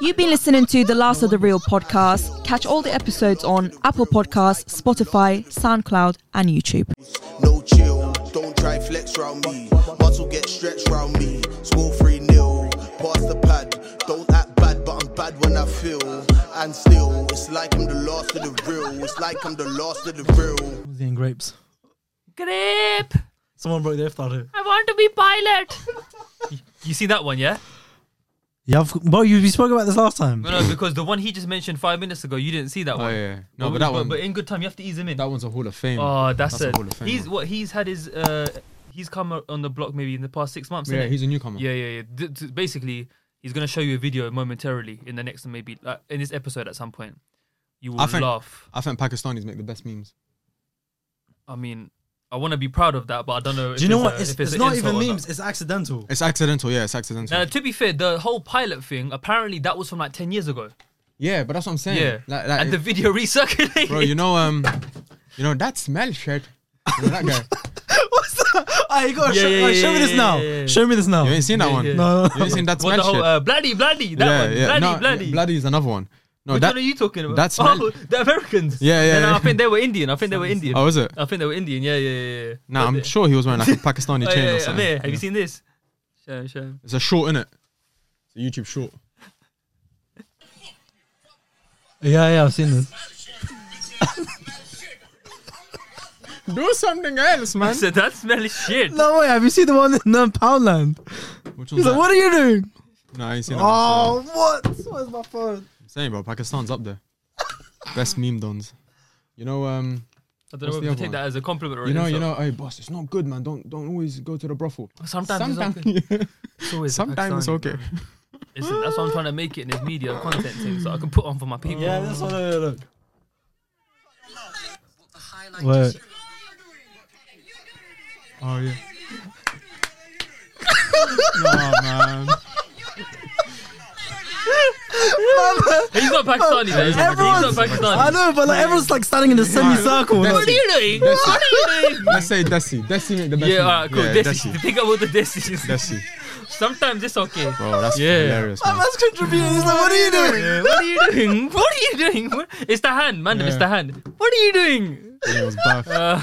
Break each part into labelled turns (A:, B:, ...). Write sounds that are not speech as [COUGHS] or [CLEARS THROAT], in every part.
A: You've been listening to the Last of the Real podcast. Catch all the episodes on Apple Podcasts, Spotify, SoundCloud, and YouTube.
B: No chill, don't try flex round me. Muscle get stretched round me. Score 3 nil, pass the pad. Don't act bad, but I'm bad when I feel. And still, it's like I'm the last of the real. It's like I'm the last of the real.
C: was eating grapes.
D: Grape!
C: Someone broke their starter.
D: I want to be pilot.
E: [LAUGHS] You see that one, yeah?
C: Yeah, I've, bro, you, we spoke about this last time.
E: No, no, because the one he just mentioned five minutes ago, you didn't see that
F: Oh
E: one.
F: yeah, no, but that one,
E: But in good time, you have to ease him in.
F: that one's a hall of fame.
E: Oh, that's,
F: That's a Hall of
E: it.
F: Famer.
E: He's what he's had his. Uh, he's come o- on the block maybe in the past six months.
F: yeah,
E: innit?
F: he's a newcomer.
E: yeah, yeah, yeah. D- d- basically, he's gonna show you a video momentarily in the next maybe like, in this episode at some point. You will
F: I think-
E: laugh.
F: I think Pakistanis make the best memes.
E: I mean, I want to be proud of that, but I don't know.
C: Do you know
E: it's
C: what?
E: a-
C: It's,
E: if
C: it's
E: an
C: not
E: insult
C: even
E: or not.
C: memes. It's accidental.
F: It's accidental. Yeah, it's accidental.
E: Now, to be fair, the whole pilot thing apparently that was from like ten years ago.
F: yeah, but that's what I'm saying.
E: Yeah,
F: Like, like,
E: and the video recirculated.
F: bro, you know, um, you know that smell shirt. You know
E: [LAUGHS]
F: that guy.
C: I got
E: Yeah,
C: show,
E: yeah,
C: like, show me
E: yeah,
C: this now.
E: yeah, yeah.
C: Show me this now.
F: You ain't seen that
E: Yeah,
F: one.
E: yeah.
C: No, no,
F: You ain't seen
E: [LAUGHS] what
F: that smell
E: the whole
F: shirt.
E: uh, bloody bloody that
F: yeah,
E: one
F: yeah.
E: bloody
F: no, yeah,
E: bloody.
F: bloody is another one. No,
E: Which
F: that.
E: one are you talking about?
F: that smell-
E: oh, the Americans.
F: Yeah, yeah,
E: No, no,
F: yeah.
E: I think they were Indian. I think they were Indian.
F: Oh, is it?
E: I think they were Indian. Yeah, yeah, yeah. yeah.
F: Nah,
E: Was
F: I'm
E: it?
F: sure he was wearing like a
E: [LAUGHS]
F: Pakistani
E: Oh,
F: chain
E: yeah,
F: or
E: yeah,
F: something.
E: Amir, have you
F: Yeah.
E: seen this? Show, show.
F: It's a short, innit? It's a YouTube short.
C: [LAUGHS] Yeah, yeah, I've seen
E: [LAUGHS]
C: this.
F: Do something else,
E: I [LAUGHS]
F: man.
E: said that smelly shit.
C: No way. Have you seen the one in um, Poundland?
F: Which one's
C: He's like,
F: that?
C: "What are you doing?"
F: No, I ain't seen that. one.
C: Oh, what? Where's my phone?
F: I'm saying, bro, Pakistan's
C: [LAUGHS]
F: up there. Best meme dons. You know, um,
E: I don't know
F: What's
E: if
F: the
E: you
F: other
E: take
F: one?
E: that as a compliment or
F: you know, you
E: insult.
F: know. Hey, boss, it's not good, man. Don't don't always go to the brothel.
E: Sometimes, it's
F: sometimes,
E: okay. It's always the
F: sometimes it's
E: Pakistani,
F: okay.
E: man. Listen, that's why I'm trying to make it in this media content thing, so I can put on for my people.
C: Yeah, this one. Look, look.
G: highlight
C: Wait. [LAUGHS]
F: Oh yeah. no man.
E: He's not Pakistani. though. He's not
C: Everyone's- I
E: Pakistani.
C: know, but like everyone's like standing in a semicircle. Like,
F: That's-
E: What are you doing?
F: That's-
E: What are you doing?
F: Let's say Desi. Desi make the best.
E: [LAUGHS] Yeah,
F: meme.
E: alright, cool.
F: Yeah,
E: this is,
F: Desi.
E: pick up all the decisions.
F: Desi.
E: Sometimes it's okay.
F: Bro, that's
E: Yeah.
F: hilarious, man.
C: that's contributing. He's like, "What are you doing?"
E: Yeah, what are you doing? What are you doing? What- It's the hand, man. It's
F: Yeah.
E: the hand. What are you doing?
F: Yeah, it was bath.
E: Uh,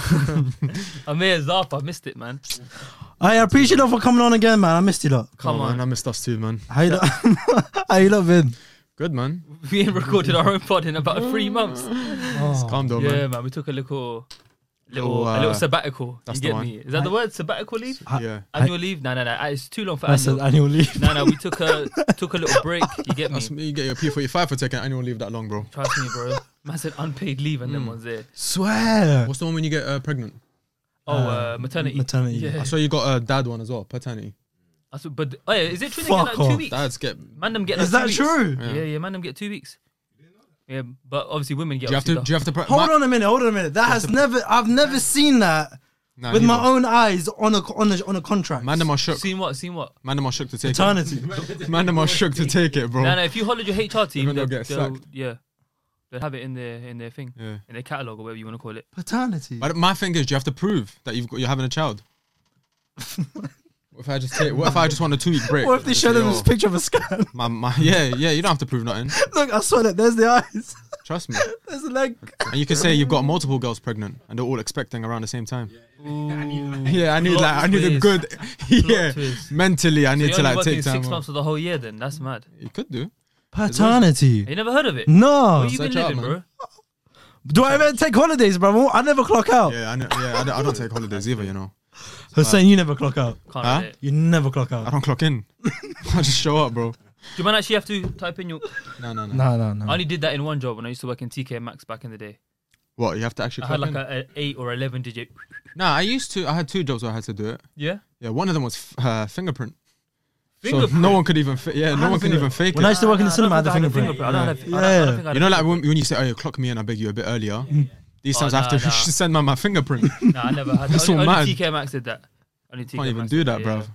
E: Amir Zaf, I missed it, man.
C: I appreciate you for coming on again, man. I missed you lot.
E: Come
F: Oh,
E: on.
F: man, I missed us too, man.
C: How you lot? How you lot [LAUGHS] been?
F: Good man.
E: We ain't recorded our own pod in about three months.
F: Calm down,
E: Yeah,
F: man.
E: man. We took a little, little,
F: Little,
E: a little
F: uh,
E: sabbatical.
F: that's
E: you
F: the
E: get
F: one.
E: me? Is that the word? Sabbatical leave?
F: Yeah.
E: Annual leave? No, no, no. It's too long for
C: That's
E: annual.
C: an annual leave.
E: No, no. We took a took a little break. You get me?
F: That's, you get your P45 for taking annual leave that long, bro.
E: Trust me, bro. Man said unpaid leave, and then one's there.
C: [LAUGHS] Swear.
F: What's the one when you get uh, pregnant?
E: Oh, uh, maternity.
C: maternity.
E: Yeah.
F: I saw you got a dad one as well, paternity.
E: I saw- but oh, yeah, is it true? They get
C: Fuck
E: like two
C: off.
E: weeks.
F: Dads get.
E: Man, them get
C: Is
E: like
C: that
E: two weeks.
C: true?
E: Yeah, yeah, man, them get two weeks. Yeah, but obviously women get.
F: Do you have to? Do you have to? Pre-
C: Hold on a minute. Hold on a minute. That has never. I've never seen that with my own eyes on a on a on a contract.
F: Man, them are shook.
E: seen what? Seen what?
F: Man, them are shook to take
C: Eternity.
F: it. [LAUGHS] Man, them are shook to take it, bro.
E: No, no. If you hollered your HR team,
F: Even
E: they'll,
F: they'll Oh. get
E: they'll-
F: sacked.
E: yeah, they'll have it in their in their thing,
F: Yeah.
E: in their catalog or whatever you want to call it.
C: Paternity.
F: But my thing is, do you have to prove that you've got, you're having a child?
E: [LAUGHS]
F: what if I just take? What if I just want a two week break?
C: What if they
F: Just
C: show
F: say,
C: them
F: "Yo,
C: this picture of a scan?
F: My, my, yeah, yeah. You don't have to prove nothing.
C: [LAUGHS] Look, I saw that. There's the eyes. [LAUGHS]
F: Trust me.
C: There's the leg.
F: And you can say you've got multiple girls pregnant, and they're all expecting around the same time. Yeah, I need
E: Plot
F: like I need a
E: twist.
F: good. [LAUGHS] Yeah,
E: twist.
F: mentally I
E: So
F: need
E: you're
F: to
E: only
F: like
E: working
F: take time.
E: six
F: off.
E: months of the whole year. Then that's mad.
F: You could do.
C: Paternity.
E: You never heard of it?
C: No.
E: Where you been
F: Search up,
E: living,
F: man.
E: bro?
C: Do I ever take holidays, bro? I never clock
E: Oh.
C: out.
F: Yeah, I know, yeah. I don't, I don't take holidays either. You know,
C: Hussein, you never clock out.
E: Can't
F: Huh?
E: relate.
C: You never clock
F: I
C: out.
F: don't clock in. [LAUGHS] I just show up, bro.
E: Do you man actually have to type in your?
F: No, no, no.
C: No, no,
E: I
C: no.
E: only did that in one job when I used to work in TK Maxx back in the day.
F: What you have to actually
E: I
F: clock
E: had like
F: in?
E: a, a eight or eleven digit.
F: Nah, I used to. I had two jobs where I had to do it.
E: Yeah.
F: Yeah, one of them was f- uh, fingerprint. So
E: Fingerprint?
F: no one could even. Fa- yeah, no one could even fake
C: When I
F: it.
C: used to work in the
E: I don't
C: cinema, I had the
E: think I had a
C: fingerprint.
E: I don't have. I don't- I don't
C: Yeah.
E: think I had
F: You
E: a
F: know, like when, when you say, "Oh, you clock me in," I beg you a bit earlier. These
E: Oh,
F: times I have
E: nah,
F: to
E: nah.
F: send man
E: [LAUGHS]
F: my fingerprint.
E: No, I never
F: [LAUGHS]
E: had.
F: That's
E: only,
F: all
E: only
F: mad.
E: TK Maxx did that. Only TK
F: Can't even
E: Maxx
F: do
E: did
F: that,
E: yeah.
F: bruv.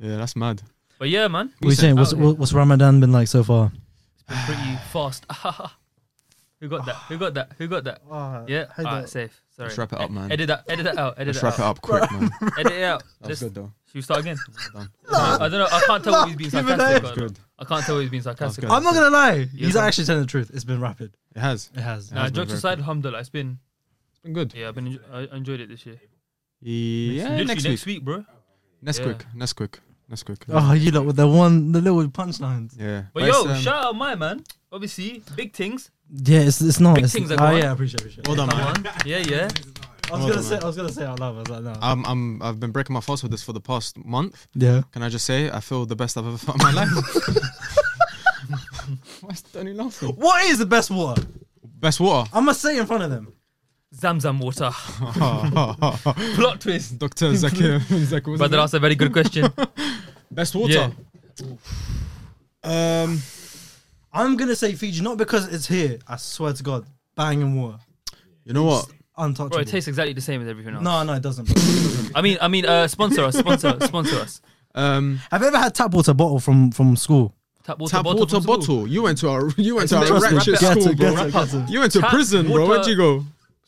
F: Yeah, that's mad.
E: But yeah, man,
C: What are you saying? What's,
E: Oh, yeah.
C: what's Ramadan been like so far?
E: it's been pretty fast. [LAUGHS] Who got that? Who got that? Who
C: [SIGHS]
E: got that? Oh, yeah,
C: I
E: alright,
C: don't-
E: safe. Sorry.
F: Let's wrap it up, man.
E: Edit that. Edit that out. Edit
F: Let's
E: that
F: wrap it
E: out. [LAUGHS]
F: up quick, man.
E: Edit it out.
F: That's
E: Just
F: good though.
E: Should we start again?
F: Done.
E: I don't know. I can't tell whether he's being
C: Nah, give it
E: sarcastic.
C: a-
E: or
F: That's
E: not.
F: good.
E: I can't tell whether he's being sarcastic.
F: good.
E: or
C: I'm not gonna lie. He's
E: go on.
C: actually telling the truth. It's been rapid.
F: It has.
C: It has.
E: Nah,
F: That's been
E: jokes
F: very
E: aside, alhamdulillah, it's been
F: It's been good.
E: yeah, I've been enjo- I I enjoyed it this year.
F: Yeah,
E: Literally
F: next
E: next
F: week.
E: week, bro.
F: Nesquik. Nesquik. Nesquik.
C: Oh, you lot with the one, the little punchlines.
F: Yeah.
E: But
F: it's,
E: yo,
F: um,
E: shout out my man. Obviously, big things.
C: Yeah, it's it's not.
E: Big
C: It's,
E: things
C: oh
E: are going.
C: yeah, I appreciate, appreciate.
F: Well done,
E: Come
F: man.
E: on. Yeah,
C: I
E: yeah.
C: was
F: Well
C: gonna
F: done,
C: say, I was gonna say it out loud. but I was like, no.
F: Um, I'm, I've been breaking my fast with this for the past month.
C: Yeah.
F: Can I just say, I feel the best I've ever felt in
E: [LAUGHS]
F: my [LAUGHS] life. Why is Tony laughing?
C: What is the best water?
F: Best water.
C: I must say in front of them.
E: Zamzam
F: [LAUGHS]
E: water. Plot twist.
F: Dr.
E: [LAUGHS]
F: Zakir. Zakir was
E: But that's a very good
F: [LAUGHS]
E: question.
F: Best water. Um,
C: I'm gonna say Fiji not because it's here. I swear to God, banging water,
F: you know what?
C: untouchable.
E: Bro, it tastes exactly the same as everything else.
C: no, no, it doesn't. bro. It doesn't.
E: I mean, I mean, uh, sponsor us, sponsor, sponsor us.
F: Um,
C: Have you ever had tap water bottle from from school?
E: Tap water,
F: tap
E: bottle,
F: water
E: from school.
F: bottle. You went to our [LAUGHS] you went to
E: It's
F: our
E: wrap
F: ratchet
E: it up.
F: school,
E: Get
F: bro.
E: get
F: You went to
E: Tap
F: prison, bro.
E: water.
F: Where'd you go?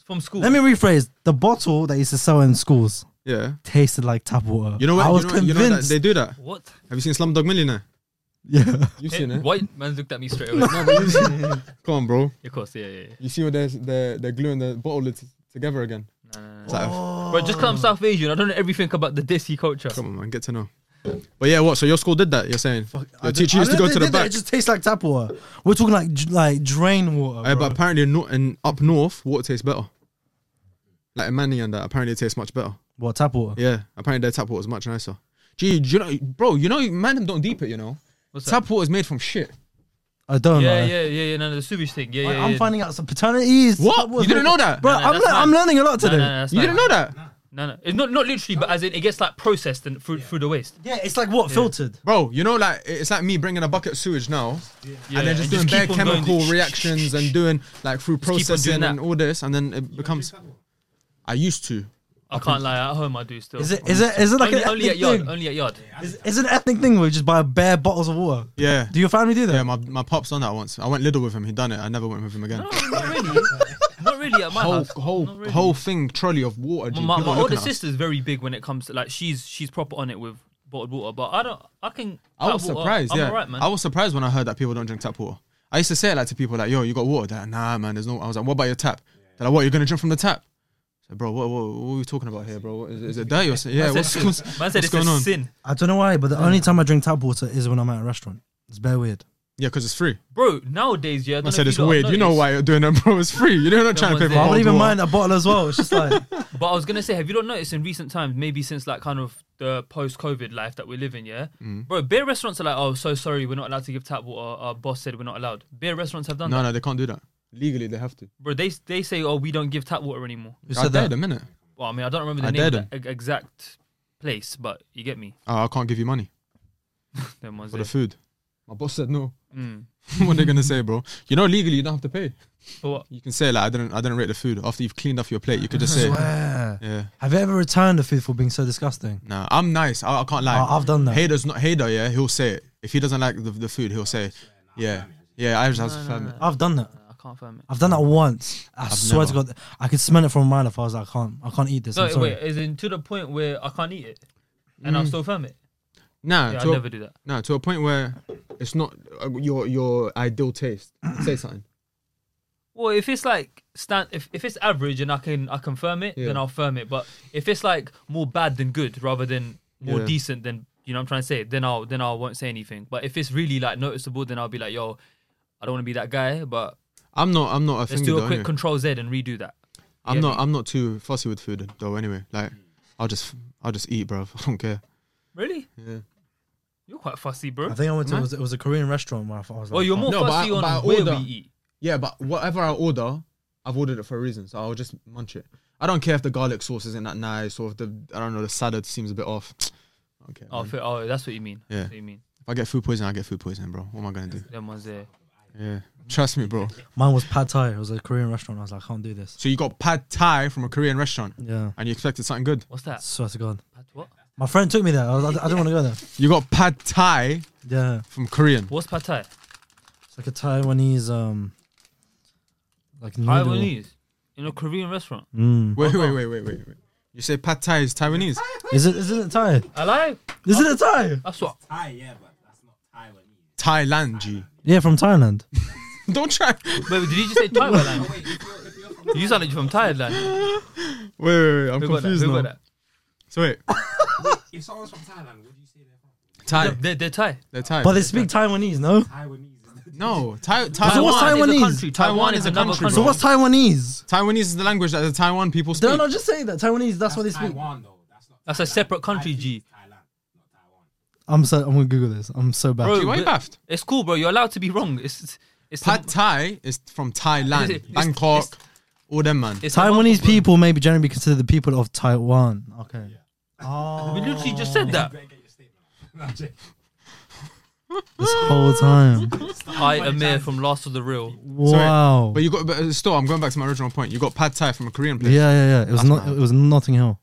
E: from school.
C: Let me rephrase. The bottle that used to sell in schools
F: Yeah.
C: tasted like tap water.
F: You know what?
C: I was
F: you know,
C: convinced.
F: You know that they do that.
E: What?
F: Have you seen Slumdog Millionaire?
C: [LAUGHS] yeah.
F: You've
E: Hey,
F: seen it.
E: White man looked at me straight away.
F: [LAUGHS] Come on, bro.
E: of course, yeah, yeah, yeah.
F: You see what they're they're, they're gluing the bottle lids together again.
E: No, no, no, no.
F: It's like,
E: But just because I'm South Asian, I don't know everything about the Desi culture.
F: Come on, man, get to know. But yeah, what? So your school did that? You're saying
C: I
F: your
C: don't-
F: teacher
C: I
F: used to
C: don't
F: go
C: think they
F: to the
C: did that,
F: back.
C: It just tastes like tap water. We're talking like dr- like drain water.
F: Uh,
C: bro.
F: but apparently, not in up north, water tastes better. Like in Manny and that, apparently it tastes much better.
C: what tap water?
F: Yeah, apparently their tap water is much nicer. Gee, do you know, bro, you know, man, them don't deep it, you know.
E: What's
F: Tap water is made from shit.
C: I don't know.
E: Yeah, yeah, yeah, yeah. No, no, the sewage thing. Yeah, yeah, yeah.
C: I'm finding out some paternities.
F: What?
C: Tap water-
F: You didn't know that?
C: bro?
E: No, no,
C: I'm,
E: that's
C: lear- I'm
E: fine.
C: learning a lot
E: No, no,
C: today.
E: no, that's
F: You
E: fine.
F: didn't know that,
E: No, no, it's not not literally, but as in it gets like processed and through through the waste.
C: Yeah, it's like what filtered.
F: bro. You know, like it's like me bringing a bucket of sewage now,
E: Yeah,
F: and then just doing bare
E: keep on going.
F: chemical reactions and doing like through
E: on doing
F: processing
E: that.
F: and all this, and then it becomes. I used to.
E: I can't lie. At home, I do still.
C: Is it is it is it like
E: only,
C: an
E: only
C: ethnic
E: at yard?
C: thing?
E: Only at yard.
C: Is, is it an ethnic thing where you just buy bare bottles of water?
F: Yeah.
C: Do your family do that?
F: Yeah, my, my pops done that once. I went little with him. He done it. I never went with him again.
E: No, [LAUGHS] not really. not really at my
F: whole
E: house.
F: whole
E: Not really.
F: whole thing trolley of water. G.
E: My,
F: People
E: my
F: are looking
E: older
F: at us.
E: sister's very big when it comes to like she's she's proper on it with bottled water, but I don't. I can.
F: I was
E: tap water,
F: surprised.
E: I'm
F: yeah,
E: alright, man.
F: I was surprised when I heard that people don't drink tap water. I used to say it like to people like, "Yo, you got water?" They're like, nah, man, there's no. I was like, "What about your tap?" They're like, "What? You're gonna drink from the tap?" I said, "Bro, what, what, what are we talking about here, bro? What- Is, is it dirty or something? Yeah,
E: Man
F: what's,
E: [LAUGHS] said,
F: what's,
E: man said
F: what's
E: it's
F: going
E: a
F: on?
E: sin,
C: I don't know why, but the only time I drink tap water is when I'm at a restaurant. It's very weird.
F: Yeah, because it's free.
E: bro. Nowadays, yeah. I,
F: I
E: don't know
F: said
E: if
F: it's
E: lot
F: weird. You know
E: noticed,
F: why you're doing that, [LAUGHS] bro? It's free. You're not trying to
E: one's
F: pay for
E: there.
C: I
F: cold
C: don't even
F: water.
C: mind a bottle as well. It's just
F: [LAUGHS]
C: like
E: But I was gonna say, have you not noticed in recent times, maybe since like kind of the post-COVID life that we're living, yeah,
F: Mm.
E: bro? Beer restaurants are like, oh, so sorry, we're not allowed to give tap water. Our boss said we're not allowed. Beer restaurants have done
F: No,
E: that,
F: no, they can't do that. Legally, they have to.
E: bro. They they say, oh, we don't give tap water anymore.
C: who
F: I
C: said
F: did
C: that?
F: a minute.
E: Well, I mean, I don't remember the
F: I
E: name
F: dare
E: of the e- exact place, but you get me.
F: Oh, I can't give you money
E: Them ones
F: for the
E: there.
F: food. My boss said no.
E: Mm.
F: [LAUGHS] what are they gonna say, bro? You know, legally, you don't have to pay.
E: For what?
F: You can say like, I didn't, I didn't rate the food after you've cleaned off your plate. You could just say,
C: Swear.
F: yeah.
C: Have you ever returned the food for being so disgusting?
F: Nah, I'm nice. I, I can't lie.
C: I- I've done that.
F: Hater's not hater. Yeah, he'll say it. If he doesn't like the, the food, he'll say, yeah, yeah. I just have to firm it.
C: I've done that.
E: I can't find it.
C: I've done that once. I swear
F: never.
C: to God, I could smell it from a mile off. I was like, I can't, I can't eat this.
E: No,
C: I'm sorry.
E: wait, is in to the point where I can't eat it, and
F: Mm.
E: I'll still firm it.
F: Nah,
E: Yeah, I
F: to
E: never
F: a,
E: do that.
F: nah, to a point where it's not uh, your your ideal taste. say something.
E: Well, if it's like stand, if, if it's average and I can I confirm it,
F: Yeah.
E: then I'll firm it. But if it's like more bad than good, rather than more
F: Yeah.
E: decent than you know what I'm trying to say, then I'll then I won't say anything. But if it's really like noticeable, then I'll be like, yo, I don't want to be that guy. But
F: I'm not. I'm not a
E: let's
F: finger
E: do
F: though,
E: a quick
F: anyway.
E: control Z and redo that.
F: I'm
E: yeah,
F: not. I'm not too fussy with food though. Anyway, like I'll just I'll just eat, bro. [LAUGHS] I don't care.
E: Really?
F: Yeah.
E: You're quite fussy, bro.
C: I think I went to
F: Am I?
C: it was, it was a Korean restaurant where I was like,
E: Well, you're more
F: No, but I-
E: fussy on
F: but I
E: where
F: order.
E: we eat.
F: Yeah, but whatever I order, I've ordered it for a reason, so I'll just munch it. I don't care if the garlic sauce isn't that nice or if the I don't know the salad seems a bit off. Okay.
E: Oh, fi- oh, that's what you mean.
F: Mm. Yeah.
E: That's what you mean.
F: If I get food poisoning, I get food poisoning, bro. What am I gonna do?
E: Them ones there.
F: Yeah. Trust me, bro.
C: mine was pad thai. It was a Korean restaurant. I was like, I can't do this.
F: So you got pad thai from a Korean restaurant,
C: Yeah,
F: and you expected something good.
E: What's that?
C: swear to God,
E: What?
C: my friend took me there. I, was, I, I didn't want to go there.
F: You got pad thai
C: [LAUGHS] Yeah,
F: from Korean.
E: What's pad thai?
C: it's like a Taiwanese, um, like noodle.
E: Taiwanese in a Korean restaurant.
C: Mm.
F: Wait, wait, wait, wait, wait, wait. You say pad thai is Taiwanese.
C: Is it? Isn't it Thai?
E: I like.
C: Isn't it Thai?
E: That's what.
H: Thai, yeah, but that's not Taiwanese.
F: Thailand, G. [LAUGHS]
C: Yeah, from Thailand.
F: Don't try.
E: Wait, did you just say Thailand? you sounded from Thailand.
F: Wait, wait, wait. I'm
E: Who got that?
F: confused
E: Who got
F: now.
E: that?
F: So wait,
H: If someone's from Thailand, would you say they're from?
E: No,
F: Thai.
E: they're, they're Thai.
F: They're Thai.
C: But they speak Taiwanese, no?
H: Taiwanese is the
F: no Thai.
E: Taiwan
F: Taiwan.
C: what's
E: is
C: Taiwanese?
E: a country. Taiwan is another country.
I: So what's Taiwanese?
F: Taiwanese is the language that the Taiwan people speak.
C: They're not just saying that. Taiwanese, that's, what they speak.
H: Taiwan though. That's not.
E: That's a
H: Thailand.
E: separate country,
H: I think
E: G.
H: it's Thailand, not Taiwan.
I: I'm so I'm gonna Google this. I'm so bad.
E: Bro,
F: Gee, why you
E: but-
F: baffed?
E: It's cool, bro. You're allowed to be wrong. It's it's, it's the-
F: Pad Thai is from Thailand,
E: It's- it's-
F: Bangkok,
E: it's-
F: all them man.
E: it's the
C: Taiwanese
E: one-
C: people may be generally be considered the people of Taiwan. Okay.
E: We literally just said that.
H: Better get your statement. out. No, I'm joking.
C: This whole
F: Oh.
C: time.
E: I Amir from Last of the Real.
F: So wait,
C: Wow.
F: but you got. But uh, still, I'm going back to my original point. You got Pad Thai from a Korean
C: yeah,
F: place.
C: yeah, yeah. It was
F: That's
C: not.
F: mad.
C: It was Notting Hill.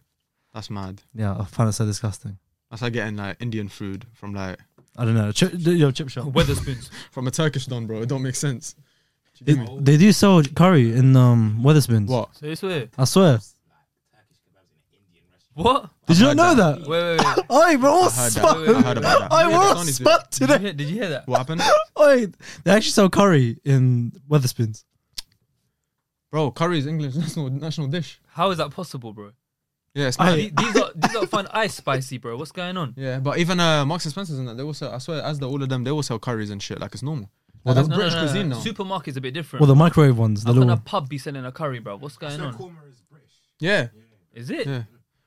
F: That's mad.
C: Yeah, I found it so disgusting.
F: That's like getting like Indian food from like
C: I don't know. Chip, yo, chip shop.
E: Weatherspoons.
F: from a Turkish don, bro. It don't make sense.
C: They, they do sell curry in um Weatherspoons.
F: What?
E: So it's weird.
C: I swear.
E: What?
C: Did you not know
F: heard
C: that?
E: Wait, wait, wait.
C: Oi, we're all
F: heard that.
C: spun.
E: Wait, wait, wait.
F: I heard about that.
C: Oi, we're
F: Yeah,
C: all
F: Sonny's
C: spun
E: Did you
C: today.
E: hear, did you hear that?
F: What happened,
C: Oi, they actually sell curry in Weatherspoons.
F: bro? Curry is English national national dish.
E: How is that possible, bro?
F: Yeah, it's
C: I-
F: mad.
E: These these are these are fun ice spicy, bro. What's going on?
F: Yeah, but even uh, Marks and Spencers and that, they also, I swear, as the all of them, they all sell curries and shit. Like it's normal. Like, that's
E: No, no,
F: British
E: no, no.
F: cuisine now.
E: Supermarket's a bit different.
C: Well, the microwave ones, the
E: How
C: little
E: can a
C: one.
E: pub be selling a curry, bro? What's going on?
H: Korma is British.
F: Yeah,
E: Is it?
F: yeah.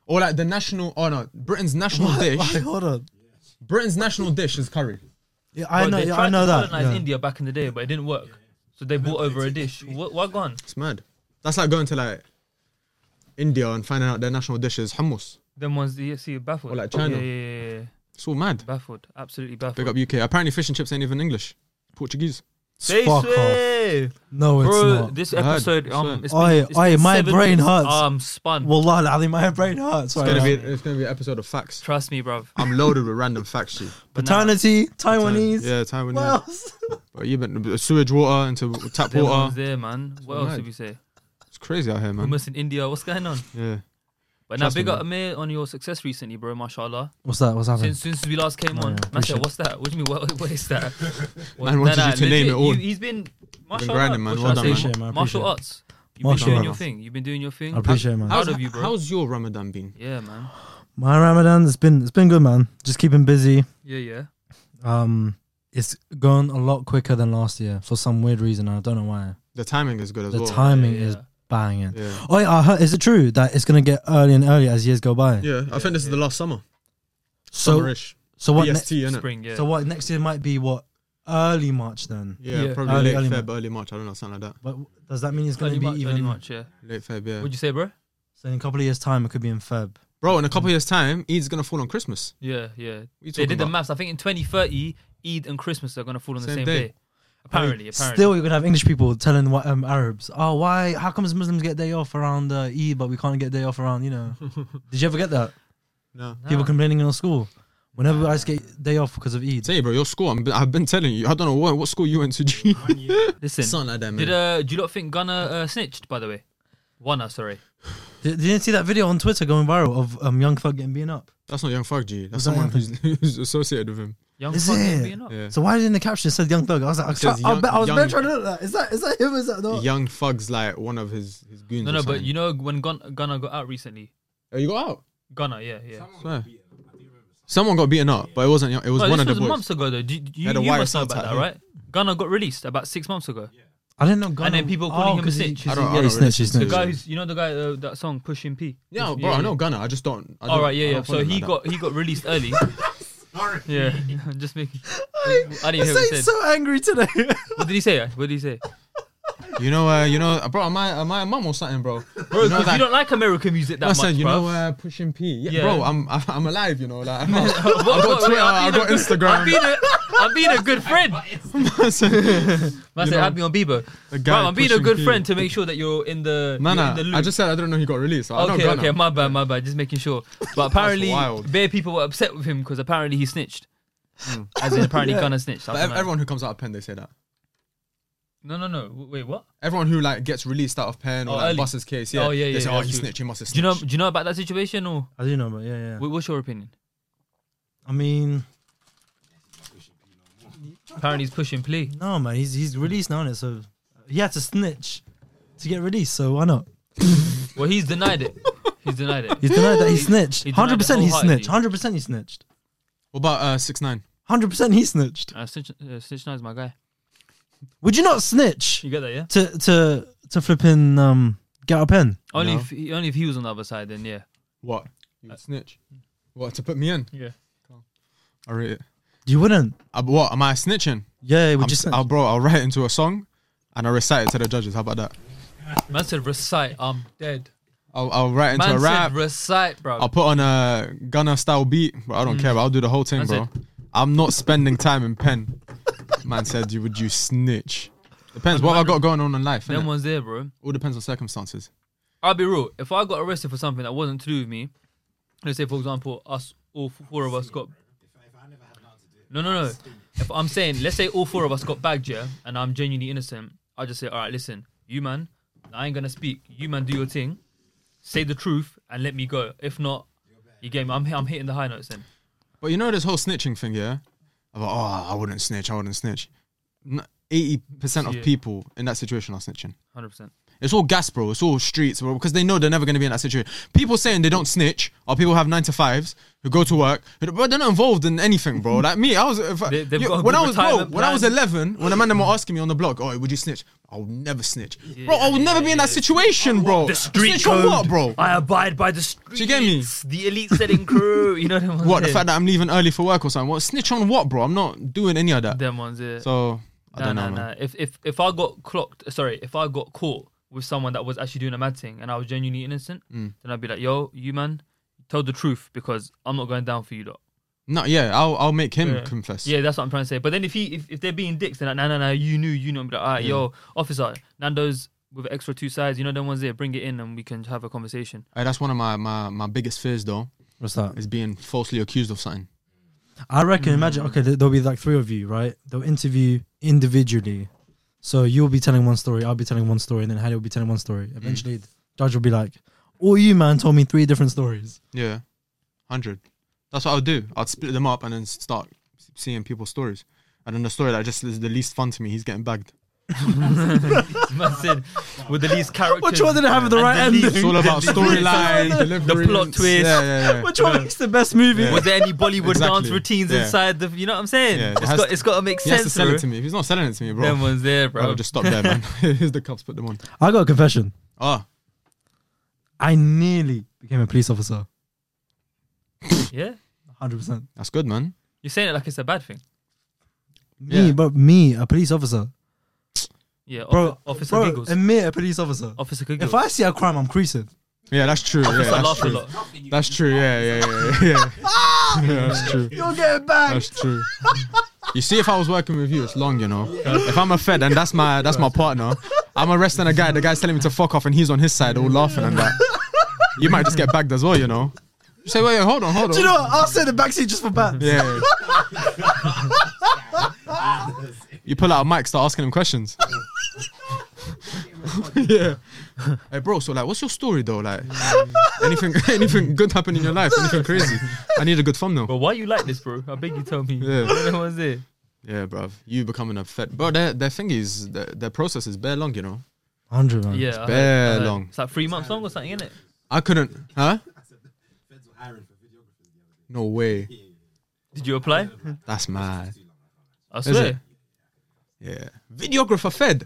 F: Or like the national, oh no, Britain's national
C: [LAUGHS]
F: dish.
C: Wait, hold on.
F: Britain's national dish is curry.
C: Yeah, I
E: Bro,
C: know.
E: they
C: Yeah,
E: tried
C: I know
E: to
C: that.
E: colonize
C: yeah.
E: India back in the day, but it didn't work. So they brought over a dish. What? Why gone?
F: It's mad. That's like going to like India and finding out their national dish is hummus.
E: Them ones, you see, baffled.
F: Or like China.
E: Yeah, yeah, yeah, yeah.
F: It's all mad.
E: Baffled. Absolutely baffled.
F: Big up UK. Apparently, fish and chips ain't even English. Portuguese.
E: They
C: Fuck off.
E: swear.
C: No, it's
E: Bro,
C: not.
E: this
F: I heard.
E: episode,
F: It's
E: um,
F: not.
E: it's
C: Oi,
E: been, it's
C: oi,
E: been
C: my
E: seven
C: brain
E: minutes.
C: hurts.
E: Um, spun.
C: Wallahi, Ali, my brain hurts.
F: It's
C: right
F: gonna
C: now.
F: be. It's gonna be an episode of facts.
E: Trust me, bruv.
F: I'm loaded with random facts. G.
C: paternity, Taiwanese.
F: Yeah, Taiwanese.
C: What else?
F: But you've been uh, sewage water into tap
E: Them ones
F: water.
E: there, man. What else
F: mad.
E: did we say?
F: It's crazy out here, man.
E: Hummus in India. What's going on?
F: Yeah.
E: But now,
F: Trust me,
E: big up
F: man.
E: Amir on your success recently, bro. Mashallah.
C: What's that? What's happening?
E: Since since we last came
C: Oh, yeah,
E: on, man said,
C: appreciate
E: "What's that? What do you mean? What, what is that?" What-
F: Man wanted you to name it all.
E: He, has been martial
F: grinding, man.
E: arts.
F: Well
E: What should I
F: done,
E: say?
F: man.
C: Appreciate it, man.
E: Martial
C: Appreciate
E: arts. You've been
C: Martial
E: doing your
C: arts.
E: thing. You've been doing your thing.
C: I appreciate it, man.
E: How-
F: How's,
E: Proud of you, bro.
F: how's your Ramadan been?
E: yeah, man.
C: My Ramadan, it's been it's been good, man. Just keeping busy.
E: Yeah, yeah.
C: Um, it's gone a lot quicker than last year for some weird reason. I don't know why.
F: The timing is good as
C: The
F: well.
C: timing
E: Yeah,
C: is
E: yeah.
C: banging.
F: Yeah.
C: Oh, yeah, I heard, is it true that it's gonna get earlier and earlier as years go by?
F: Yeah, I think this is the last summer.
C: So,
F: Summerish.
C: so what? Ne-
F: BST, innit?
E: Spring. Yeah.
C: so what? Next year might be what? Early March then.
F: Yeah,
E: Yeah.
F: probably
C: Early-
F: late
C: early
F: Feb, early March. I don't know, something like
C: But w- does that mean it's gonna
E: Early
C: be
E: March, early
C: even?
E: March. Yeah.
F: that. Late Feb, yeah.
E: What'd you say, bro?
C: So in a couple of years' time, it could be in Feb.
F: Bro, in a couple of years' time, Eid's gonna fall on Christmas.
E: Yeah, yeah.
F: What you
E: They
F: talking
E: did the
F: about?
E: maths. I think in 2030, Eid and Christmas are gonna fall on the
F: Same
E: same,
F: day.
E: day. Apparently, apparently.
C: Still, you're gonna have English people telling what um, Arabs, oh, why? How comes Muslims get day off around uh, Eid, but we can't get day off around? You know, did you ever get that?
F: No.
C: People complaining in our school. Whenever I just get day off because of Eid.
F: Say, bro, your school. I'm, I've been telling you. I don't know what, what school you went to.
E: [LAUGHS]
F: G.
E: Listen,
F: Something like that, man.
E: did uh, do you lot think Gunner uh, snitched? By the way, Wana, sorry.
C: Did, didn't you see that video on Twitter going viral of um, young thug getting beaten up?
F: That's not Young Thug, Oh. G. That's
C: that
F: someone
C: Young
F: who's, [LAUGHS] who's associated with him.
E: Young
C: Is
E: fuck,
C: it?
E: being up.
F: Yeah.
C: So why didn't the caption said young thug? I was like, I, was
F: says
C: try- I
F: young-
C: bet- I was
F: young-
C: better trying to look at that. Is that is that him? Is that not?
F: Young Thug's like one of his, his goons.
E: No,
F: or
E: no, but
F: something.
E: you know when Gun- Gunner got out recently,
F: Oh, you got out.
E: Gunner, yeah, yeah.
F: Swear. Someone got beaten up, but it wasn't. Young- It was
E: No,
F: one
E: Oh, this
F: of
E: was
F: the boys.
E: months ago though. Do, you you,
F: had a
E: you
F: wire
E: must know
F: salt
E: about
F: out
E: that,
F: here.
E: right? Gunner got released about six months ago.
C: I didn't know. Gunner,
E: then people calling him a
C: 'cause he-
E: snitch.
C: 'cause
F: I don't-
C: he-
F: I
C: yeah, he
F: don't really
C: snitched. He
F: think so.
E: The
C: snitched.
E: guy who's you know the guy uh, that song Pushing P.
F: Yeah, bro, I know Gunner. I just don't. I
E: All
F: don't-
E: right, yeah,
F: I
E: yeah.
F: don't
E: So
F: follow him
E: he
F: like
E: got he got released
F: [LAUGHS]
E: early.
H: Sorry.
E: Yeah, [LAUGHS] just making. I
C: I
E: didn't hear what he
C: say
E: said.
C: so angry today.
E: What did he say? eh? What did he say?
F: that. You know, uh, you know, bro, am I, am I a mum or something,
E: [LAUGHS]
F: bro?
E: Bro,
F: you know
E: 'cause
F: that-
E: you don't like American music that
F: I
E: much,
F: said, you
E: bruv.
F: know, uh, pushing P. Yeah,
E: Yeah.
F: bro, I'm, [LAUGHS] I'm I'm alive, you know.
E: [LAUGHS]
F: Like, I'm not, I've
E: What-
F: got
E: what-
F: Twitter,
E: I'm
F: I've
E: being
F: got
E: a good- I'm being
F: Instagram.
E: a, I'm being a good
F: [LAUGHS]
E: friend.
F: I said-
E: Man
F: You
E: said,
F: know,
E: add me on Bieber.
F: the guy
E: Bro, I'm being a
F: pushing
E: good
F: P.
E: friend to make sure that you're in the,
F: No,
E: you're
F: no,
E: in the loop.
F: I just said I don't know he got released. So I know
E: okay,
F: Gunner.
E: okay, my bad, my bad. Just making sure. But apparently,
F: wild. Hmm.
E: bare people were upset with him because apparently he snitched. As in, apparently Gunner snitched. I
F: But
E: don't
F: ev-
E: know.
F: everyone who comes out of pen, they say that.
E: No, no, no. W- Wait, what?
F: Everyone who like gets released out of pen or
E: Oh,
F: like,
E: early.
F: busts his case, yeah.
E: Oh, yeah,
F: they
E: yeah,
F: Say,
E: yeah,
F: oh, he
E: true.
F: snitched. He must have
E: Do you know?
F: snitched.
E: Do you know about that situation or
C: I do know, but yeah, yeah.
E: wh- what's your opinion?
C: I mean,
E: Apparently, he's pushing plea.
C: no, man, he's he's released now, innit? so he had to snitch to get released. So why not?
E: Well, he's denied it. He's denied it.
C: He's denied that he snitched.
E: He denied it
C: Hundred percent, he
E: wholeheartedly.
C: snitched. Hundred percent, he snitched.
F: What about uh six nine?
C: Hundred percent, he snitched.
E: [LAUGHS] Uh, Snitch, uh, Snitch Nine's my guy.
C: Would you not snitch
E: You get that, yeah?
C: to to to flipping um get a pen?
E: Only
F: No.
E: if he- only if he was on the other side, then yeah.
F: What? You
E: Uh,
F: would snitch? What to put me in?
E: Yeah.
F: I rate it.
C: You wouldn't.
F: Uh, what am I snitching?
C: Yeah,
F: I'm
C: would you
F: s-
C: snitch?
F: I'll, bro, I'll write into a song, and I'll recite it to the judges. How about that?
E: Man said recite, I'm dead.
F: I'll, I'll write into
E: Man
F: a
E: said
F: rap.
E: recite, bro.
F: I'll put on a Gunna style beat, but I don't care. But I'll do the whole thing,
E: Mm. That's
F: bro. I'm not spending time in pen. Man said, "You would you snitch?" Depends what I got going on in life.
E: Them
F: innit?
E: ones there, bro.
F: All depends on circumstances.
E: I'll be real. If I got arrested for something that wasn't to do with me, let's say, for example, us all f- four of us got. No, no, no. If I'm saying, let's say all four of us got bagged, yeah, and I'm genuinely innocent, I'll just say, all right, listen, you man, I ain't gonna speak. You man, do your thing, say the truth, and let me go. If not, you game. I'm I'm hitting the high notes then.
F: But you know this whole snitching thing, yeah? I'm like, oh, I wouldn't snitch. I wouldn't snitch. Eighty percent
E: Yeah.
F: of people in that situation are snitching.
E: Hundred percent.
F: It's all gas, bro. It's all streets, bro, because they know they're never going to be in that situation. People saying they don't snitch, or people have nine to fives who go to work, who- but they're not involved in anything,
E: [LAUGHS]
F: bro. Like me, I was if I-
E: They- they've
F: you-
E: got a
F: when
E: good
F: I was bro,
E: retirement
F: when I was
E: plan.
F: eleven, when a man them were asking me on the blog, "Oh, would you snitch?" I would never snitch, bro. I would
E: yeah,
F: never be in that situation, bro.
E: The street
F: snitch
E: code.
F: on what, bro?
E: I abide by the streets.
F: you get me?
E: The elite setting crew. You know them ones.
F: What the
E: there?
F: fact that I'm leaving early for work or something? What snitch on what, bro? I'm not doing any of that.
E: Them ones. Yeah.
F: So I
E: No,
F: don't
E: no,
F: know, man.
E: no. If if if I got clocked, sorry, if I got caught with someone that was actually doing a mad thing and I was genuinely innocent,
F: Mm.
E: then I'd be like, "Yo, you man, tell the truth because I'm not going down for you lot."
F: No, yeah, I'll I'll make him
E: Yeah.
F: confess.
E: Yeah, that's what I'm trying to say. But then if he if, if they're being dicks, then like, "No, no, no, you knew, you know," I'd be like, "All right, yo, officer, Nando's with extra two sides, you know, them ones there, bring it in and we can have a
F: [LAUGHS]
E: conversation." [LAUGHS]
F: Hey, that's one of my, my my biggest fears though
C: What's that?
F: is being falsely accused of something.
C: I
E: Hmm.
C: reckon. Imagine. Okay, there- there'll be like three of you, right? They'll interview individually. So you'll be telling one story, I'll be telling one story, and then Hadi will be telling one story.
E: Hmm.
C: Eventually, the judge will be like, "All you man told me three different stories."
F: Yeah, hundred. That's what I would do. I'd split them up and then start s- seeing people's stories. And then the story that just is the least fun to me, he's getting
E: [LAUGHS]
F: bagged.
E: Man said, with the least characters.
C: Which one didn't have the
E: and
C: right
E: least-
C: ending?
F: It's all about
E: [LAUGHS]
F: storyline, delivery,
E: plot twist.
F: Yeah,
E: [LAUGHS]
F: yeah, yeah.
C: Which one makes the best movie?
F: Yeah.
E: Was there any Bollywood
F: Exactly.
E: dance routines
F: Yeah.
E: inside the? You know what I'm saying?
F: Yeah, it
E: it's
F: has
E: got
F: to-
E: it's got to make
F: He
E: sense.
F: has to sell
E: bro.
F: it to me. If he's not selling it to me, bro,
E: Them ones there,
F: I
E: bro.
F: would just stop there, man. [LAUGHS] Here's the cups. Put them on.
C: I got a confession.
F: Ah,
C: I nearly became a police officer.
E: yeah,
C: Hundred percent.
F: that's good, man.
E: you're saying it like it's a bad thing.
C: Me,
F: Yeah.
C: but me, a police officer,
E: Yeah, off-
C: bro.
E: officer
C: bro,
E: giggles.
C: Admit a police officer.
E: officer giggles.
C: If I see a crime, I'm creasing.
F: Yeah, that's true. Yeah,
E: Officer
F: that's
E: laughs a
F: true.
E: lot.
F: That's true. Yeah, yeah, yeah, yeah.
C: [LAUGHS]
F: yeah that's true.
C: You'll get back.
F: That's true. You see, if I was working with you, it's long, you know. If I'm a fed and that's my that's my partner, I'm arresting a guy. The guy's telling me to fuck off, and he's on his side, all laughing and that. You might just get bagged as well, you know. You say, wait, hold on, hold on.
C: Do you know what? I'll say the backseat just for bad.
F: Yeah. [LAUGHS] you pull out a mic, start asking him questions. [LAUGHS] yeah. Hey, bro. So, like, what's your story though?
H: [LAUGHS]
F: Like, anything, anything good happened in your life? Anything crazy? I need a good thumbnail.
E: Bro, why you like this, bro? I beg you, tell me.
F: Yeah.
E: [LAUGHS] What was there?
F: Yeah, bruv. You becoming a fed. Bro, their, their thing is, their, their process is bare long, you know?
C: [LAUGHS] Hundred man.
E: Yeah, I
H: Uh,
E: heard-
F: bare
E: I heard.
F: long.
E: It's like three months long or something, isn't it?
F: I couldn't. Huh?
H: Feds were hiring for videographers the other day.
F: No way.
E: Did you
F: [LAUGHS]
E: apply?
F: That's mad.
E: I
F: it?
E: swear.
F: Yeah. Videographer fed.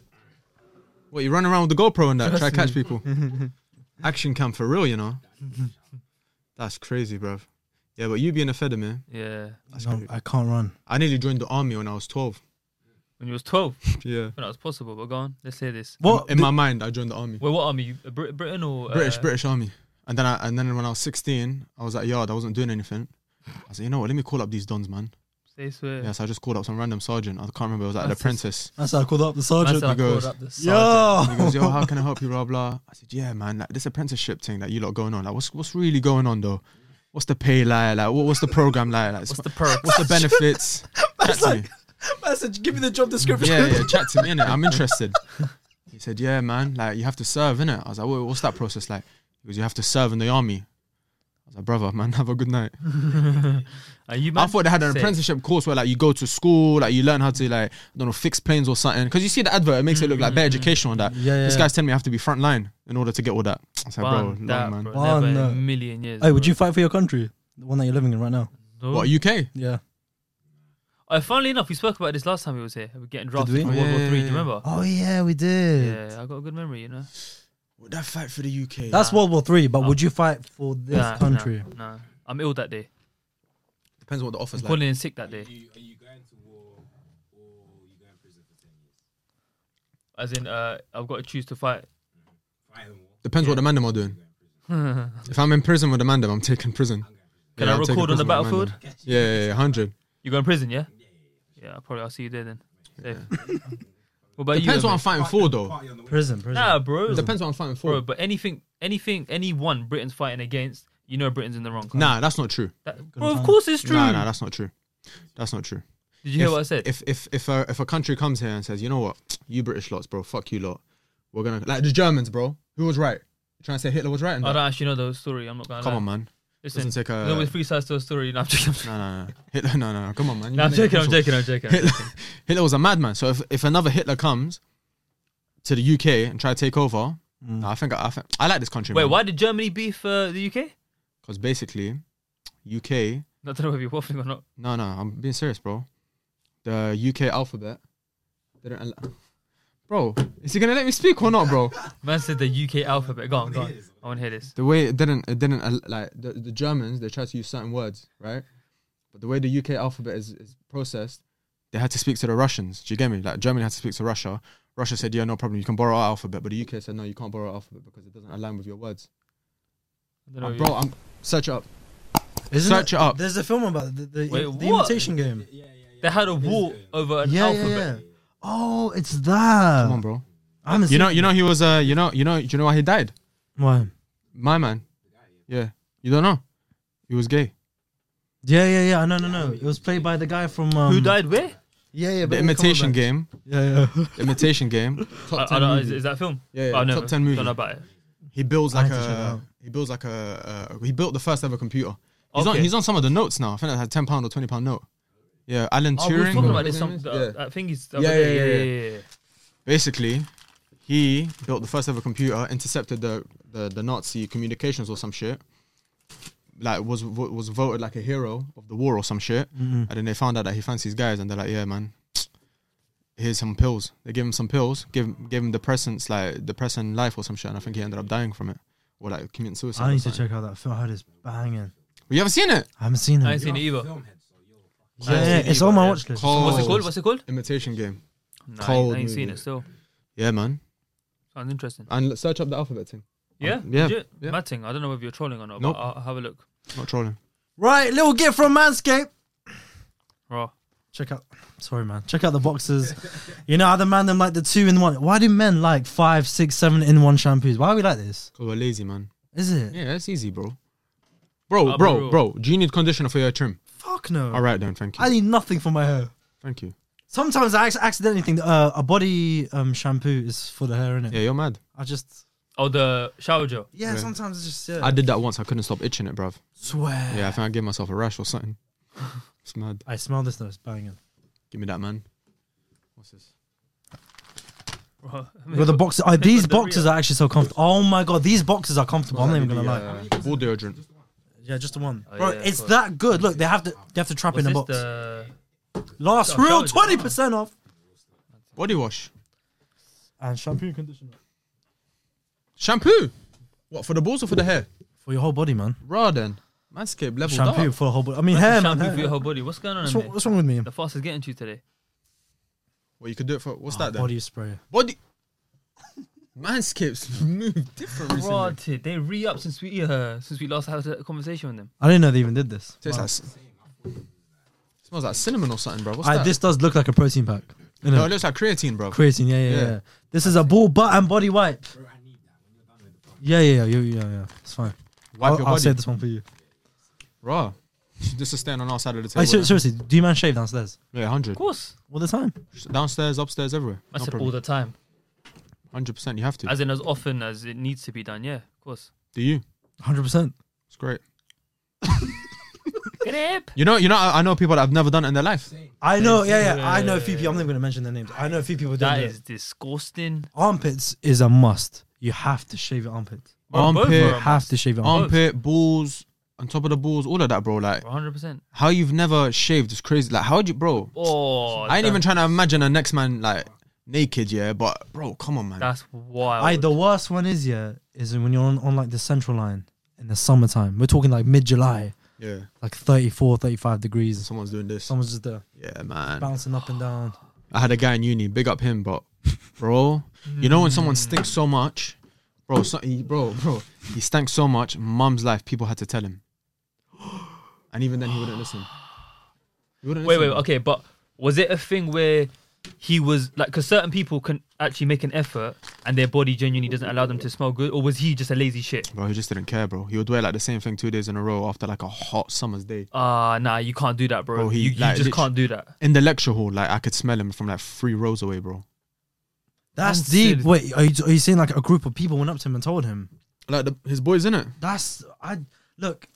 F: What, you run around with the GoPro and that, try to catch [LAUGHS] people. Action cam for real, you know? That's crazy, bruv. Yeah, but you being a fed, man.
E: Yeah.
C: No, I can't run.
F: I nearly joined the army when I was 12.
E: When you was 12,
F: [LAUGHS] Yeah.
E: when that was possible. But go on, let's hear this.
C: What?
F: In my mind, I joined the army.
E: Wait, what army? Uh, Brit- Britain or uh,
F: British, British Army. And then I, and then when I was 16, I was at yard, I wasn't doing anything. I said, you know what, let me call up these dons, man.
E: Say swear.
F: Yeah, so I just called up some random sergeant. I can't remember. It was like the
E: That's just-
F: apprentice.
C: That's how I called up the
E: Man
C: sergeant.
E: said I
F: goes,
E: called up the sergeant.
C: Yo. [LAUGHS]
F: He goes, "Yo, how can I help you?" Blah blah. I said, "Yeah, man. Like this apprenticeship thing that you lot going on. Like, what's what's really going on though? What's the pay like? Like, what, what's the program like? Like,
C: [LAUGHS]
E: What's the perks?
F: what's the benefits?" Chat to me.
C: I said, give me the job description.
F: yeah, yeah, chat to me,
C: [LAUGHS]
F: innit? I'm interested. He said, yeah, man, like, you have to serve, innit? I was like, "Wha- what's that process like? He goes, you have to serve in the army. I was like, brother, man, [LAUGHS] have a good night.
E: Are you
F: I
E: mad?
F: thought they had an
E: Sick.
F: apprenticeship course where, like, you go to school, like, you learn how to, like, I don't know, fix planes or something. Because you see the advert, it makes it look like bare
C: Mm-hmm.
F: educational and that.
C: Yeah, yeah,
F: This
C: yeah.
F: guy's telling me I have to be front line in order to get all that. I said,
E: Bun
F: bro,
E: that,
F: long, man.
E: bro.
C: Bun
E: Never in a
C: that.
E: million years.
C: Hey, would
E: bro.
C: you fight for your country? The one that you're living in right now?
E: No.
F: What, UK?
C: Yeah.
E: Oh, funnily enough, we spoke about this last time he was here. We were getting drafted
C: we?
E: for
F: Oh,
E: World
F: yeah,
E: War
F: yeah,
E: Three. Do
F: yeah.
E: you remember?
C: Oh yeah, we did.
E: Yeah, I got a good memory. You know.
F: Would that fight for the UK?
C: That's
E: Nah.
C: World War Three. But would you fight for this
E: Nah, nah,
C: country?
E: Nah, I'm ill that day.
F: Depends on what the offer's
E: I'm
F: like.
E: calling in sick that day.
H: you, are you going to war or you going to prison for 10 years?
E: As in, uh, I've got to choose to fight. [LAUGHS]
H: Fight in war.
F: Depends what the man them are doing.
E: Can
F: If I'm in prison with the man them, I'm taking prison. Can
E: I record on the battlefield?
F: Yeah, yeah, yeah, 100.
E: You go in prison, yeah? Yeah, probably. I'll see you there then. Safe.
H: [LAUGHS]
E: what about
F: Depends
E: you?
F: what I'm
E: Emre?
F: fighting for, though.
H: Party on the
C: Prison, prison.
E: Nah, bro.
F: Depends what I'm fighting
E: bro.
F: for.
E: But anything, anything, anyone Britain's fighting against, you know Britain's in the wrong.
F: Nah, that's not true.
E: That- bro, of course it's true.
F: Nah, nah, that's not true. That's not true.
E: Did you hear
F: if,
E: what I said?
F: If if if a, if a country comes here and says, you know what, you British lots, bro, fuck you lot, we're gonna like the Germans, bro. Who was right? You trying to say Hitler was right? in
E: I
F: that?
E: don't actually know the story. I'm not gonna.
F: Come
E: lie.
F: on, man.
E: Listen,
F: doesn't take a-
E: there's always three sides to a story. No, I'm joking. I'm joking.
F: No, no, no. Hitler, [LAUGHS] no, no. Come on, man. You
E: No, I'm
F: make it
E: joking. I'm
F: official.
E: joking. I'm joking.
F: [LAUGHS] Hitler, Hitler was a madman. So if, if another Hitler comes to the UK and try to take over, nah, I think I, I, think, I like this country.
E: Wait, why did Germany beef uh, the UK?
F: Because basically, UK.
E: I don't know if you're waffling or not.
F: No, no. I'm being serious, bro. The UK alphabet. They don't. al- Bro, is he gonna let me speak or not, bro?
E: Man said the UK alphabet. Go on, go on. I want to hear this.
F: the way it didn't it didn't al- like the, the Germans they tried to use certain words right but the way the UK alphabet is, is processed they had to speak to the Russians do you get me like Germany had to speak to Russia Russia said yeah no problem you can borrow our alphabet but the UK said no you can't borrow our alphabet because it doesn't align with your words
E: I don't know
F: Uh,
E: if
F: bro I'm search it up
C: Isn't
F: Search it up.
C: There's a film about the, the,
E: Oh. Wait,
C: the
E: what?
C: imitation game.
E: you- They had a war over an
C: Yeah, yeah,
E: alphabet.
C: yeah. Oh, it's that.
F: come on bro
C: I haven't
F: you
C: seen
F: know you know he was uh you know you know do you know why he died
C: Why?
F: my man yeah you don't know he was gay
C: Yeah, yeah, yeah. No, no, no. It was played by the guy from um,
E: Who died where?
C: Yeah, yeah.
F: the
C: but we'll come
F: imitation
C: back.
F: game
C: Yeah,
E: [LAUGHS]
C: yeah. [LAUGHS]
F: imitation game
E: I, [LAUGHS]
F: top
E: I
F: 10
E: don't know.
F: movie.
E: Is, is that film?
F: Yeah, yeah,
E: I
F: top 10 movie.
E: Don't know about it.
F: He builds
C: I
F: like
C: need to check that
F: a
C: out.
F: he builds like a uh, he built the first ever computer. He's on
E: Okay.
F: he's on some of the notes now. I think I had ten pound or twenty pound note. Yeah, Alan
E: Oh, we were
F: Turing.
E: talking about this. Some,
F: Yeah.
E: uh, I think it's.
F: Yeah, yeah, yeah,
E: yeah.
F: Basically, he built the first ever computer, intercepted the the, the Nazi communications or some shit. Like was vo- was voted like a hero of the war or some shit,
C: Mm-hmm.
F: and then they found out that he fancies guys, and they're like, yeah, man. Here's some pills. They gave him some pills, give gave him depressants, like depressant life or some shit, and I think he ended up dying from it, or like committing suicide.
C: I
F: or
C: need to
F: something.
C: check out that film. I heard it's banging.
F: You haven't seen it?
C: I haven't seen it.
E: I ain't seen it either.
C: yeah,
E: haven't
C: yeah,
E: seen it
C: it's on
E: either,
C: my
E: yeah.
C: watch list.
F: Cold.
E: What's it called? What's it called?
F: Imitation game.
E: Nah, I ain't-
F: Cold
E: I ain't seen
F: movie.
E: it still.
F: Yeah, man.
E: Sounds interesting.
F: And l- search up the alphabet thing.
E: Yeah?
F: Uh, yeah,
E: Legit?
F: yeah.
E: Mad thing. I don't know if you're trolling or not,
F: Nope.
E: but I'll, I'll have a look.
F: Not trolling.
C: Right, little gift from Manscaped.
E: Raw.
C: Check out. Sorry, man. Check out the
E: [LAUGHS]
C: boxes. you know how the man them like the two in one. Why do men like five, six, seven in one shampoos? Why are we like this?
F: Cause we're lazy, man.
C: Is it?
F: Yeah, that's easy, bro. Bro,
E: Uh,
F: bro,
E: bro.
F: bro. Do you need conditioner for your trim?
C: Fuck no.
F: All right, then. Thank you.
C: I need nothing for my hair.
F: thank you.
C: Sometimes I ac- accidentally think that, uh, a body um, shampoo is for the hair, innit?
F: Yeah, you're mad.
C: I just
E: Oh, the shower gel.
C: yeah,
F: Yeah.
C: Sometimes it's just yeah.
F: I did that once. I couldn't stop itching it, bruv.
C: swear.
F: Yeah, I think I gave myself a rash or something. it's mad.
C: I smell this though. It's banging.
F: Give me that, man. What's this?
E: Raw.
C: Well, the boxes. Oh, these
E: got the
C: boxes are actually so comfortable. Oh my god, these boxes are comfortable. I'm not even gonna lie.
F: like ball deodorant.
C: Yeah, just the one.
E: Oh,
C: Bro,
E: yeah, of
C: it's
E: course.
C: that good. Look, they have to they have to trap
E: What's
C: in a
E: this?
C: box.
E: The
C: Last
E: Oh,
C: real
E: showers.
C: twenty percent off.
F: Body wash.
C: And shampoo and conditioner
F: Shampoo. What for the balls or for the hair?
C: for your whole body, man.
F: Raw then. Manscaped level
C: Shampoo
F: up.
C: for the whole body. I mean, hair, man.
E: shampoo
C: hair.
E: for your whole body. What's going on?
C: What's,
E: in
C: wrong,
E: there?
C: what's wrong with me?
E: The fast is getting to you today.
F: Well, you could do it for what's
C: Oh,
F: that then?
C: body spray.
F: Body. [LAUGHS] Manscaped's moved different recently.
E: Rotted. They re up since we uh, since we last had a conversation with them.
C: I didn't know they even did this.
F: Tastes like c- smells like cinnamon or something, bro. What's
C: I,
F: that?
C: this does look like a protein pack. You
F: no,
C: know,
F: it looks like creatine, bro.
C: creatine. Yeah, yeah,
F: Yeah.
C: yeah, This is a ball butt and body wipe. Yeah, yeah, yeah, yeah, yeah. yeah. It's fine.
F: Wipe
C: I'll,
F: your
C: I'll
F: body.
C: save this one for you.
F: Raw. This is staying on our side of the table.
C: Like, ser-
F: then.
C: seriously, do you man shave downstairs
F: Yeah, 100.
E: Of course.
C: all the time?
F: Downstairs, upstairs, everywhere.
E: I
F: No
E: said
F: problem.
E: all the time.
F: 100%. You have to.
E: As in as often as it needs to be done, yeah, of course.
F: Do you?
C: Hundred percent.
F: It's great.
D: Grape.
F: You know, you know. I, I know people that have never done it in their life.
C: I know. Yeah, yeah. I know a few people. I'm not even gonna mention their names. I know a few people.
E: That
C: do
E: is disgusting.
C: armpits is a must. You have to shave your armpits.
E: Bro, both
F: Armpit,
E: are
C: You
E: a
C: have to shave your armpits.
F: Armpit, balls, on top of the balls, all of that, bro. Like
E: 100%.
F: how you've never shaved is crazy. Like how would you, bro?
E: Oh,
F: I ain't
E: that-
F: even trying to imagine a next man like naked, yeah. But bro, come on, man.
E: That's wild.
C: I the worst one is yeah is when you're on, on like the central line in the summertime. We're talking like mid July,
F: yeah,
C: like 34, 35 degrees.
F: someone's doing this.
C: Someone's just there
F: Yeah, man.
C: bouncing up and down.
F: I had a guy in uni. Big up him, but bro, you know when someone stinks so much, bro, so, he, bro, bro, he stank so much. Mum's life, people had to tell him, and even then he wouldn't listen. He wouldn't
E: wait, wait,
F: listen.
E: okay, but was it a thing where he was like, because certain people can actually make an effort and their body genuinely doesn't allow them to smell good, or was he just a lazy shit?
F: Bro, he just didn't care, bro. He would wear like the same thing two days in a row after like a hot summer's day.
E: Ah, nah, you can't do that, bro.
F: Bro, he,
E: you you
F: like,
E: just
F: lit-
E: can't do that.
F: In the lecture hall, like I could smell him from like three rows away, bro.
C: That's
E: That's
C: deep.
E: it.
C: Wait, are you, are you saying like a group of people went up to him and told him?
F: Like the, his boys in it.
C: That's I look.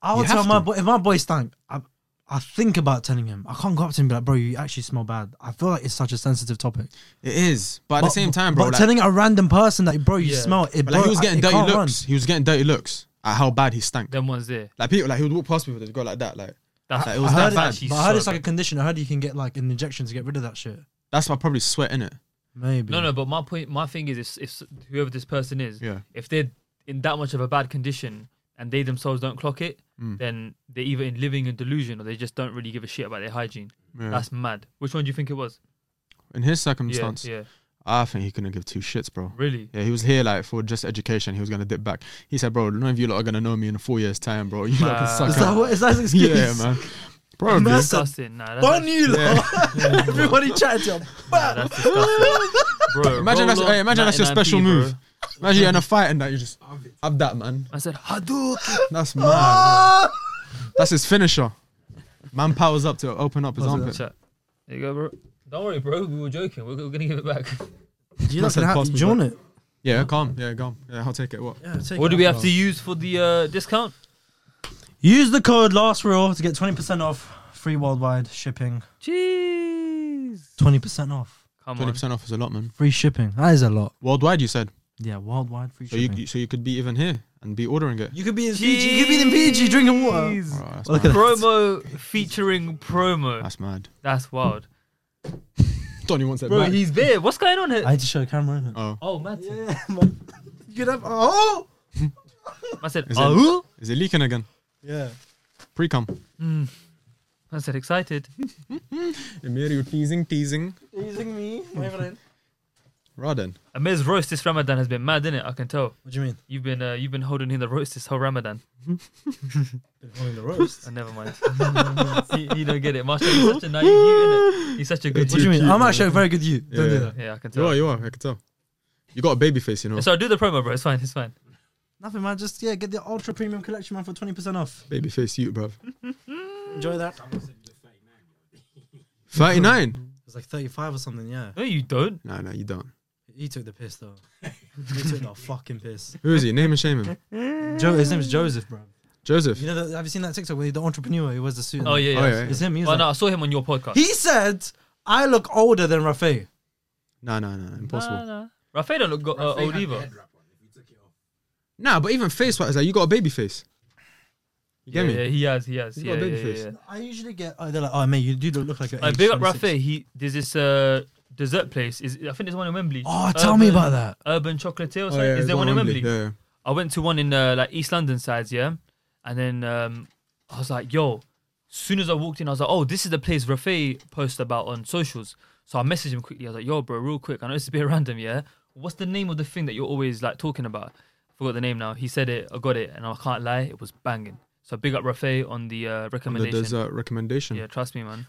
C: I will
F: You
C: tell
F: have
C: my
F: to.
C: boy if my boy stank. I I think about telling him. I can't go up to him and be like, bro, you actually smell bad. I feel like it's such a sensitive topic.
F: It is, but at the same time, bro.
C: but
F: like,
C: telling a random person that, bro, you
E: Yeah.
C: smell it.
F: but,
C: bro,
F: like, he was
C: I-
F: getting
C: it
F: dirty
C: can't
F: looks.
C: run.
F: He was getting dirty looks at how bad he stank.
E: Them ones there.
F: Like people, like he would walk past people, they'd go like that. Like
E: That's,
F: Like, it
E: it was
F: was
C: I
F: that
C: heard,
E: that's
C: it,
F: bad.
E: actually
C: but I heard
E: so
C: it's like a
E: bad.
C: condition. I heard you can get like an injection to get rid of that shit.
F: that's why I probably sweat in it.
C: Maybe.
E: No, no, but my point, my thing is, if, if whoever this person is,
F: Yeah.
E: if they're in that much of a bad condition and they themselves don't clock it,
F: Mm.
E: then they're either in living in delusion or they just don't really give a shit about their hygiene.
F: yeah.
E: That's mad. Which one do you think it was?
F: in his
E: Yeah,
F: circumstance.
E: yeah,
F: I think he couldn't give two shits, bro.
E: really.
F: Yeah, he was here like for just education. He was gonna dip back. He said, "Bro, none of you lot are gonna know me in four years' time, bro. [LAUGHS] You lot can
E: Wow.
F: suck
C: Is that
F: out."
C: what? Is that his excuse?
F: Yeah, man. Bro, dude.
C: That's a
E: Disgusting. Nah, that's,
C: Bun you
F: Yeah.
C: lot. [LAUGHS] Everybody chatted to him.
E: nah, that's disgusting.
F: [LAUGHS]
E: Bro,
F: Imagine that's,
E: roll on
F: hey, imagine that's your
E: 99p,
F: special
E: bro.
F: move. Imagine you're in a fight and that you just up that man.
E: I said Hadouken. [LAUGHS]
F: That's mad. bro. That's his finisher. Man powers up to open up his armpit.
E: Chat. There you go, bro. Don't worry, bro. We were joking. We're, we're gonna give it
F: [LAUGHS]
E: back.
C: You
F: Must have passed me
C: join it.
F: Yeah, calm. Yeah, calm. Yeah, I'll take it. What?
C: Yeah, take
E: What
C: it
E: do we
C: off,
E: have to
C: bro.
F: Oh.
E: use for the uh, discount?
C: Use the code last rule to get twenty percent off free worldwide shipping.
E: Jeez.
C: Twenty percent off
E: Come
F: Twenty
E: on.
F: percent off is a lot, man.
C: free shipping. That is a lot.
F: Worldwide, you said.
C: Yeah, worldwide free
F: So you,
C: shipping.
F: you- so you could be even here and be ordering it.
C: could be in
E: Jeez.
F: Bro, that's,
C: Look
F: mad.
C: at that.
E: Promo featuring promo.
F: that's mad.
E: That's wild.
F: Tony wants it
E: Bro,
F: back.
E: he's there. What's going on
C: I
E: here?
C: had to show the camera. innit?
F: oh,
E: Oh, [LAUGHS] Matt.
C: You could have. Oh.
E: I said,
F: Is it-
E: oh.
F: is it leaking again?
C: Yeah.
F: Pre cum.
E: I said, excited.
F: Amir, you're teasing, teasing.
C: Using me,
F: [LAUGHS]
C: my friend.
F: Right then.
E: Amir's roast this Ramadan has been mad, innit? I can tell.
C: What do you mean?
E: You've been uh, you've been holding in the roast this whole Ramadan.
C: Holding the roast.
E: Oh, never mind. [LAUGHS] he, he don't get it. Marshall, he's such a naive you, innit? He's such a
C: [LAUGHS]
E: good
C: What do you
E: you.
C: mean? I'm actually a very good you. Don't do
F: Yeah.
C: that.
E: Yeah, I can
F: You
E: tell.
F: are, you are. I can tell. You got a baby face, you know.
E: So do the promo, bro. It's fine. It's fine.
C: Nothing, man. Just yeah, get the ultra premium collection, man, for twenty percent off.
F: Baby face, you, bruv.
C: Enjoy that. It
F: 39.
C: was like thirty-five or something. Yeah.
E: No, you don't.
F: No, no, you don't.
C: He took the piss though. he took [LAUGHS] the fucking piss.
F: Who is he? Name and shame
E: [LAUGHS]
F: him.
C: Joe, his name's Joseph, bro.
F: Joseph.
C: You know, that, have you seen that TikTok where the entrepreneur who wears the suit?
E: Oh yeah, yeah.
F: Oh, yeah,
C: It's him. He's
E: Oh
C: like,
E: no, I saw him on your podcast.
C: He said, "I look older than Rafe."
F: No, no, no. Impossible.
E: Nah, nah. Rafael don't look go- uh, old either.
F: Nah, but even face wise, like, you got a baby face. You
E: Yeah,
F: get me?
E: yeah, he has, he has.
F: He's
E: Yeah,
F: got a baby
E: yeah, yeah,
F: face.
E: yeah.
C: I usually get. Oh, they're like, "Oh, mate, you do look like a."
E: Like, big up Rafe. He there's this uh, dessert place. Is I think there's one in Wembley.
C: Oh, tell me about that.
E: Urban Chocolatier or
F: Oh,
E: something.
F: yeah,
E: is
F: it's
E: there one in Wembley?
F: Yeah, yeah.
E: I went to one in uh, like East London sides, yeah, and then um, I was like, yo. Soon as I walked in, I was like, oh, this is the place Rafe posted about on socials. So I messaged him quickly. I was like, yo, bro, real quick. I know this is a bit [LAUGHS] random, yeah. What's the name of the thing that you're always like talking about? forgot the name now. He said it. I got it, and I can't lie, it was banging. So big up Rafe on the uh,
F: On The
E: recommendation.
F: dessert recommendation.
E: yeah, trust me, man.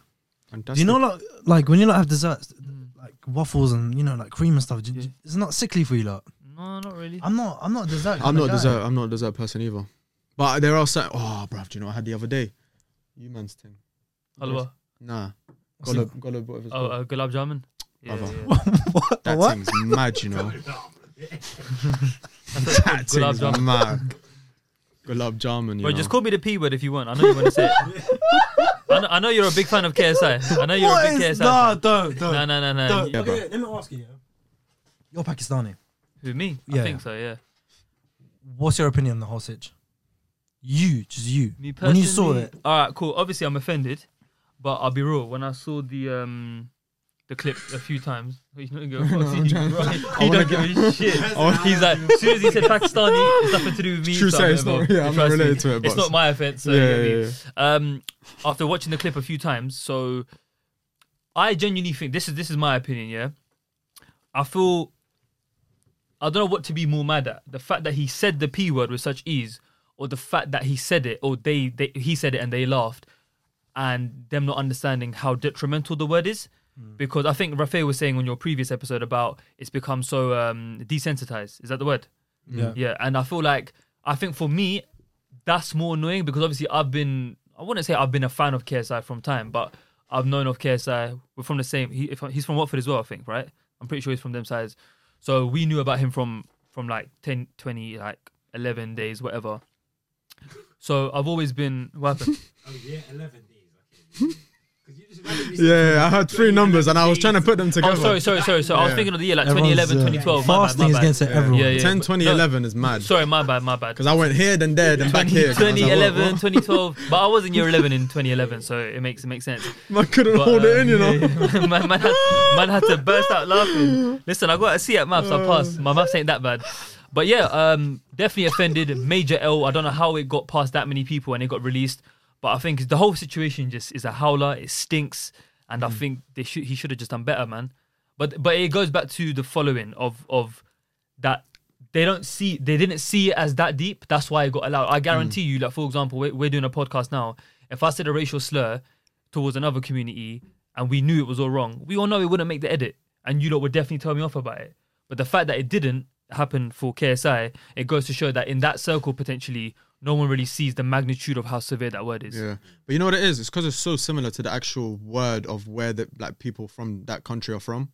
F: Fantastic.
C: Do you know, like, like when you like have desserts, like waffles and you know, like cream and stuff. do-
E: Yeah.
C: It's not sickly for you, lot.
E: No, not really.
C: I'm not. I'm not a dessert.
F: [LAUGHS] I'm
C: kinda
F: not
C: guy.
F: dessert. I'm not a dessert person either. But there are certain. Oh, bruv, do you know what I had the other day? You man's thing.
E: Halwa.
F: Nah.
C: What's
F: Golub, golub, whatever it's
E: Oh,
F: called.
E: uh, gulab jamun. Yeah,
F: Brother.
E: yeah, yeah.
C: [LAUGHS]
F: that
C: what?
F: thing's mad, you
E: [LAUGHS]
F: know. [LAUGHS] that
E: Gulab
F: thing's
E: jamun. [LAUGHS]
F: mad. Gulab jamun, you
E: Bro,
F: know.
E: just call me the P word if you want. I know you want to say
F: [LAUGHS]
E: it. I know, I know you're a big fan of KSI. I know you're a
I: What
E: big
I: is
E: KSI.
I: nah,
E: fan.
I: don't,
E: No,
I: don't.
E: no, no, no.
I: Don't.
E: You-
F: yeah, bro.
C: Let me ask you. Yeah? You're Pakistani.
E: Who me? I
C: Yeah.
E: think so. Yeah.
C: What's your opinion on the whole sitch? You, just you.
E: Me personally.
C: when you saw it,
E: All right, cool. Obviously, I'm offended, but I'll be real. When I saw the um the clip a few times, he's not
F: [LAUGHS]
E: gonna go. [LAUGHS]
F: I'm
E: he
F: trying-
E: he
F: wanna
E: don't give a shit.
F: wanna-
E: [LAUGHS] He's like, as soon as he said Pakistani, it's nothing to do with me.
F: True
E: so
F: say, it's
E: whatever.
F: not- yeah, I'm not
E: Trust me.
F: related to it,
E: It's
F: but-
E: not my offense. So
F: Yeah,
E: you get
F: yeah,
E: me. Um, after watching the clip a few times, so I genuinely think this is this is my opinion. Yeah, I feel I don't know what to be more mad at: the fact that he said the p word with such ease, or the fact that he said it, or they, they he said it and they laughed, and them not understanding how detrimental the word is.
F: Mm.
E: Because I think Rafael was saying on your previous episode about it's become so um, desensitized. Is that the word?
C: yeah.
E: Yeah, and I feel like I think for me, that's more annoying because obviously I've been I wouldn't say I've been a fan of KSI from time, but I've known of KSI. We're from the same. He, if, he's from Watford as well, I think, right? I'm pretty sure he's from them sides. So we knew about him from from like 10, 20, like 11 days, whatever. So I've always been
C: [LAUGHS]
E: what happened?
H: Oh, yeah, 11 days. Okay. 'Cause you just randomly said
F: Yeah, yeah, I had three numbers and I was trying to put them together.
E: oh, sorry, sorry, sorry. So I was
F: Yeah.
E: thinking of the year like
C: Everyone's,
E: 2011,
C: uh,
E: 2012. My bad,
C: fasting
E: my
C: is
E: bad.
C: against everyone.
E: Yeah, yeah.
F: 10, 20,
E: No.
F: 11 is mad.
E: Sorry, my bad, my bad.
F: Because I went here, then there, then back here. 'cause I was like,
E: 2011,
F: what,
E: 2012. [LAUGHS] But I was in year 11 in 2011, so it makes it makes sense.
F: what? I couldn't
E: But,
F: hold it
E: um,
F: in, you know.
E: yeah, [LAUGHS] man, man, had, man had to burst out
F: [LAUGHS]
E: laughing. Listen, I got a C at maths. I passed. My maths ain't that bad. But yeah, um, definitely offended. Major L. I don't know how it got past that many people and it got released. But I think the whole situation just is a howler. It stinks, and
F: Mm.
E: I think they should he should have just done better, man. But but it goes back to the following of of that they don't see they didn't see it as that deep. That's why it got allowed. I guarantee
F: Mm.
E: you, like for example, we're, we're doing a podcast now. If I said a racial slur towards another community and we knew it was all wrong, we all know it wouldn't make the edit, and you lot would definitely tell me off about it. But the fact that it didn't happen for KSI, it goes to show that in that circle potentially, no one really sees the magnitude of how severe that word is.
F: Yeah, but you know what it is? It's because it's so similar to the actual word of where the black people from that country are from.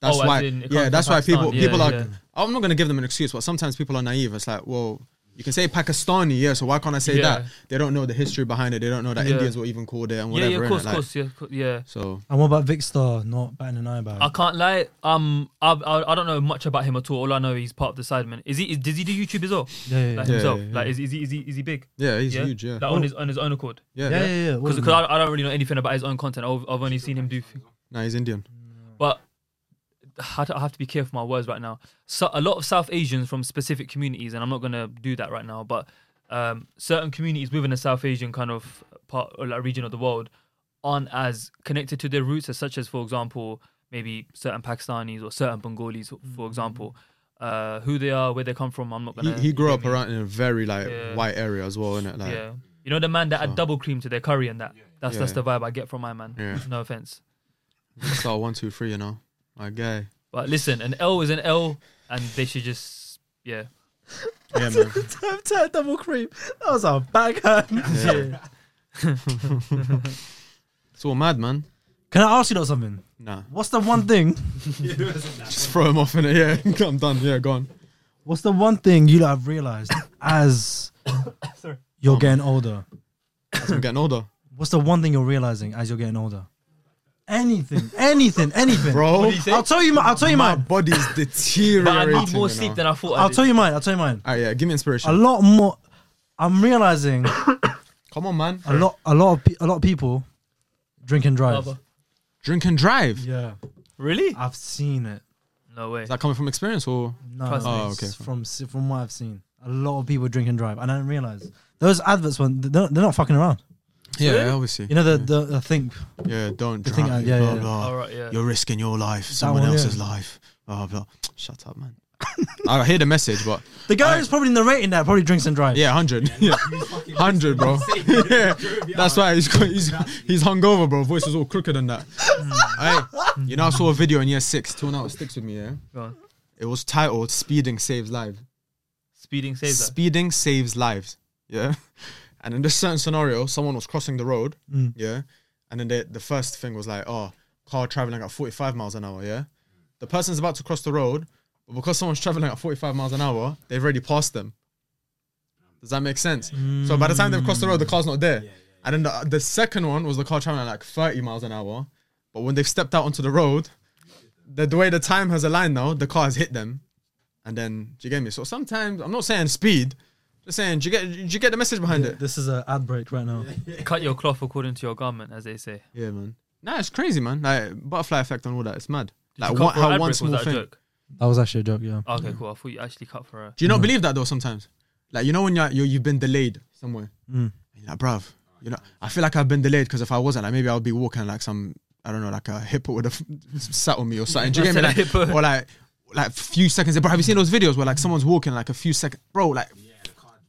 F: That's
E: Oh, as
F: why,
E: in it
F: yeah,
E: comes
F: that's
E: from
F: why people
E: Pakistan. Yeah,
F: people are.
E: yeah.
F: I'm not gonna give them an excuse, but sometimes people are naive. It's like, well, you can say Pakistani, yeah, so why can't I say
E: Yeah.
F: that? They don't know the history behind it. They don't know that
E: Yeah.
F: Indians were even called it and
E: Yeah,
F: whatever.
E: yeah, of
F: innit?
E: course, of
F: Like,
E: course, yeah, co- yeah.
F: So
C: And what about Vic Star not batting an eye about?
E: I can't lie. Um, I, I I don't know much about him at all. All I know is he's part of the Sidemen. Is he? Is, does he do YouTube as well?
C: Yeah, yeah, yeah.
E: Like
F: Yeah,
E: himself.
F: yeah, yeah.
E: Like is, is he is he is he big?
F: yeah, he's
E: yeah,
F: huge. Yeah,
E: Like on his on his own accord.
F: yeah,
C: yeah, yeah, yeah. What
E: Because
C: is it?
E: I, I don't really know anything about his own content. I've, I've only seen him do. f-
F: Nah, he's Indian.
E: But I d- I have to be careful with my words right now. So a lot of South Asians from specific communities, and I'm not gonna do that right now. But um, certain communities within a South Asian kind of part or like region of the world aren't as connected to their roots as such as, for example, maybe certain Pakistanis or certain Bengalis, for example. Uh, who they are, where they come from, I'm not
F: Mm-hmm. He,
E: gonna.
F: he
E: you
F: grew
E: get
F: up
E: me?
F: around in a very like
E: uh, Yeah.
F: white area as well, innit? Like,
E: Yeah. You know the man that
F: So-
E: add double cream to their curry and that. That's
F: Yeah,
E: that's the vibe I get from my man.
F: Yeah.
E: No offense.
F: star one, two, three, you know, my
E: [LAUGHS]
F: guy.
E: But listen, an L is an L and they should just yeah.
F: Yeah, man.
C: double cream. That was a [LAUGHS] backhand.
F: Yeah. [LAUGHS] it's all mad, man.
C: Can I ask you about something?
F: Nah.
C: What's the one thing?
F: Just throw him off in it. Yeah, [LAUGHS] I'm done. Yeah, go on.
C: What's the one thing you lot have realized [COUGHS] as you're getting older?
F: As I'm getting older,
C: What's the one thing you're realizing as you're getting older? Anything, anything, anything,
F: bro.
C: I'll tell you, my, I'll tell you
F: My
C: mine.
F: body's deteriorating.
E: But I need
F: you know.
E: more sleep than I thought I
C: I'll
E: did.
C: tell you mine. I'll tell you mine.
F: All right, Ah, yeah, give me
C: A
F: inspiration.
C: lot more. I'm realizing
F: Come on, man.
C: a lot, a lot of, pe- a lot of people drink and drive.
E: Baba.
F: Drink and drive.
C: Yeah,
E: Really?
C: I've seen it.
E: No way.
F: Is that coming from experience or?
C: No,
E: Trust
F: me.
C: it's
F: Oh, okay, fine.
C: from s- from what I've seen, a lot of people drink and drive, and I didn't realize those adverts. When they're, not- they're not fucking around.
F: Yeah, obviously.
C: You know the the, the thing.
F: yeah, don't
C: The thing
F: drive.
C: I- yeah,
F: blah,
C: yeah.
F: blah.
E: All right, yeah.
F: You're risking your life, someone
C: one, yeah.
F: else's life. Blah blah. Shut up, man. [LAUGHS] I hear the message, but
C: The guy who's probably narrating that probably drinks and drives.
F: yeah, hundred. [LAUGHS] Yeah, hundred, bro. [LAUGHS] yeah, that's why he's he's he's hungover, bro. Voice is all crooked and that. hey, you know, I saw a video in year six. Till now, it sticks with me. Yeah,
E: Go on.
F: it was titled "Speeding Saves Lives."
E: Speeding saves that.
F: Speeding saves lives. Yeah. And in this certain scenario, someone was crossing the road,
C: Mm.
F: yeah, and then they, the first thing was like, oh, car traveling at 45 miles an hour, yeah. The person's about to cross the road, but because someone's traveling at 45 miles an hour, they've already passed them. Does that make sense? So by the time they've crossed the road, the car's not there. And then the, the second one was the car traveling at like 30 miles an hour, but when they've stepped out onto the road, the, the way the time has aligned now, the car has hit them, and then do you get me? So sometimes I'm not saying speed, just saying do you get do you get the message behind it?
C: This is an ad break right now.
E: Cut your cloth according to your garment, as they say.
F: Yeah, man. Nah, it's crazy, man. Like butterfly effect on all that. It's mad.
E: Did you
F: like
E: cut
F: what,
E: for
F: how
E: ad
F: one
E: break?
F: small
E: was that
F: thing.
E: a joke?
C: That was actually a joke, yeah.
E: Okay, cool. I thought you actually cut for a.
F: Do you
C: Mm.
F: not believe that though? Sometimes, like you know when you're, you you've been delayed somewhere,
C: Mm.
F: And you're like bruv, you know I feel like I've been delayed because if I wasn't, like maybe I'll be walking like some I don't know like a hippo would have [LAUGHS] sat on me or something. Do you get me?
E: Said a
F: Like,
E: hippo.
F: or like like few seconds. Bro, have you seen those videos where like someone's walking like a few seconds, bro? Like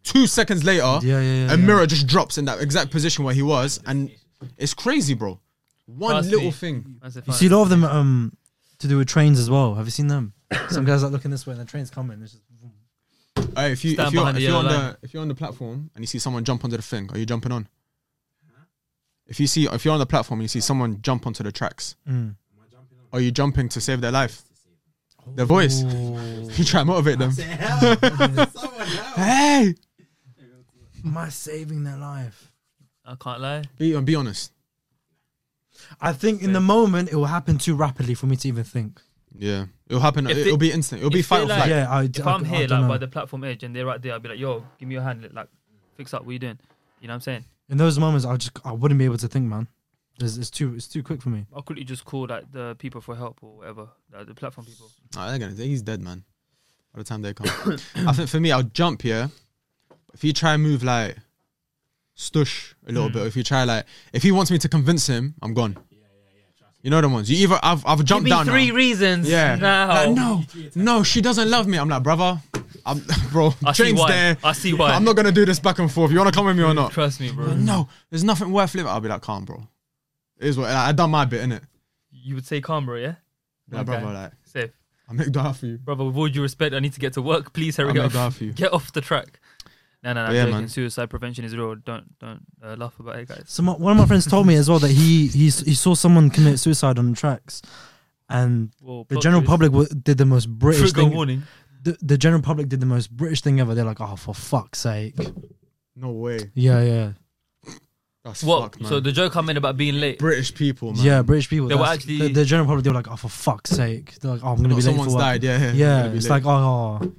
F: two seconds later,
C: Yeah, yeah, yeah.
F: a mirror just drops in that exact position where he was, and it's crazy, bro. One
E: Trust
F: little
E: me.
F: thing.
E: That's it,
C: You
E: fine.
C: see a lot of them um to do with trains as well. Have you seen
F: [COUGHS]
C: them? Some guys like looking this way and the train's coming. It's just
F: Alright, if you
E: Stand
F: if you're,
E: behind
F: if
E: the
F: you're on
E: yellow
F: the if you're on the platform and you see someone jump onto the thing, are you jumping on? If you see if you're on the platform and you see someone jump onto the tracks,
C: Mm.
F: are you jumping to save their life? Their voice. [LAUGHS] you try and motivate them. Hey,
C: Am I saving their life?
E: I can't lie.
F: be be honest.
C: I think in the moment it will happen too rapidly for me to even think.
F: Yeah, it'll happen.
E: If
F: It,
E: it-
F: will be instant. It'll be
E: if
F: fight
E: it
F: or
E: like-
F: flight.
C: yeah, I,
E: If
C: I,
E: I'm
C: I
E: here,
C: don't
E: like
C: know.
E: by the platform edge, and they're right there, I'll be like, "Yo, give me your hand, like, fix up. What you doing?" You know what I'm saying?
C: in those moments, I just I wouldn't be able to think, man. It's, it's too it's too quick for me.
E: I'll quickly just call like the people for help or whatever, like, the platform people.
F: Nah, they're gonna, he's dead, man. By the time they come, [COUGHS] I think for me, I'll jump here. If you try and move like stush a
E: Hmm.
F: little bit, if you try like, if he wants me to convince him, I'm gone. You know the ones. You either I've I've jumped down. now.
E: reasons.
F: yeah. Like,
E: Oh,
F: no, no, she doesn't love me. I'm like, brother, I'm [LAUGHS] bro.
E: I see
F: train's
E: why.
F: there.
E: I see why.
F: I'm not gonna do this back and forth. You wanna come with me or not?
E: Trust me, bro.
F: No, there's nothing worth living. I'll be like, calm, bro. It is what like, I done my bit, innit?
E: You would say calm, bro. Yeah.
F: Like,
E: Okay.
F: brother, like
E: Safe,
F: I make do for you.
E: brother. With all due respect, I need to get to work. Please
F: I
E: hurry
F: make
E: up.
F: do for you.
E: Get off the track. No, no, no.
F: But yeah,
E: joking.
F: man.
E: Suicide prevention is real. Don't don't uh, laugh about it, guys.
C: So my, one of my friends told me as well that he he s- he saw someone commit suicide on the tracks, and
E: Well,
C: the
E: plot
C: general
E: twist.
C: public w- did the most British
E: Trigger
C: thing.
E: warning.
C: The, the general public did the most British thing ever. They're like, oh, for fuck's sake.
F: No way.
C: Yeah, yeah,
E: Oh,
F: That's
E: What?
F: fucked, man.
E: so the joke I made about being late.
F: British people, man.
C: yeah. British people.
E: They were
C: that's-
E: actually-
C: the, the general public. They were like, oh, for fuck's sake. They're like, oh, I'm gonna be
F: Not
C: late for
F: someone's
C: work.
F: died. Yeah, yeah.
C: Yeah,
F: Gotta be
C: it's
F: late.
C: like oh, oh.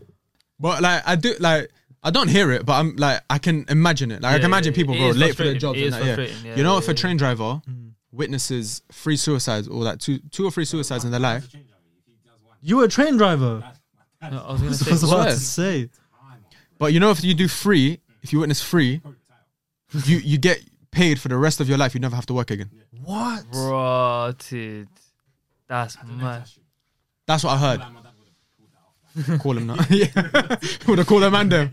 F: but like I do like I don't hear it, but I'm like I can imagine it. Like I
E: Yeah,
F: can imagine
E: yeah,
F: people,
E: it
F: bro,
E: is
F: late for their
E: frustrating.
F: jobs
E: It
F: and
E: is
F: that. Yeah.
E: frustrating, yeah,
F: you know,
E: yeah,
F: if a
E: yeah.
F: train driver
C: Mm.
F: witnesses three suicides or like two, two or three suicides in their life,
C: you were a train driver.
E: No, I was gonna
C: I
F: [LAUGHS]
C: was
E: [LAUGHS] say.
C: about to
F: worse.
C: say.
F: But you know, if you do free, if you witness free, you you get paid for the rest of your life. You never have to work again.
C: What?
E: Bro, dude, that's mad.
F: That's what I heard. [LAUGHS] call him now. yeah, would have called him and
C: [LAUGHS]
F: them,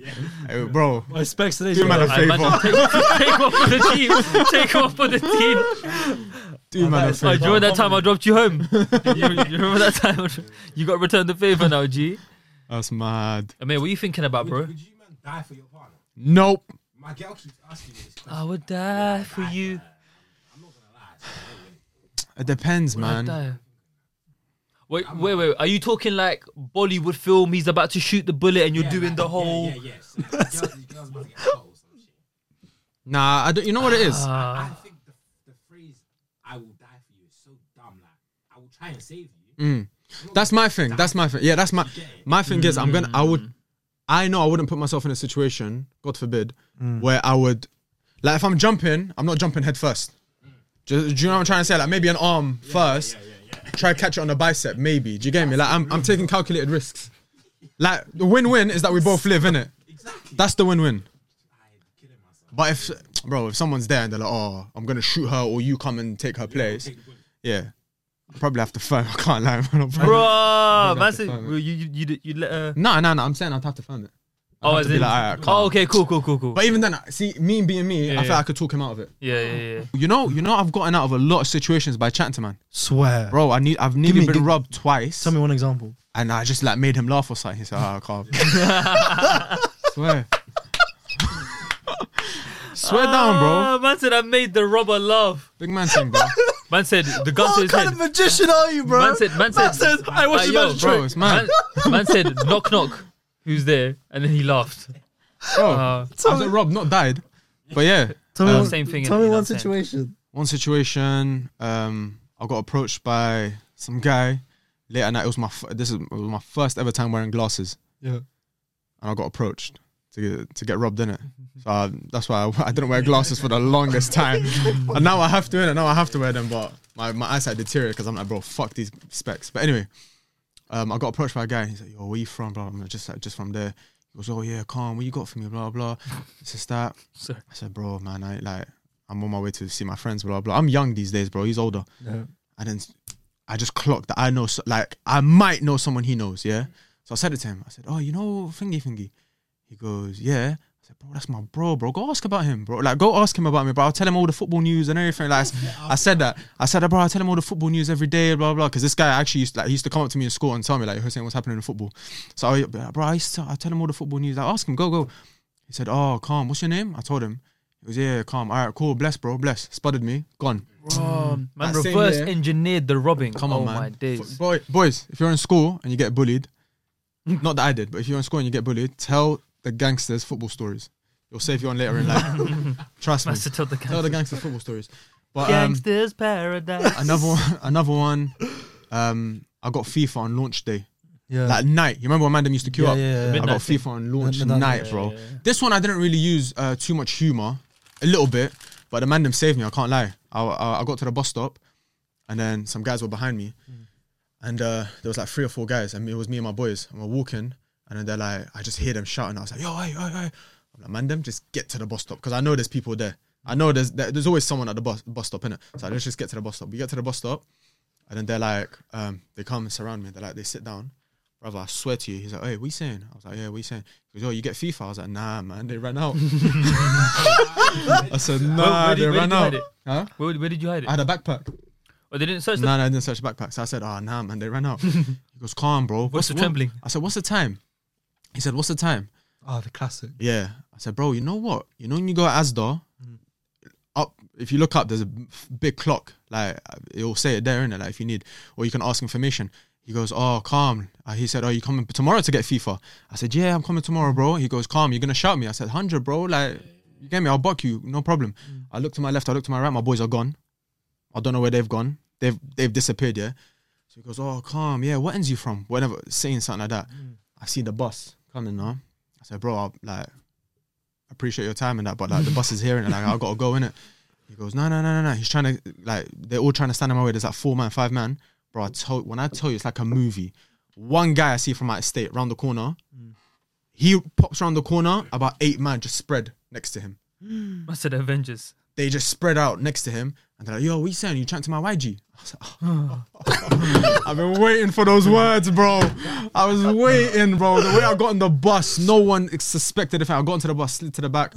F: Hey, bro.
C: I expect today's
F: Do man a
E: I imagine
F: favor.
E: take, take off for the team.
F: [LAUGHS]
E: Take off for the team.
F: Do man a
C: is so
E: I
F: favor.
E: remember that time I dropped you home. you, you remember that time I dro- you got returned the favor now, G.
F: That's mad.
E: I mean, what are you thinking about, bro?
H: Would you man die for your partner?
F: Nope.
H: My girl keeps asking me this question.
E: I would die for you.
F: It depends,
E: I'd
F: man.
E: die. Wait, wait, wait. Are you talking like Bollywood film? He's about to shoot the bullet, and you're doing the whole.
F: [LAUGHS]
H: Yeah, yeah, yeah. So, the girls, the girls about to get shot or some shit.
F: Nah, I don't. You know what it is.
H: I think the, the phrase "I will die for you" is so dumb. Like, I will try and save you.
F: Mm. That's my thing. That's my thing. Yeah, that's my my thing is I'm gonna I would I know I wouldn't put myself in a situation, God forbid, where I would like if I'm jumping, I'm not jumping head first. Do, do you know what I'm trying to say? Like maybe an arm first, try to catch it on the bicep, maybe. Do you get me? Like I'm I'm taking calculated risks. Like the win-win is that we both live in it. That's the win-win. But if bro, if someone's there and they're like, oh, I'm gonna shoot her or you come and take her place, yeah. Probably have to [LAUGHS] phone. I can't lie. man. I'll probably-
E: Bro,
F: I'd
E: man,
F: have to
E: said-
F: find it.
E: you you you you let her.
F: No, no, no. I'm saying I'd have to find it. I'd
E: Oh,
F: have
E: as
F: to be
E: in,
F: like, "Alright, calm."
E: oh, okay, cool, cool, cool, cool.
F: But even then, see, me being me, I
E: Yeah.
F: feel like I could talk him out of it.
E: Yeah, yeah, yeah.
F: You know, you know, I've gotten out of a lot of situations by chatting to man,
C: Swear.
F: bro. I need, I've nearly
C: me-
F: been
C: give-
F: robbed twice,
C: Tell me one example.
F: and I just like made him laugh
C: [LAUGHS]
F: or something. He said, "Ah, I can't." Swear. Swear down, bro.
E: Ah, man said I made the robber laugh.
F: Big man thing, bro.
E: Man said the gun to
I: What
E: his
I: kind
E: head.
I: of magician are you, bro?
E: Man said, man said,
I: says, I watched
E: Ah,
I: the
E: yo,
I: magic
F: bro, it's mad.
E: Man, man said, knock knock, who's there? And then he laughed.
F: Bro,
E: Uh,
F: I said Rob, not died. But yeah,
C: Tell
E: Uh,
C: me, one,
E: same thing.
C: tell
E: innit,
C: me one
E: you know what I'm saying?
C: situation.
F: one situation, um, I got approached by some guy late at night. It was my f- this is it was my first ever time wearing glasses.
C: Yeah.
F: and I got approached to get, to get robbed in it. So I, that's why I, [LAUGHS] I didn't wear glasses for the longest time, and now I have to in it. Now I have to wear them, but my, my eyesight deteriorated because I'm like, bro, fuck these specs. But anyway, um, I got approached by a guy. And he's like, yo, where you from? Blah, blah, blah. Just like, just from there. He goes, oh yeah, calm. What you got for me? Blah blah. It's just that.
E: Sorry.
F: I said, bro, man, I like, I'm on my way to see my friends. Blah blah. I'm young these days, bro. He's older. And then I just clocked that I know, so- like, I might know someone he knows, yeah? So I said it to him. I said, oh, you know Thingy Thingy? He goes, yeah. I said, bro, that's my bro, bro. Go ask about him, bro. Like, go ask him about me, bro. I'll tell him all the football news and everything. Like, I s- I said that. I said, bro, I'll tell him all the football news every day, blah, blah. Because this guy actually used, like, he used to come up to me in school and tell me, like, Hussein, what's happening in football? So I, be like, bro, I used to, I tell him all the football news. I ask him, go, go. He said, oh, calm. What's your name? I told him. He goes, yeah, calm. All right, cool. Bless, bro. Bless. Spotted me. Gone.
E: Um, man
F: Mm. That same
E: reverse
F: year-
E: engineered the robbing.
F: Come on,
E: oh
F: man.
E: my days.
F: Boy, boys, if you're in school and you get
C: [LAUGHS]
F: bullied, not that I did, but if you're in school and you get bullied, tell the gangsters football stories. You'll save you on later in life.
C: [LAUGHS]
F: Trust me.
E: Master told the guy.
F: Tell the gangsters football stories. But um,
E: Gangsters paradise.
F: another one, another one. Um, I got FIFA on launch day.
C: Yeah.
F: That night, you remember when Mandem used to queue
C: yeah,
F: up?
C: yeah, yeah.
F: I got
E: Midnight thing.
F: FIFA on launch
C: Midnight,
F: night, bro. This one I didn't really use uh, too much humor, a little bit, but the man them saved me. I can't lie. I, I, I got to the bus stop, and then some guys were behind me, and uh, there was like three or four guys, and it was me and my boys, and we're walking, and then they're like, I just hear them shouting. I was like, Yo, hey, hey, hey! I'm like, man, them just get to the bus stop because I know there's people there. I know there's there- there's always someone at the bus bus stop innit? So let's just get to the bus stop. We get to the bus stop, and then they're like, um, they come and surround me. They're like, they sit down. Brother, I swear to you. He's like, hey, what you saying? I was like, yeah, what you saying? He goes, oh, you get FIFA? I was like, nah, man, they ran
E: [LAUGHS]
F: out. [LAUGHS] I said, nah,
E: where did-
F: they
E: where did
F: ran
E: you hide
F: out.
E: it?
F: Huh?
E: Where, where did you hide it?
F: I had a backpack.
E: oh, they didn't search
F: No, no, I didn't search backpacks. I said, oh, nah, man, they
E: [LAUGHS]
F: ran out. he goes, calm, bro.
E: Voice of
F: what-
E: trembling.
F: I said, what's the time? He said, what's the time?
C: Oh, the classic.
F: Yeah. I said, bro, you know what? You know when you go at Asda, up if you look up, there's a b- big clock. Like it'll say it there, innit? Like if you need, or you can ask information. He goes, oh, calm. Uh, he said, oh, you coming tomorrow to get FIFA? I said, yeah, I'm coming tomorrow, bro. He goes, calm. You're gonna shout me? I said, hundred, bro. Like you get me? I'll buck you, no problem. I look to my left, I look to my right. My boys are gone. I don't know where they've gone. They've they've disappeared. Yeah. So he goes, oh, calm. Yeah, what ends you from? Whatever, saying something like that. I see the bus coming now. I said, bro, I, like, appreciate your time and that, but like the bus is here and like I gotta go in it. He goes, no, no, no, no, no. He's trying to like they're all trying to stand in my way. There's like four man, five man, bro. I tell when I tell you, it's like a movie. One guy I see from my estate round the corner, he pops round the corner. About eight man just spread next to him.
E: it. Master Avengers.
F: They just spread out next to him, and they're like, "Yo, what you saying? You chatting to my YG?" I was like, "Oh."
E: [LAUGHS]
F: I've been waiting for those words, bro. I was waiting, bro. The way I got on the bus, no one suspected the fact. I got onto the bus, slid to the back,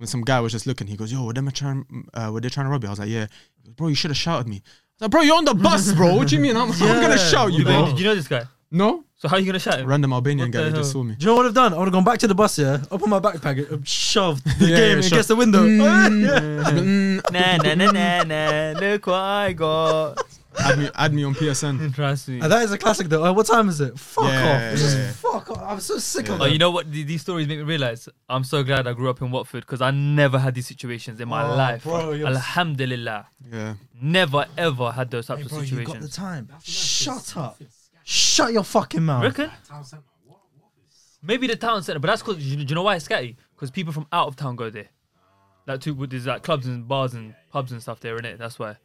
F: and some guy was just looking. He goes, "Yo, were they trying? Uh, were they trying to rob you?" I was like, "Yeah." He goes, bro, you should have shouted me. I was like, bro, you're on the bus, bro. What do you mean? I'm, I'm gonna shout you,
E: You know,
F: bro.
E: did you know this guy?
F: No,
E: So how are you gonna shout him?
F: random Albanian
E: What
F: guy
E: the
F: that just
E: hell?
F: saw me.
C: Do you know what I've done? I would have gone back to the bus, yeah, opened my backpack, and shoved the
F: Yeah, yeah,
C: game
F: sure.
C: against the window. [LAUGHS] Yeah.
F: Mm,
E: na na na na na. Look what I got.
F: [LAUGHS] add me, add me on PSN.
E: Trust me.
C: And that is a classic, though. Uh, what time is it? Fuck
F: Yeah,
C: off. Just
F: yeah, yeah.
C: fuck off. I'm so sick of
E: Oh,
C: it.
E: you know what? Th- These stories make me realize I'm so glad I grew up in Watford because I never had these situations in my
C: Oh,
E: life.
C: bro, you're-
E: Alhamdulillah,
F: Yeah,
E: never ever had those types
C: Hey, bro,
E: of
C: you got the
E: situations.
C: time. Shut up. Shut your fucking mouth.
E: Reckon
H: Town centre. What? What is?
E: maybe the town center, but that's because you, do you know why it's scatty? Because people from out of town go there.
H: Ah.
E: Like to there's like clubs and bars and pubs and stuff there in it. That's why.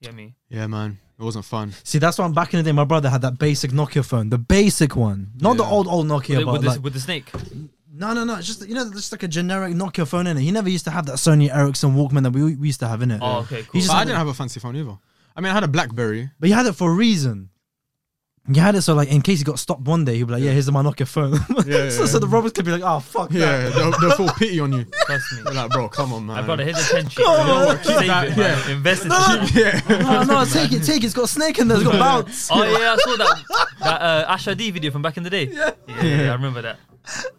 E: You get me?
F: yeah, man. It wasn't fun.
C: See, that's why I'm back in the day. My brother had that basic Nokia phone, the basic one, not the
F: Yeah.
C: old old Nokia,
E: with,
C: but
E: with,
C: like,
E: the, with the snake.
C: no, no, no. It's just you know, just like a generic Nokia phone in it. He never used to have that Sony Ericsson Walkman that we, we used to have in it.
E: Oh, okay, cool.
C: He just
F: But I
C: had
F: didn't
C: it,
F: have a fancy phone either. I mean, I had a BlackBerry.
C: but you had it for a reason. You had it so like in case he got stopped one day, he'd be like, "Yeah, here's my Nokia phone." [LAUGHS]
F: yeah,
C: so, so the robbers could be like, "Oh fuck that." [LAUGHS]
F: Yeah, they'll, they'll feel pity on you.
E: Trust me.
F: They're like, bro, come on, man.
E: I brother, here's a ten sheet. You know what? Save it, man. Invest in it. [LAUGHS]
F: yeah.
C: No, no, take it, take it. It's got a snake in there. It's got bounce.
E: Oh yeah, I saw that that uh, Asha D video from back in the day. Yeah, yeah, I remember that.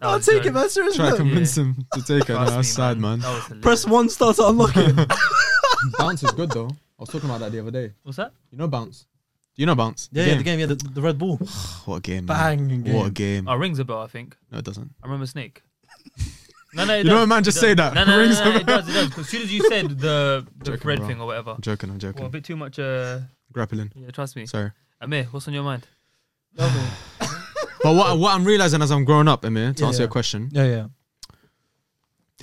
E: I'll
I: Take it, man. Seriously.
F: Try to [LAUGHS]
I: look.
F: convince him to take it. No,
E: Trust
F: that's
E: me,
F: sad, man.
E: That was hilarious.
I: Press one star to unlock it.
E: Oh.
F: Bounce is good though. I was talking about that the other day.
E: What's that?
F: You know bounce. Do you know bounce?
C: Yeah, yeah, the game, yeah, the, the red ball.
F: What a game! Man.
C: Bang.
F: What a game!
E: Oh, rings a bell, I think.
F: No, it doesn't.
E: I remember Snake. [LAUGHS] No, no, it
F: You know
E: does.
F: what, man,
E: It
F: just
E: does.
F: say that.
E: No, no, no,
F: Rings
E: no, no,
F: a
E: it does, it does. 'Cause As soon
F: [LAUGHS]
E: as you said the, the
F: Joking,
E: bread
F: bro.
E: thing or whatever,
F: I'm joking. I'm joking.
E: well, a bit too much. Uh, [LAUGHS]
F: Grappling.
E: yeah, trust me.
F: Sorry.
E: Amir, what's on your mind?
F: But what what I'm realizing as I'm growing up, Amir, to
C: Yeah,
F: answer your
C: yeah.
F: question,
C: [SIGHS] Yeah, yeah.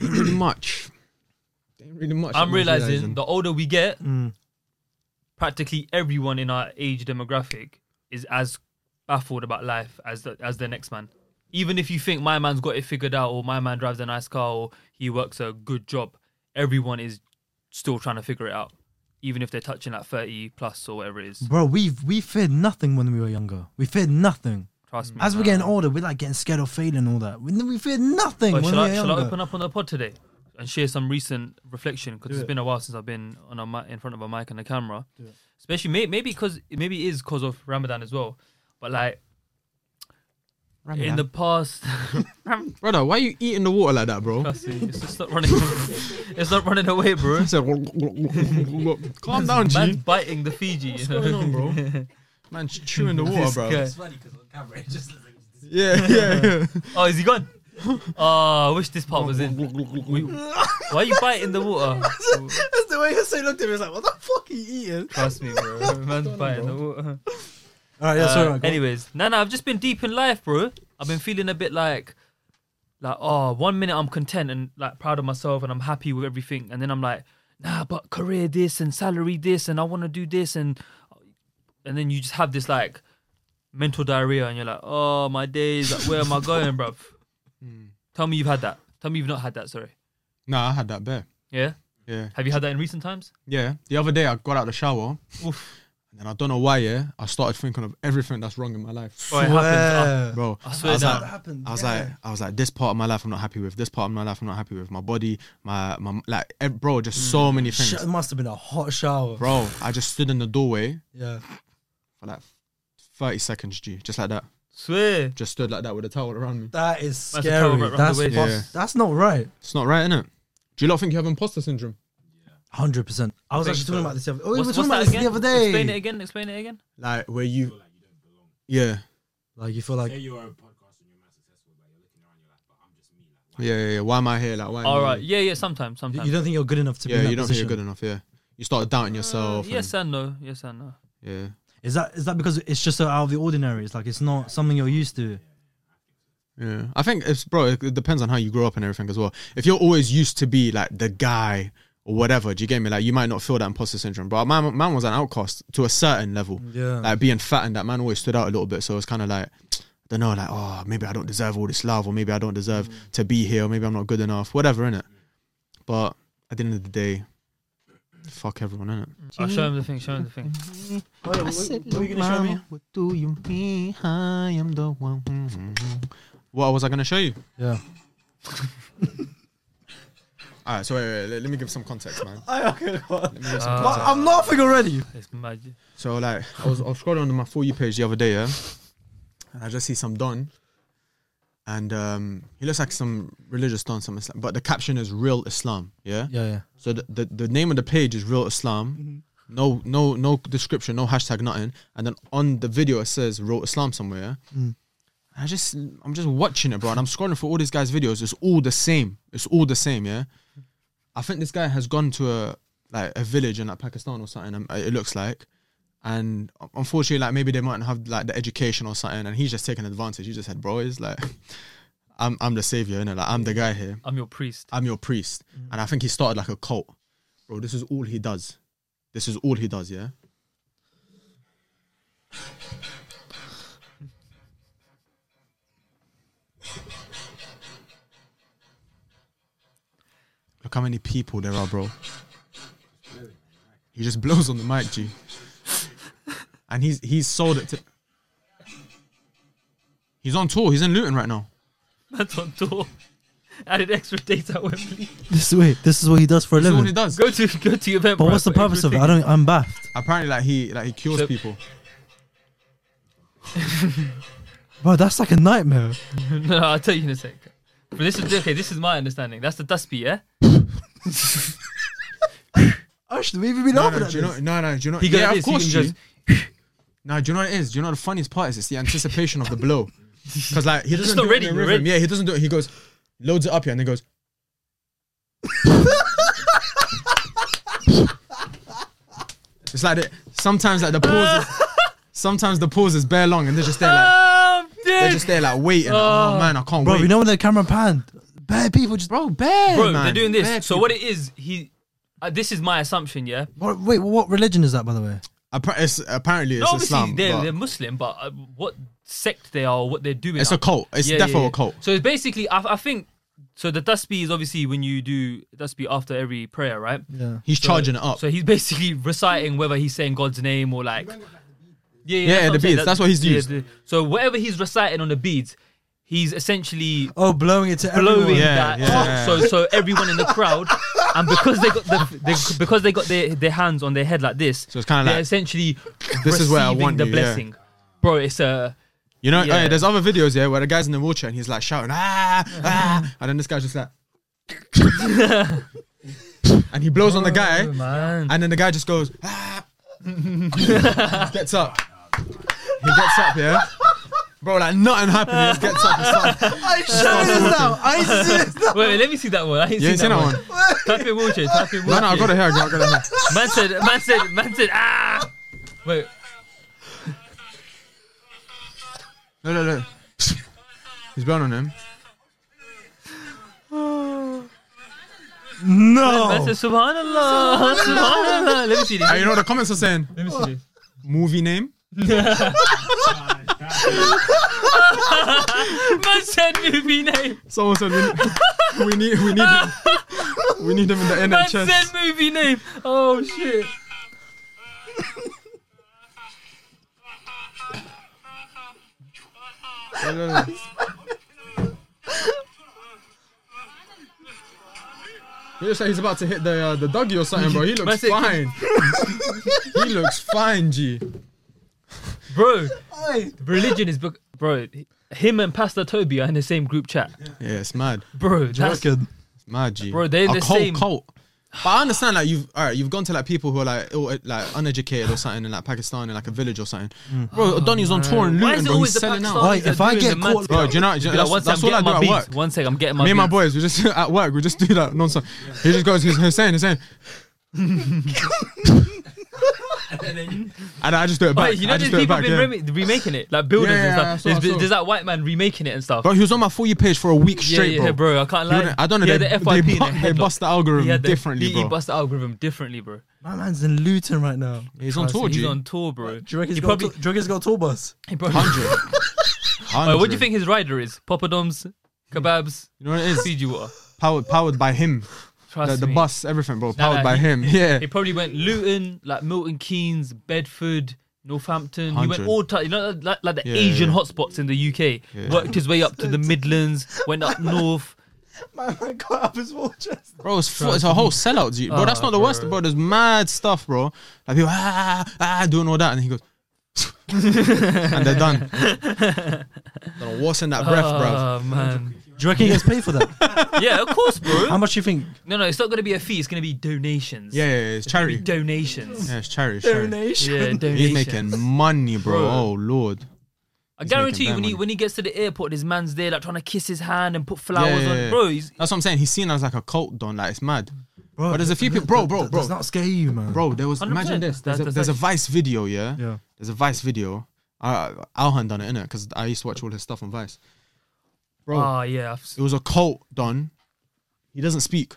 F: ain't really much. Ain't really much.
E: I'm
F: was
E: realizing the older we get,
C: Mm.
E: practically everyone in our age demographic is as baffled about life as the, as the next man. Even if you think my man's got it figured out, or my man drives a nice car, or he works a good job, everyone is still trying to figure it out, even if they're touching at 30 plus or whatever it is.
C: Bro, we we feared nothing when we were younger. We feared nothing.
E: Trust me.
C: As we're
E: man.
C: getting older, we're like getting scared of failing and all that. We, we feared nothing
E: Oh,
C: when
E: shall,
C: we
E: I,
C: were
E: shall
C: younger.
E: I open up on the pod today and share some recent reflection? Because it's been a while since I've been on a mi- in front of a mic and a camera. Especially may- maybe because maybe it is because of Ramadan as well. But like in the past, [LAUGHS]
F: brother. Why are you eating the water like that, bro?
E: Trust me, it's just not running. it's not running away, bro.
F: [LAUGHS] He said, Calm down,
E: Man's
F: G.
E: biting the Fiji. you know?
F: bro?
E: [LAUGHS]
F: Man's chewing the water,
E: This
F: bro.
E: guy.
H: funny because on camera it just looks like it's just-
F: Yeah, [LAUGHS] yeah, yeah.
E: Oh, is he gone? Oh, I wish this part was in. We- Why are you biting the water?
I: That's the way Hussein looked at me. It's like, what the fuck are you eating?
E: Trust me, bro. Man's biting the water.
C: All right, yeah, sorry. man,
E: Uh,
C: go on.
E: anyways, no, no, I've just been deep in life, bro. I've been feeling a bit like, like, oh, one minute I'm content and like proud of myself and I'm happy with everything, and then I'm like, nah, but career this and salary this and I want to do this and, and then you just have this like mental diarrhea and you're like, oh my days, like, where am I
C: [LAUGHS]
E: going, bruv? Tell me you've had that. Tell me you've not had that. Sorry.
F: Nah, I had that bear.
E: Yeah.
F: Yeah,
E: Have you had that in recent times?
F: yeah. The other day, I got out the shower,
E: Oof.
F: and then I don't know why. Yeah, I started thinking of everything that's wrong in my life,
E: Or it happens.
I: Swear.
F: bro.
E: Oh, I, I swear
F: was
E: down.
F: like- I was like, I was like, this part of my life I'm not happy with. This part of my life I'm not happy with. My body, my my like, eh, bro, just
E: Mm.
F: so many things,
C: Sh- it must have been a hot shower.
F: bro. I just stood in the doorway
C: Yeah.
F: for like 30 seconds, G, just like that.
E: swear.
F: Just stood like that with a towel around me.
C: That is
E: That's a
C: scary.
E: cover up
C: That's,
E: around
C: that's,
E: the waist.
F: Yeah.
C: not right.
F: It's not right, innit? Do you lot think you have imposter syndrome?
C: 100%. I was
E: Think
C: actually
E: so.
C: talking about this the other Oh, we
E: What's-
C: were
E: what's
C: talking
E: that
C: about this
E: again?
C: the other day.
E: Explain it again. Explain it again.
F: Like where you, yeah,
C: Like, you feel like,
H: Say you're a podcast and you're mad successful, but you're looking around, you're like, but I'm just me. Like, why?
F: yeah, yeah. yeah. Why am I here? Like why? am
E: All
F: I
E: right.
F: here?
E: Yeah, yeah. Sometimes, sometimes.
C: you don't think you're good enough to be
F: Yeah,
C: in that
F: you don't
C: position.
F: think you're good enough. Yeah, you start doubting yourself. and-
E: Yes and no. Yes and no.
F: yeah.
C: Is that is that because it's just so out of the ordinary? It's like it's not something you're used to.
F: Yeah, I think it's bro. It, it depends on how you grow up and everything as well. If you're always used to be like the guy or whatever, do you get me? Like you might not feel that imposter syndrome. But man, man was an outcast to a certain level.
C: Yeah.
F: Like being fat and that man always stood out a little bit. So it's kind of like I don't know, like oh maybe I don't deserve all this love, or maybe I don't deserve to be here, or maybe I'm not good enough, whatever innit? But at the end of the day, fuck everyone innit?
E: I'll Uh, show him the thing. Show him the thing.
F: What do you mean? I am the one. What was I gonna show you?
C: yeah.
F: All right, so wait, wait, let, let me give some context, man.
E: Uh,
I: I'm laughing already.
E: it's magic.
F: So like, I was I was scrolling on my for you page the other day, yeah, and I just see some don, and um, he looks like some religious don, some Islam, but the caption is real Islam, yeah.
C: Yeah, Mm-hmm. yeah.
F: So the, the the name of the page is real Islam, no no no description, no hashtag, nothing, and then on the video it says real Islam somewhere. yeah?
C: Mm.
F: I just I'm just watching it, bro, and I'm scrolling through all these guys' videos. It's all the same. It's all the same, yeah. I think this guy has gone to a like a village in like Pakistan or something. um, It looks like, and un- unfortunately, like maybe they mightn't have like the education or something, and he's just taking advantage. He just said, "Bro, it's like, [LAUGHS] I'm I'm the savior, innit? Like I'm the guy here.
E: I'm your priest. [LAUGHS]
F: I'm your priest." And I think he started like a cult, bro. This is all he does. This is all he does. Yeah. Look how many people there are, bro. He just blows on the mic, G. And he's he's sold it to. He's on tour. He's in Luton right now.
E: That's on tour. Added extra dates at Wembley.
C: This wait, this is what he does for a
F: This is what he
C: living.
F: does.
E: Go to go to your event.
C: But
E: bro,
C: what's the
E: for
C: purpose of it?
E: everything.
C: I don't. I'm baffed.
F: Apparently, like he like he cures
E: So-
F: people.
C: Bro, that's like a nightmare.
E: no, I'll tell you in a sec. But this is okay. This is my understanding. That's the dustbee, yeah.
C: Ash, do we even be
F: No,
C: laughing
F: no,
C: at
F: do you know,
C: this?
F: no, no, do you know?
E: He goes
F: yeah,
E: this,
F: of
E: he
F: course.
E: can
F: G. no, do you know what it is? Do you know what the funniest part is? It's the anticipation of
E: [LAUGHS]
F: the blow. Because like he doesn't
E: not
F: do
E: ready,
F: it in a
E: you're
F: rhythm.
E: ready.
F: Yeah, he doesn't do it. He goes, loads it up here, and then goes. [LAUGHS] it's like the, sometimes like the pause. Is, sometimes the pause is bare long, and they're just there like
E: Um,
F: they're
E: dude.
F: just there like waiting. Oh, man, I can't
C: Bro,
F: wait.
C: you know when the camera panned, bare people just.
F: bro, bare
E: bro,
F: man.
E: they're doing this.
F: Bare
E: so
F: people.
E: what it is? He. Uh, this is my assumption, yeah.
C: What, wait, what religion is that, by the way?
F: Appa- it's, apparently,
E: No,
F: it's
E: obviously
F: Islam.
E: they're,
F: but
E: they're Muslim, but uh, what sect they are, what they're doing.
F: It's a
E: are-
F: cult. It's definitely a cult.
E: So it's basically, I, I think. So the dustbee is obviously when you do dustbee after every prayer, right?
C: Yeah.
F: He's
E: So-
F: charging it up.
E: So he's basically reciting whether he's saying God's name or like. Yeah, that's
F: Yeah, the
E: I'm saying,
F: beads, that's what he's
E: yeah,
F: used.
E: the- so whatever he's reciting on the beads, he's essentially
C: Oh, blowing it to
E: blowing
C: everyone.
F: Yeah,
E: that.
F: yeah.
E: So so everyone in the crowd, and because they got the, they, because they got their, their hands on their head like this,
F: So it's kinda
E: they're
F: like,
E: essentially
F: this is where I
E: receiving
F: want
E: the
F: you, yeah.
E: blessing, bro. It's a
F: You know,
E: Yeah.
F: hey, there's other videos here where the guy's in the wheelchair and he's like shouting, ah,
E: [LAUGHS]
F: ah, and then this guy's just like, [LAUGHS] and he blows on the guy,
E: man.
F: and then the guy just goes, ah, Just gets up, he gets up, yeah, bro, like nothing happened, he just gets up, and
E: [LAUGHS]
F: starts,
I: I see this now. I see this now.
E: [LAUGHS] Wait, wait, let me see that one. I ain't
F: you
E: seen
F: ain't seen that one?
E: Type in wheelchair. Type in
F: No,
E: wheelchair.
F: no, I got it here, I got it here.
E: Man said, man said, man said, ah. Wait,
F: No, no, no, he's blowing on him.
E: man
C: No.
E: said, subhanallah, subhanallah. Let me see this.
F: And Uh, you know what the comments are saying?
E: Let me see this.
F: Movie name?
E: Man said movie name.
F: Someone said [LAUGHS] we, we need, we need, him. we
E: [LAUGHS]
F: need him in the
E: Man
F: NHS.
E: said movie name. Oh shit.
F: No, no, no. You just say he's about to hit the uh, the doggy or something, bro. He looks
E: That's it.
F: fine. he looks fine, G.
E: Bro, religion is. bec- Bro, him and Pastor Toby are in the same group chat.
F: Yeah, it's mad,
E: Bro, that's.
F: it's mad, G.
E: Bro, they're
F: a
E: the
F: cult,
E: same.
F: cult. But I understand, like you've all right, you've gone to like people who are like ill, like uneducated or something in like Pakistan in like a village or something. Bro, Donny's on tour and
E: Mm. Why is
F: looting,
E: it
F: bro.
E: always
F: He's
E: the
F: selling
E: Pakistan?
F: out.
C: Wait, if I get caught-
F: Bro, do you know? Do you know that's that's all I do at work.
E: One sec, I'm getting my.
F: Me and my
E: beats.
F: boys, we just [LAUGHS] at work, we just do that nonsense. He just goes, he's Hussein, Hussein. and I just do it back.
E: Wait, you know,
F: I
E: there's
F: just do it
E: people
F: back.
E: been
F: Yeah.
E: remi- remaking it, like buildings
F: Yeah, yeah, yeah, I
E: and
F: saw,
E: stuff. There's,
F: I
E: been-
F: saw.
E: there's that white man remaking it and stuff.
F: Bro, he was on my for you page for a week
E: Yeah,
F: straight,
E: yeah, yeah,
F: bro.
E: bro. I can't
F: He
E: lie.
F: wouldn't- I don't know.
E: He
F: They,
E: had the
F: they,
E: FYP in
F: bu-
E: the
F: they
E: headlock.
F: bust the algorithm
E: He had the-
F: differently,
E: he,
F: bro.
E: He bust the algorithm differently, bro.
C: My man's in Luton right now.
F: he's on tour,
E: He's
F: G.
E: on tour, bro.
C: Do you reckon
E: he
C: he's got,
E: probably.
C: a, tou- do you reckon he's got a tour [LAUGHS] bus?
E: he probably
F: [LAUGHS] Hundred.
E: Wait,
F: Hundred.
E: what do you think his rider is? Poppadoms, kebabs,
F: You know what it is?
E: Fiji water.
F: Powered, powered by him. The,
E: Trust
F: the
E: me.
F: bus, everything, bro.
E: Nah,
F: Powered
E: nah,
F: by
E: he-
F: him. Yeah.
E: He probably went Luton, like Milton Keynes, Bedford, Northampton. He went
F: 100.
E: all time, you know, like, like the
F: Yeah,
E: Asian
F: yeah, yeah.
E: hotspots in the UK.
F: Yeah.
E: Worked his way up to the Midlands, went
F: [LAUGHS]
E: up north.
C: My man got up his war chest.
F: Bro, it's, full, it's a whole sellout, G. Bro, that's
E: Ah,
F: not the worst,
E: bro.
F: bro. There's mad stuff, bro. Like people, ah, ah, doing all that, and
E: [LAUGHS]
F: he goes, [LAUGHS] and they're done. Don't know what's in that breath, bro.
E: Oh, man.
C: Do you reckon he gets paid for that?
E: Yeah, of course,
C: [LAUGHS]
E: bro.
F: [LAUGHS]
C: How much do you think?
E: No, no, it's not going to be a fee. It's going to be donations.
F: Yeah, yeah, yeah, it's
E: It's gonna be [LAUGHS]
F: charity.
E: donations.
F: Yeah, it's charity. it's charity.
E: Yeah, donations.
F: He's making money, bro.
E: Bro.
F: Oh lord.
E: I
F: he's making
E: guarantee you,
F: bare
E: when he
F: money.
E: when he gets to the airport, his man's there, like trying to kiss his hand and put flowers
F: yeah,
E: on.
F: yeah.
E: Bro, he's
F: That's what I'm saying. He's seen as like a cult don. Like it's mad.
C: Bro,
F: But there's a few people- bro, bro, bro.
C: Does not scare you, man.
F: Bro, there was
E: 100%.
F: imagine this. There's,
E: That-
F: a,
E: that's
F: there's a
E: actually-
F: Vice video, yeah.
C: Yeah.
F: There's a Vice video. Uh, Alhan done it innit? Because I used to watch all his stuff on Vice. Bro,
E: ah yeah. I've s-
F: it was a cult done. He doesn't speak.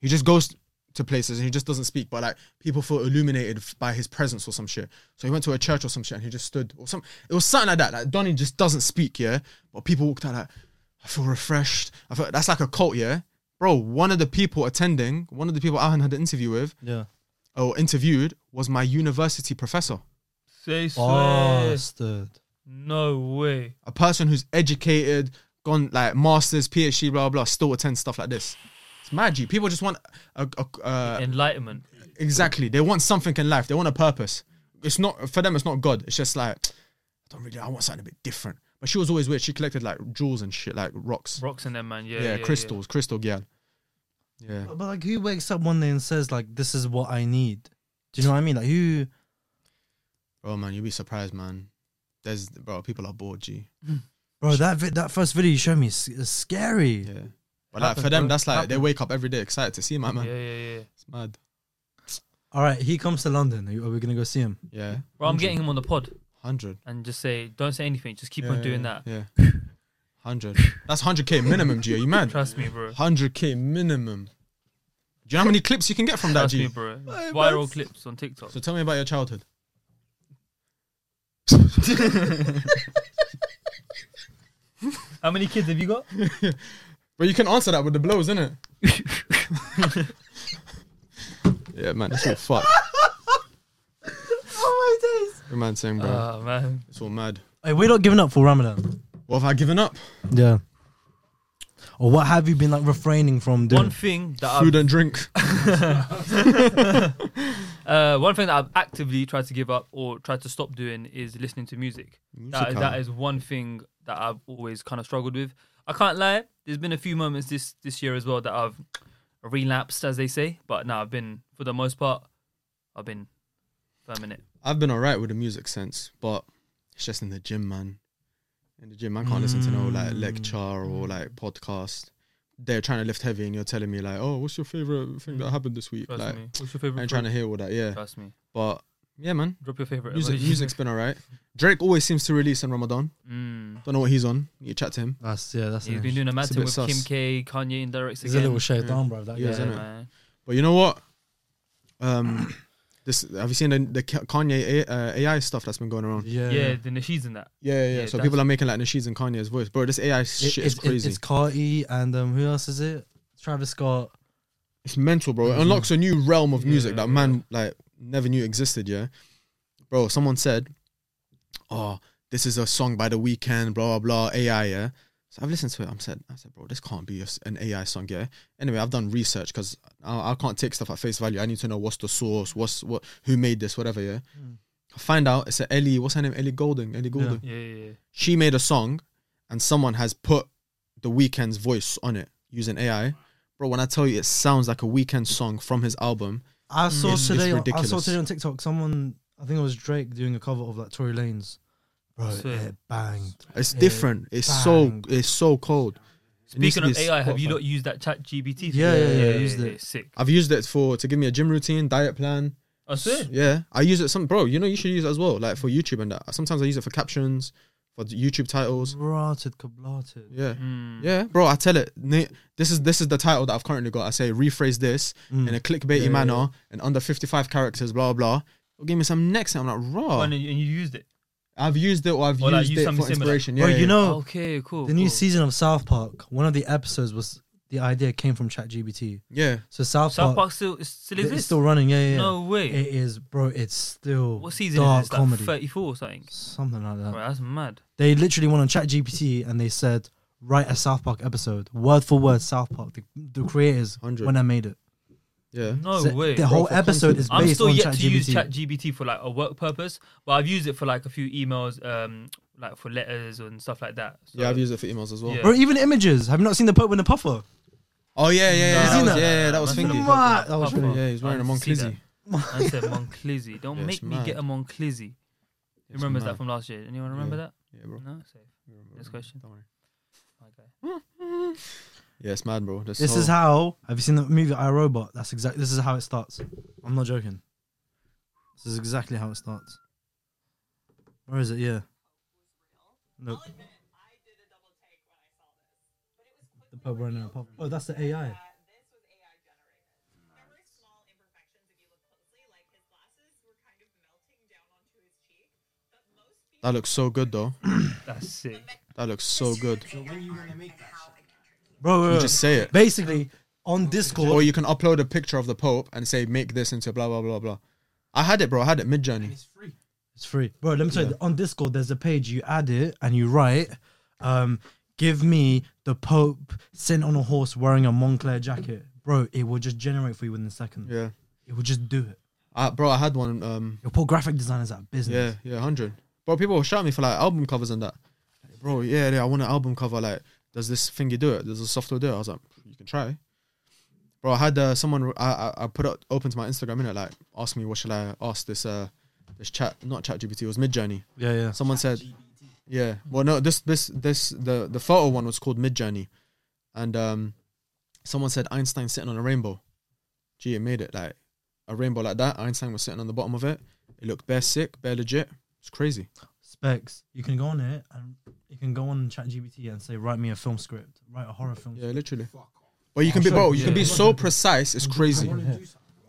F: He just goes to places and he just doesn't speak. But like people feel illuminated f- by his presence or some shit. So he went to a church or some shit and he just stood or some. It was something like that. Like Donnie just doesn't speak, yeah. But people walked out like, I feel refreshed. I feel that's like a cult, yeah. Bro, one of the people attending, one of the people Alhan had an interview with
C: Yeah.
F: or interviewed was my university professor,
E: Say so.
F: Oh.
C: Bastard.
E: No way.
F: a person who's educated, gone like masters, PhD, blah blah, still attends stuff like this. It's magic. People just want a, a uh,
E: Enlightenment.
F: exactly. They want something in life. They want a purpose. It's not for them. It's not God. It's just like I don't really. I want something a bit different. But she was always weird. She collected like jewels and shit, like rocks.
E: Rocks in them, man. Yeah,
F: yeah,
E: yeah,
F: crystals, crystal girl. Yeah.
C: But like, who wakes up one day and says like, "This is what I need"? Do you know what I mean? Like, who?
F: Oh man, you'd be surprised, man. There's bro, people are bored, G.
C: Bro, that vi- that first video you showed me is, is scary.
F: Yeah. But like for
E: Happens,
F: them,
E: bro.
F: that's like they
E: Happens.
F: wake up every day excited to see my
E: Yeah,
F: man.
E: yeah, yeah. yeah.
F: It's mad.
C: All right, he comes to London. Are, you- are we gonna go see him?
F: Yeah.
E: Bro, I'm getting him on the pod
F: Hundred.
E: and just say, don't say anything. Just keep
F: yeah,
E: on doing that.
F: Yeah.
E: [LAUGHS]
F: Hundred. That's hundred K minimum, G. Are you mad?
E: Trust me, bro.
F: Hundred K minimum. Do you know how many clips you can get from that,
E: Trust me,
F: G?
E: bro. Viral clips on TikTok.
F: So tell me about your childhood.
E: How many kids have you got?
F: But you can answer that with the
E: [LAUGHS]
F: blows, innit? yeah, man, it's all fucked.
I: Oh
F: Good man saying, bro,
E: Oh, man.
F: it's all mad.
C: Hey, we're not giving up for Ramadan.
F: What have I given up?
C: Yeah. Or what have you been like refraining from doing?
E: One thing that I've
F: Food and drink.
E: Uh, one thing that I've actively tried to give up or tried to stop doing is listening to music. That,
F: Musica.
E: that is one thing that I've always kind of struggled with. I can't lie. There's been a few moments this this year as well that I've relapsed, as they say. But now I've been, for the most part, I've been firm in it.
F: I've been alright with the music sense, but it's just in the gym, man. In the gym, I can't listen to no like lecture or like podcast. They're trying to lift heavy, and you're telling me like, "Oh, what's your favorite thing that happened this week?"
E: Trust
F: like,
E: me. What's your favorite?
F: I ain't trying to hear all that. Yeah,
E: Trust me.
F: but yeah, man.
E: Drop your favorite. [LAUGHS]
F: Music, music's been alright. Drake always seems to release in Ramadan.
E: Mm.
F: Don't know what he's on. You chat to him.
C: That's yeah. That's
E: He's
C: it.
E: been doing a mad
F: It's a
E: thing
F: bit
E: with
F: sus.
E: Kim K, Kanye indirects
C: He's a
E: again.
C: little shaitan, bro. That guy.
E: yeah,
F: Yeah, isn't it?
E: man.
F: But you know what? Um, this have you seen the, the Ka- Kanye A, uh, AI stuff that's been going around?
C: Yeah.
E: Yeah, the Nasheed's in that.
F: Yeah, yeah.
E: Yeah,
F: so
E: that's-
F: people are making like Nasheed's and Kanye's voice, bro. This AI
C: It-
F: shit
C: it's,
F: is crazy.
C: It's
F: It's,
C: Carti and um, who else is it? Travis Scott.
F: mental, bro. It unlocks a new realm of music
E: Mm-hmm. Yeah,
F: that man like never knew existed. Yeah, bro. Someone said, "Oh, this is a song by The Weeknd." Blah blah blah. AI. Yeah. So I've listened to it. I'm said. I said, bro, this can't be a s- an AI song. Yeah. Anyway, I've done research because I, I can't take stuff at face value. I need to know what's the source, what's what, who made this, whatever. Yeah. I find out it's a Ellie. What's her name? Ellie Golding. Ellie Golding.
E: Mm. Yeah, yeah, yeah.
F: she made a song and someone has put the weekend's voice on it using AI. Bro, when I tell you it sounds like a weekend song from his album,
E: Mm.
C: I saw
F: It's- it's
C: today. I saw
F: ridiculous.
C: today on TikTok someone. I think it was Drake doing a cover of like Tory Lanez. Bro,
E: So-
C: it banged.
F: it's
C: Yeah,
F: different. It's
C: bang.
F: so it's so cold. It needs to
E: Speaking
F: be
E: of AI, have you
F: Spotify.
E: not used that chat GBT?
C: Yeah, yeah, yeah, I used it.
E: Sick.
F: I've used it for to give me a gym routine, diet plan.
E: I swear.
F: Yeah, I use it some bro. You know you should use it as well, like for YouTube and that. Sometimes I use it for captions, for YouTube titles.
C: Rotted, kablated.
F: Yeah. Yeah, bro, I tell it. na- This is this is the title that I've currently got. I say rephrase this in a clickbaity manner and under 55 characters, blah blah. It'll give me some next. I'm like, raw.
E: And, you, and you used it.
F: I've used it or I've
E: Or, like,
F: used
E: use
F: it for
E: something similar.
F: inspiration. Yeah,
C: Bro,
F: yeah.
C: you know
E: okay, cool.
C: the new
E: cool.
C: season of South Park. One of the episodes was the idea came from ChatGPT.
F: yeah.
C: So South,
E: South
C: Park,
E: Park still is- still
C: it's
E: exists.
C: still running. Yeah, yeah. yeah.
E: No way.
C: It is, bro. It's still
E: what season
C: dark
E: is this?
C: comedy,
E: Like 34 or something.
C: something like that.
E: Right, that's mad.
C: They literally went on ChatGPT and they said, "Write a South Park episode, word for word, South Park." The, the creators
F: 100.
C: when I made it.
F: yeah,
E: No
C: So
E: way.
C: The whole
F: for
C: episode is
E: I'm
C: based
E: still
C: on
E: yet to use
C: ChatGPT.
E: ChatGPT for like a work purpose, but I've used it for like a few emails, um, like for letters and stuff like that. So,
F: yeah. I've used it for emails as well.
E: Yeah.
C: Or even images. Have you not seen the Pope with the puffer?
F: Oh yeah, yeah, yeah.
E: Nah,
F: that
C: seen
F: was,
C: that?
F: yeah, yeah, that was
E: That's
F: thingy.
E: not a
C: What?
E: Puffer.
C: That was
E: Puffer.
C: funny.
F: Yeah, he's wearing a
E: I didn't see
F: Monclizzy.
E: that. I said Monclizzy. Don't
F: Yeah,
E: make
F: it's
E: me
F: mad.
E: get a Monclizzy. Who remembers
F: mad.
E: that from last year? Anyone remember
F: Yeah.
E: that?
F: Yeah, bro.
E: No. Safe. Next question.
F: Don't worry.
E: Okay.
F: [LAUGHS] Yeah, it's mad, bro.
C: This is how. Have you seen the movie I Robot? That's exactly. This is how it starts. I'm not joking. This is exactly how it starts. Where is it? Yeah. Nope. The pub running out. Oh, that's the AI.
F: that looks so good though.
E: That's sick.
F: That looks so good.
C: Bro, bro,
F: You
C: bro.
F: just say it, Oh,
C: basically on Discord.
F: or you can upload a picture of the Pope and say make this into blah blah blah blah. I had it, bro. I had it mid journey.
H: It's free.
C: It's free, bro. Let me tell you. On Discord, there's a page. You add it and you write, um, "Give me the Pope sitting on a horse wearing a Montclair jacket." Bro, it will just generate for you within a second.
F: Yeah,
C: It will just do it.
F: I, bro. I had one. Um,
C: Your poor graphic designers out of business.
F: Yeah, yeah, hundred. Bro, people will shout me for like album covers and that. bro, yeah, yeah, I want an album cover. Like, does this thingy do it? Does the software do it? I was like, you can try. Bro, I had uh, someone. I, I I put it open to my Instagram innit? like ask me what should I ask this uh this chat not chat GPT it was Mid Journey.
C: Yeah, yeah.
F: Someone said, yeah. Well, no, this this this the the photo one was called Mid Journey, and um, someone said Einstein sitting on a rainbow. Gee, it made it like a rainbow like that. Einstein was sitting on the bottom of it. It looked bare sick, bare legit. It's crazy.
C: Specs. You can go on it and you can go on ChatGPT and say, write me a film script, write a horror film.
F: Yeah, literally. But you can be bro. You can be so precise. It's crazy.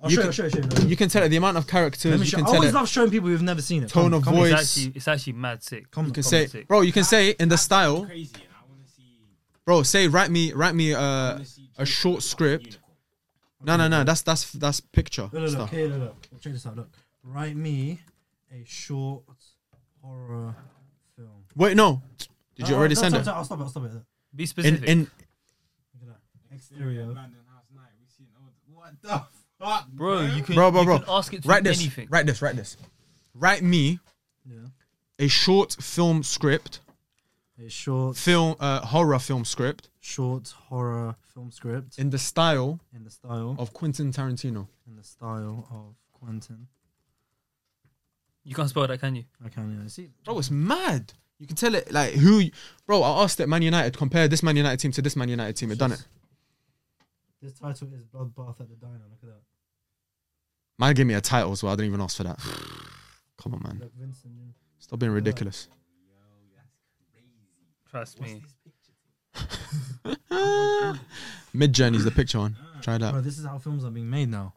C: I'll
F: You
C: show,
F: can-
C: you, show you, show you.
F: You can tell it the amount of
C: Let
F: characters.
C: me
F: You
C: show. Oh,
F: can
C: I
F: tell
C: always
F: it
C: love showing people who've never seen it.
F: tone of
E: It's
F: voice.
E: actually, it's actually mad sick.
C: Come,
F: You can
C: come.
F: say,
E: sick.
F: bro. You can say in the
H: That's
F: style,
H: Crazy, and I want to see.
F: bro. Say write me, write me
H: I
F: uh,
H: wanna see
F: a
H: Drake
F: short
H: with a
F: script.
H: unicorn.
F: No, no, no. That's that's that's picture
C: Look, look, look,
F: stuff.
C: here, look, look. Check this out. Look, write me a short horror film.
F: Wait, no. Did you
C: Oh,
F: already
C: no,
F: send
C: stop,
F: it?
C: stop, I'll stop it. I'll stop it. Look
E: Be
F: In
E: specific.
F: in
C: at that. Exterior.
H: Abandoned house night. We seen all the- What the fuck,
E: bro, you can,
F: bro, bro,
E: you
F: bro.
E: can ask it to
F: Write
E: do
F: this.
E: anything.
F: Write this. Write this. Write me
C: Yeah.
F: a short film script,
C: A short,
F: film uh, horror film script
C: short horror film script
F: in the style
C: in the style
F: of Quentin Tarantino.
C: in the style of Quentin.
E: You can't spell that, can you?
C: I can't even see.
F: Bro, it's mad. You can tell it like who, bro. I asked it Man United. Compare this Man United team to this Man United team. It done it.
C: This title is Bloodbath at the Diner. Look at that.
F: Man gave me a title as well. I didn't even ask for that. [SIGHS] Come on, man.
C: Look, Vincent. yeah.
F: Stop being ridiculous.
E: Trust me.
F: Mid Journey's the picture one. Try that.
C: Bro, this is how films are being made now.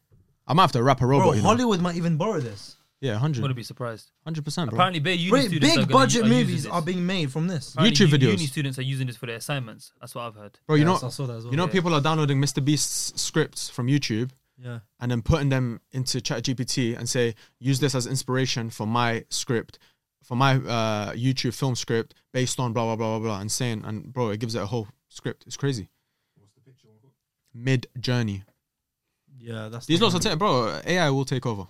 F: I might have to wrap a robot.
C: Bro,
F: Uh, Oh, you know?
C: Hollywood might even borrow this.
F: Yeah,
E: Wouldn't
F: 100
E: be surprised.
F: percent, bro.
E: Apparently, bare uni
C: Bro,
E: students are
C: big
E: gonna-
C: budget
E: are using
C: movies
E: this.
C: are being made from this.
E: Apparently,
F: YouTube
E: u-
F: videos.
E: Uni students are using this for their assignments. That's what I've heard.
F: Bro, you
C: Yeah,
F: know,
C: so I saw that as well.
F: you know,
E: yeah.
F: people are downloading Mr. Beast's scripts from YouTube
C: yeah.
F: and then putting them into ChatGPT and say, use this as inspiration for my script, for my uh, YouTube film script based on blah blah blah blah blah, and saying, and bro, it gives it a whole script. It's crazy. Mid Journey.
C: Yeah, that's
F: These
C: the
F: lots
C: one.
E: Mm.
F: of tech, bro. AI will take over.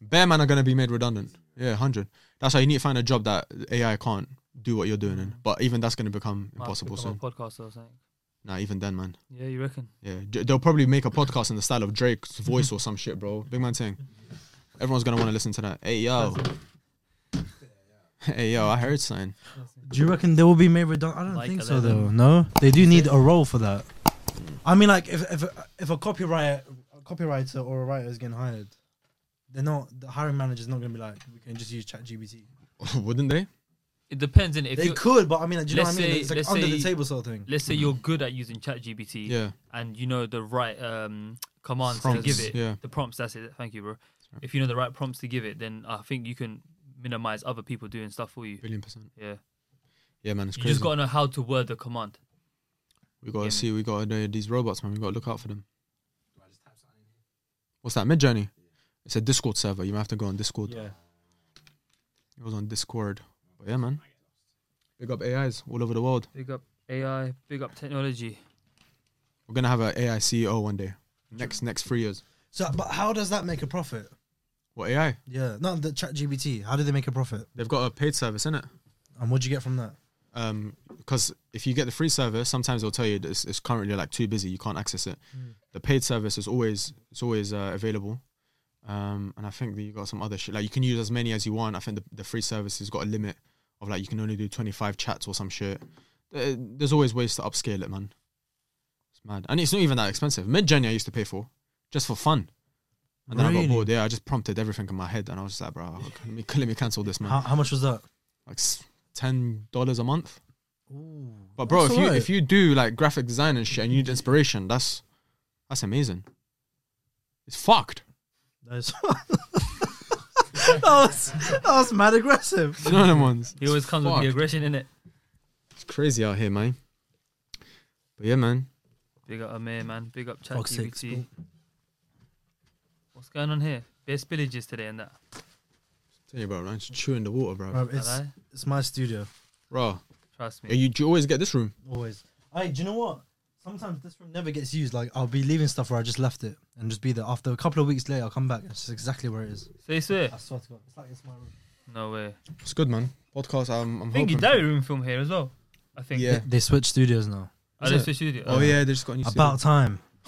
F: Bear man are gonna be made redundant. Yeah, hundred. That's why you need to find a job that AI can't do what you're doing
E: Mm.
F: in. But even that's gonna become
E: Might have to
F: impossible
E: become
F: soon.
E: A podcast or something.
F: Nah, even then, man.
E: Yeah, you reckon?
F: Yeah, J- they'll probably make a podcast in the style of Drake's voice or some shit, bro. Big man saying, everyone's gonna want to listen to that. Hey yo, hey yo, I
E: [LAUGHS]
F: heard something.
C: Do you reckon they will be made redundant? I don't
E: Like
C: think so
E: 11.
C: though. No, they do need a role for that.
E: Hmm.
C: I mean, like if if if a copyright a copywriter or a writer is getting hired, they're not the hiring manager's not gonna be like we can just use ChatGPT.
F: Wouldn't they?
E: It depends. In if
C: They
E: you
C: could, but I mean, like, do you know what I
E: Let's
C: mean?
E: say-
C: it's like
E: let's
C: under the
E: say-
C: table sort of thing.
E: let's say you're good at using ChatGPT,
F: Yeah,
E: and you know the right um, commands
F: Prompts,
E: to give it,
F: yeah.
E: the prompts. That's it. Thank you, bro. If you know the right prompts to give it, then I think you can minimize other people doing stuff for you.
F: billion percent.
E: Yeah,
F: Yeah, man, it's
E: you
F: crazy.
E: just gotta know how to word the command.
F: we gotta
E: Yeah.
F: see. We gotta know these robots, man. We gotta look out for them. What's that? Mid Journey. It's a Discord server. You might have to go on Discord.
C: Yeah,
F: It was on Discord. But yeah, man. Big up AIs all over the world.
E: Big up AI. Big up technology.
F: We're gonna have an AI CEO E one day. Next next three years.
C: So, but how does that make a profit?
F: What AI?
C: Yeah, not the ChatGPT. How do they make a profit?
F: They've got a paid service, innit?
C: And what do you get from that?
F: Um, because if you get the free service, sometimes they'll tell you that it's, it's currently like too busy, you can't access it. The paid service is always it's always uh, available. Um, and I think that you got some other shit like you can use as many as you want. I think the, the free service has got a limit of like you can only do twenty five chats or some shit. Uh, There's always ways to upscale it, man. It's mad, and it's not even that expensive. Mid Journey I used to pay for just for fun, and then I
C: Really?
F: got bored. Yeah, I just prompted everything in my head, and I was just like, bro, [LAUGHS] let me, let me cancel this, man
C: How, how much was that?
F: like s- ten dollars a month. but bro,
C: that's
F: if you
C: alright.
F: if you do like graphic design and shit, and you need inspiration, that's that's amazing. It's fucked. [LAUGHS]
C: That,
E: [LAUGHS]
C: is [LAUGHS] that was that was mad aggressive.
F: You know them ones.
E: [LAUGHS] He always comes with the
F: fucked.
E: aggression in it.
F: It's crazy out here, man. But yeah, man.
E: Big up Amir, man. Big up
C: Fuck's sake,
E: ChatGPT. What's going on here? There's spillages today and that.
F: Tell you, bro, man, just chewing the water, bro.
C: Bro, it's
E: Hello?
C: it's my studio.
F: Bro,
E: Trust me.
F: yeah, you, do you always get this room.
C: Always. Hey, do you know what? Sometimes this room never gets used. Like I'll be leaving stuff where I just left it and just be there. After a couple of weeks later, I'll come back. and It's just exactly where it is.
E: Say swear.
C: I swear to God, it's like it's my room.
E: No way.
F: It's good, man. Podcast. I'm, I'm
E: I think
F: hoping.
E: you diary room film here as well. I think.
F: Yeah.
C: They switch studios now.
E: I just studio.
F: Oh yeah, they just got a new.
C: About time. [LAUGHS]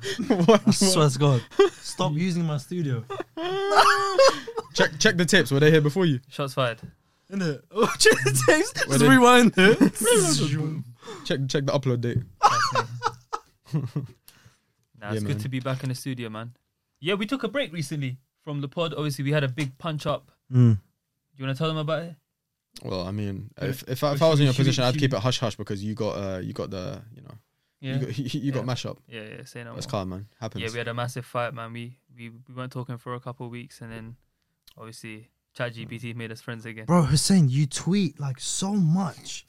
F: studio.
C: I swear to God. Stop using my studio.
F: check check the tapes. Were they here before you?
E: Shots fired.
I: innit? Watch
C: Mm.
I: it, James.
F: Where
I: Just
F: they-
I: rewind it.
F: Check check the upload date.
E: Nah, it's
F: Yeah,
E: good
F: man.
E: to be back in the studio, man. Yeah, we took a break recently from the pod. Obviously, we had a big punch up.
C: [LAUGHS] Mm.
E: Do you want to tell them about it?
F: Well, I mean,
E: Yeah.
F: if if I, if
E: Well,
F: I was in your
E: should we-
F: position, I'd
E: should
F: keep
E: we-
F: it hush hush because you got uh you got the you know
E: Yeah.
F: you got [LAUGHS] you, got
E: Yeah.
F: mashup.
E: yeah, yeah, say no
F: That's
E: more.
F: calm, man. Happens.
E: Yeah, we had a massive fight, man. We we, we weren't talking for a couple of weeks, and then obviously ChatGPT made us friends again.
C: Bro, Hussein, you tweet like so much.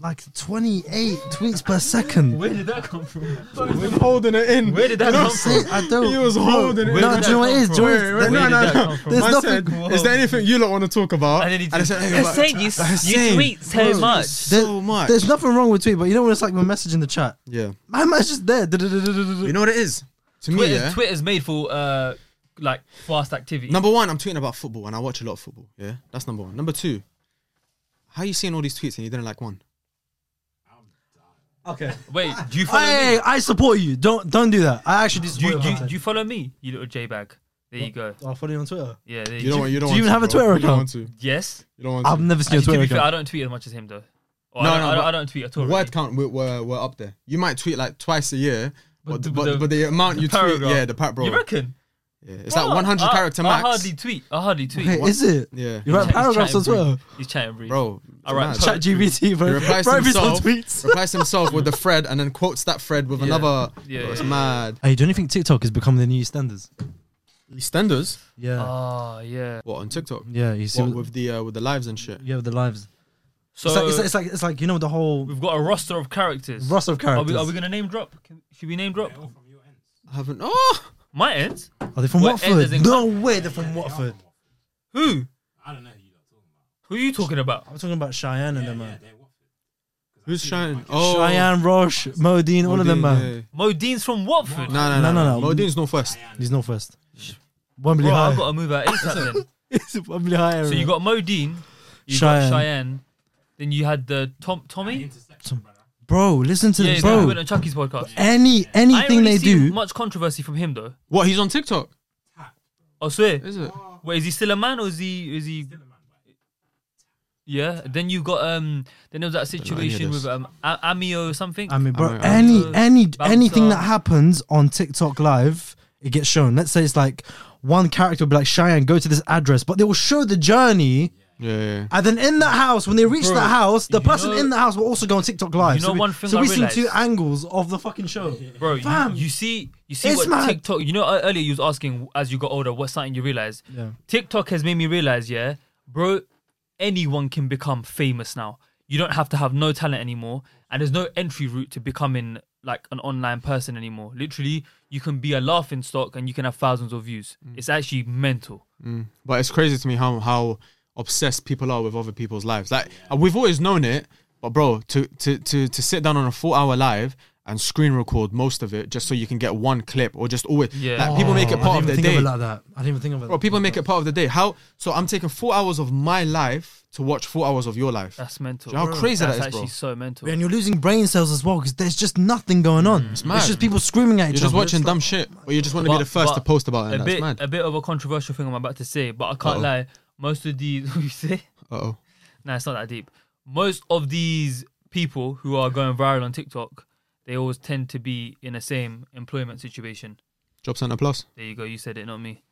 C: Like 28 tweets per second.
E: Where did that come from?
F: We're holding it
E: [LAUGHS]
F: in.
E: Where did that come
C: Hussein,
E: from?
C: I don't.
F: He was
C: bro,
F: holding it.
E: Where
C: No,
E: did
C: do you know what it
E: that
C: is?
E: come
C: Do you know
E: from?
C: what it is?
E: Where
F: no,
E: did
F: no,
E: that
F: no.
E: come from?
C: There's
F: Man
C: nothing-
F: said, Is there anything you lot want to talk about?
E: And then he
F: I
E: just-
F: said, hey, but-
E: Hussein, you, you
F: Hussein.
E: tweet so much.
C: There-
F: so much.
C: There's nothing wrong with tweet, but you know when it's like we're messaging the chat.
F: Yeah.
C: My man's just there.
F: You know what it is? To me,
E: Twitter,
F: yeah.
E: Twitter's made for uh, like fast activity.
F: Number one, I'm tweeting about football and I watch a lot of football. Yeah, that's number one. Number two, how you seeing all these tweets and you didn't like one?
C: [LAUGHS] Okay.
E: Wait, do you follow
C: Hey,
E: me?
C: I support you. Don't don't do that. I actually
E: Do you,
C: disappoint
E: do,
C: you.
E: you, do you follow me? You little J bag. There you go.
C: I'll follow you on Twitter.
E: Yeah, there
F: You don't want. You don't
C: do you even have
F: want
C: a
F: to, bro.
C: Twitter
F: You don't
C: account?
F: want to.
E: Yes.
F: You don't want
C: I've
F: to.
C: never seen a
E: Actually,
C: Twitter
E: to be fair, I
C: account.
E: don't tweet as much as him though. Or I, don't,
F: No, no,
E: I, don't,
F: but
E: I don't tweet at all.
F: Word
E: really.
F: count, we're, we're, we're up there. You might tweet like twice a year, but,
E: But
F: the,
E: the-
F: but,
E: the-
F: but the amount
E: the
F: you tweet,
E: paragraph.
F: yeah, the pat bro.
E: You reckon?
F: Yeah, it's
E: Bro,
F: like 100
E: I-
F: character
E: I
F: max.
E: hardly tweet. I hardly tweet.
C: Wait,
E: What?
C: is it?
F: yeah,
C: You write
E: He's chat- he's
C: paragraphs on
E: chatting
C: Twitter.
E: brief. He's chatting brief.
F: bro.
E: All right,
F: mad.
C: [LAUGHS]
E: so-
C: Chat GBT, bro.
F: He replies to
C: Bro, if it's on
F: himself.
C: tweets.
F: replies himself with the thread and then quotes that thread with
E: Yeah.
F: another.
E: Yeah,
F: bro, it's
E: yeah, yeah.
F: mad.
C: Hey, don't you think TikTok has become the new standards?
F: EastEnders.
C: Yeah.
E: Oh yeah.
F: What on TikTok?
C: yeah, you see.
F: What,
C: What,
F: with the uh, with the lives and shit.
C: yeah, with the lives.
E: So
C: it's, like, it's, like, it's like it's like you know the whole
E: we've got a roster of characters.
C: roster of
E: Are
C: characters.
E: we,
C: Are,
E: are we gonna name drop? Can, should we name drop?
F: I haven't. Oh,
E: My end.
C: they from
E: What, Enders
C: Watford?
E: in-
C: No way, they're from Watford.
E: Who?
H: I don't know who you're talking about.
E: Who are you talking about?
C: I'm talking about Cheyenne and them,
H: Yeah,
C: man.
H: they're Watford.
F: who's shining? Oh,
C: Cheyenne, Roche, Modine, all of them, man.
E: Mo Dean's from Watford.
F: No, no, no,
C: No, no,
F: no.
C: no.
F: Modine's Northwest.
C: He's not first. Wembley
E: Bro,
C: High.
E: I've got to move out ASAP then.
C: [LAUGHS] It's Wembley High.
E: So
C: area.
E: you got Mo Dean, you
C: Cheyenne.
E: got Cheyenne, then you had the Tom Tommy.
C: bro, listen to
E: Yeah,
C: this,
E: bro.
C: bro.
E: went on Chucky's podcast.
C: Any
E: I ain't
C: anything
E: really
C: they
E: seen
C: do,
E: much controversy from him though.
F: What? He's on TikTok,
E: I swear.
F: is it?
E: Wait, is he still a man or is he is he? Yeah. Then you got um. Then there was that
F: know any of
E: situation
F: this.
E: with um A- Amio something.
C: I mean, bro,
F: Alright, alright.
C: any
E: Uh,
C: any
E: bouncer.
C: anything that happens on TikTok Live, it gets shown. Let's say it's like one character will be like Cheyenne, go to this address, but they will show the journey,
F: Yeah, yeah.
C: and then in that house, when they reach
E: Bro,
C: that house, the
E: you
C: person
E: know-
C: in the house will also go on TikTok Live.
E: You know
C: so we,
E: one thing
C: so
E: I
C: we see two
E: realised?
C: angles of the fucking show.
E: Bro, you,
C: Fam,
E: you see, you see
C: it's
E: what
C: mad.
E: TikTok. You know, uh, earlier you was asking as you got older, what's something you realize?
C: Yeah.
E: TikTok has made me realize, yeah, bro, anyone can become famous now. You don't have to have no talent anymore, and there's no entry route to becoming like an online person anymore. Literally, you can be a laughing stock and you can have thousands of views. It's actually mental.
F: But it's crazy to me how how obsessed people are with other people's lives. Like we've always known it, but bro, to to to to sit down on a four hour live and screen record most of it just so you can get one clip or just always
E: Yeah.
F: like people make
C: Oh,
F: it part of
C: I
F: their
C: didn't even think
F: day.
C: of it like that. I didn't even think of it.
F: Bro, people make it part of the day. How? So I'm taking four hours of my life to watch four hours of your life.
E: That's mental.
F: Do you know how
E: Bro,
F: crazy that
E: that's
F: is,
E: actually
F: bro?
E: so mental.
C: and you're losing brain cells as well because there's just nothing going on. It's,
F: Mm, mad.
C: just people screaming at each
F: You're just
C: other.
F: watching
C: It's like-
F: dumb shit, or you just want to be
E: But-
F: the first to
E: but
F: post about it.
E: a
F: And
E: bit,
F: that's mad.
E: a bit of a controversial thing I'm about to say, but I can't
F: Uh-oh.
E: lie. Most of these, [LAUGHS] what you say?
F: Oh,
E: No, it's not that deep. Most of these people who are going viral on TikTok, they always tend to be in the same employment situation.
F: job center plus,
E: There you go. You said it, not me.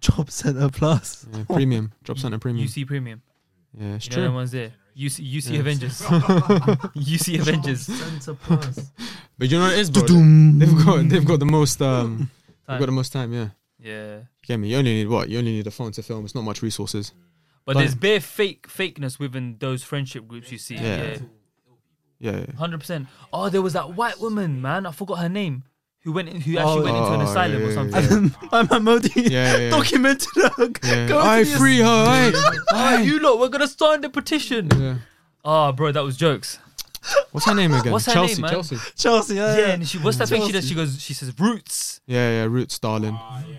C: Job Center Plus.
F: yeah,
H: Oh.
F: premium, job center premium.
E: UC Premium.
F: Yeah, Mm. it's
E: You know
F: true.
E: everyone's there. UC, UC
F: Yeah. [LAUGHS]
E: Avengers. [LAUGHS] UC Avengers.
C: Center Plus.
F: But you know what it is, bro. They've got they've got the most
E: [LAUGHS]
F: um they've got the most time. Yeah,
E: Yeah.
F: you get me. You only need what? You only need a phone to film. It's not much resources.
E: But
F: But-
E: there's bare fake fakeness within those friendship groups you see.
F: Yeah.
E: yeah.
H: [LAUGHS]
F: Yeah, yeah.
E: Hundred percent. Oh, there was that white woman, man. I forgot her name. Who went? In, who actually
C: Oh,
E: went into an
F: yeah,
E: asylum
F: yeah,
E: or
F: yeah,
E: something?
F: [LAUGHS] yeah.
C: And [LAUGHS] I'm a Modi
F: yeah, yeah.
C: documented [LAUGHS] her.
F: yeah.
C: Go
F: I
C: to the-
F: free her.
C: [LAUGHS]
F: Hey.
E: Oh, you lot, we're gonna sign the petition.
F: Yeah.
E: Oh, bro, that was jokes.
F: What's her name again?
E: What's her name,
F: Chelsea.
E: man?
F: Chelsea.
C: Chelsea. Yeah,
E: Yeah,
F: Uh,
C: yeah.
E: and she what's that thing she does? She goes, she says roots.
F: Yeah, yeah. Roots, darling.
H: Ah, yeah, yeah, yeah.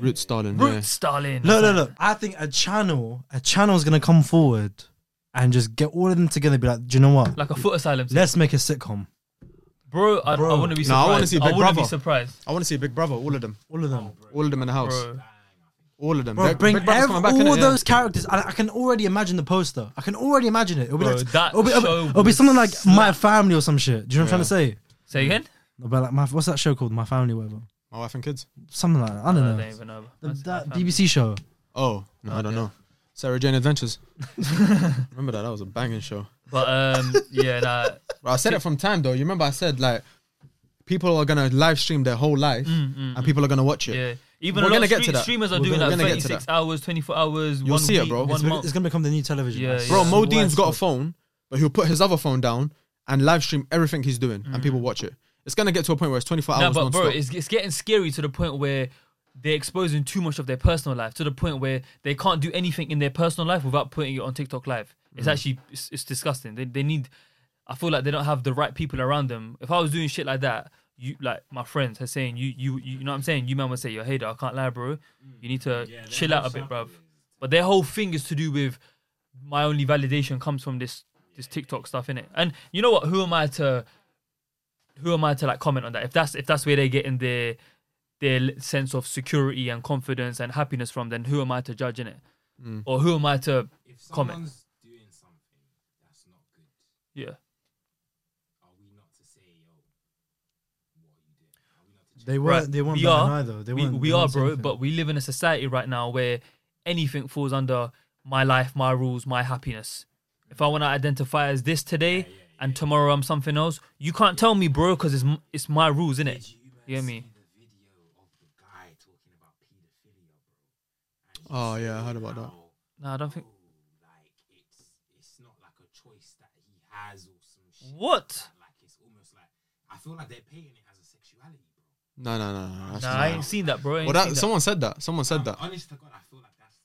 F: Root Stalin.
E: Root
F: yeah.
E: Stalin.
C: Look, look, look. I think a channel, a channel is gonna come forward and just get all of them together. and Be like, do you know what?
E: Like a foot asylum.
C: Let's make a sitcom.
E: Bro, I, I
C: Bro.
E: wouldn't be
F: No, I
E: surprised.
F: wanna see Big
E: wouldn't be
F: Brother.
E: surprised.
F: I want to see Big Brother. All of them.
C: All of them.
F: All of them in the house.
E: Bro.
F: All of them.
C: Bro,
F: Big-
C: bring
F: Big Brother's
C: ev-
F: coming back,
C: all
F: innit? Yeah.
C: those characters. I, I can already imagine the poster. I can already imagine it. It'll be
E: Bro,
C: like
E: that
C: it'll be, it'll be-
E: show
C: it'll be
E: would
C: something like My Family or some shit. Do you know what I'm trying to say?
E: Say again?
C: It'll be like my, what's that show called? My Family, whatever.
F: My wife and kids.
C: Something like that. I don't
E: I
C: know.
E: don't even know.
C: The-
E: That's-
C: that
E: that's-
C: BBC show.
F: Oh, no, I don't
E: Okay.
F: know. Sarah
E: [LAUGHS]
F: Jane Adventures. remember that? That was a banging show.
E: But um, yeah, nah,
F: Bro, I said it from time though. You remember I said like people are gonna live stream their whole life and people are gonna watch it.
E: Mm, yeah. Even
F: We're
E: a lot
F: gonna
E: of
F: get
E: stre-
F: to that.
E: streamers are
F: We're
E: doing
F: gonna-
E: like
F: we're gonna get to
E: 36 hours, 24 hours.
F: You'll
E: one
F: see it,
E: week,
F: bro.
E: One
C: It's,
E: month.
C: it's gonna become the new television.
E: Yeah,
C: It's
F: Bro,
E: yeah.
F: Mo Dean's
C: widespread.
F: got a phone, but he'll put his other phone down and live stream everything he's doing and people watch it. It's gonna get to a point where it's 24
E: No,
F: hours
E: Mm. but
F: nonstop.
E: bro, it's, it's getting scary to the point where they're exposing too much of their personal life to the point where they can't do anything in their personal life without putting it on TikTok Live. It's actually it's, it's disgusting. They, they need. I feel like they don't have the right people around them. If I was doing shit like that, you like my friends are saying you you you, you know what I'm saying. You man would say you're a hater. I can't lie, bro. You need to chill out a bit, bruv. But their whole thing is to do with my only validation comes from this this TikTok stuff in it. And you know what? Who am I to who am I to like comment on that? If that's if that's where they're getting their their l- sense of security and confidence and happiness from, then who am I to judge in it? Or who am I to
H: If
E: Comment.
H: someone's doing something that's not good,
E: yeah?
H: are we not to say, yo, what are you doing? Are we not to
C: They
E: Right,
C: weren't. They weren't
E: we
C: behind
E: are.
C: either. They
E: we
C: weren't.
E: we
C: they
E: are,
C: weren't saying
E: bro.
C: anything.
E: But we live in a society right now where anything falls under my life, my rules, my happiness. If I want to identify as this today and tomorrow I'm something else, you can't tell me, bro, because it's m- it's my rules, innit? it? You hear me?
H: the video of the guy talking about pedophilia, bro?
F: oh yeah, I heard about that.
H: How,
E: No, I don't think.
H: like, it's, it's not like a choice that he has or some shit.
E: What?
H: Like, like, it's almost like, I feel like they're painting it as a sexuality, bro. [LAUGHS]
F: No, no, no, no. that's
E: Nah,
F: not-
E: I ain't seen that, bro. I ain't
F: well, that,
E: seen that.
F: someone said that. Someone said
H: Um,
F: that.
H: Honest to God, I feel like that's.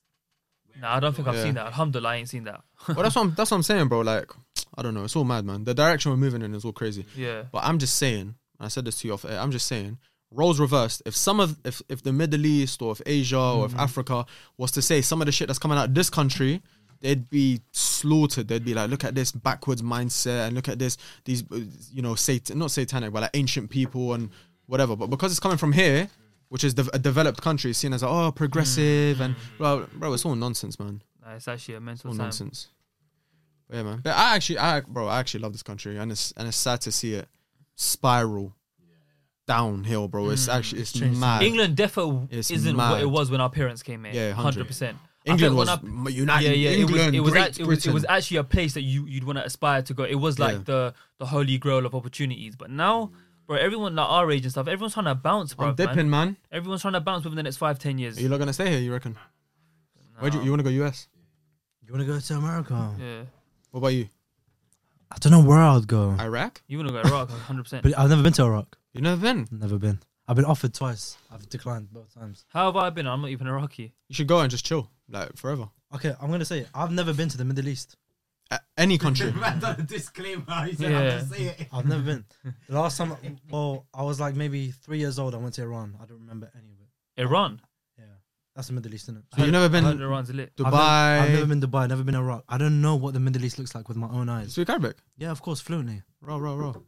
H: where
E: Nah, I don't think I've
F: Yeah.
E: seen that. Alhamdulillah, I ain't seen that. [LAUGHS]
F: well, that's what I'm, that's what I'm saying, bro. Like, I don't know. It's all mad, man. The direction we're moving in is all crazy.
E: Yeah.
F: But I'm just saying, and I said this to you off air, I'm just saying, roles reversed. If some of if, if the Middle East or if Asia or if Africa was to say some of the shit that's coming out of this country, they'd be slaughtered. They'd be like, look at this backwards mindset and look at this, these uh, you know, sat- not satanic, but like ancient people and whatever. But because it's coming from here, which is de- a developed country, it's seen as like, oh progressive and bro, bro, it's all nonsense, man.
E: Nah, it's actually a mental
F: All
E: time.
F: nonsense. um, But yeah, man. But I actually, I bro, I actually love this country, and it's and it's sad to see it spiral downhill, bro. It's
E: Mm.
F: actually it's mad.
E: England defo
F: It's
E: isn't what
F: mad.
E: it was when our parents came here.
F: Yeah, 100.
E: hundred percent.
F: England was m- united. England,
E: it was,
F: Great
E: act- it, was, it
F: Britain.
E: was actually a place that you you'd want to aspire to go. It was like
F: Yeah.
E: the the holy grail of opportunities. But now, bro, everyone like our age and stuff, everyone's trying to bounce, bro.
F: I'm dipping, man.
E: Everyone's trying to bounce within the next five, ten years.
F: Are you not gonna stay here? You reckon? Where do you,
E: Nah.
F: you want to go? US?
C: you wanna go to America?
E: yeah,
F: What about you?
C: I don't know where I'd go.
F: Iraq?
E: you want to go to Iraq, hundred percent.
C: But I've never been to Iraq.
F: You never been?
C: Never been. I've been offered twice. I've declined both times.
E: How have I been? I'm not even Iraqi.
F: You should go and just chill like forever.
C: Okay, I'm gonna say it. I've never been to the Middle East.
F: A-
E: [LAUGHS]
F: any country.
H: Man done a disclaimer. He said,
E: Yeah.
H: I'm just saying it.
C: I've never
E: [LAUGHS]
C: been. The last time, well, I was like maybe three years old. I went to Iran. I don't remember any of it.
E: Iran.
C: Yeah, that's the Middle East, isn't it?
F: so you never
E: I
F: been
E: heard Iran's lit.
F: Dubai?
C: I've never- I've never been to Dubai. Never been to Iraq. I don't know what the Middle East looks like with my own eyes.
F: Speak Arabic.
C: Yeah, of course, fluently,
F: Row, row, row.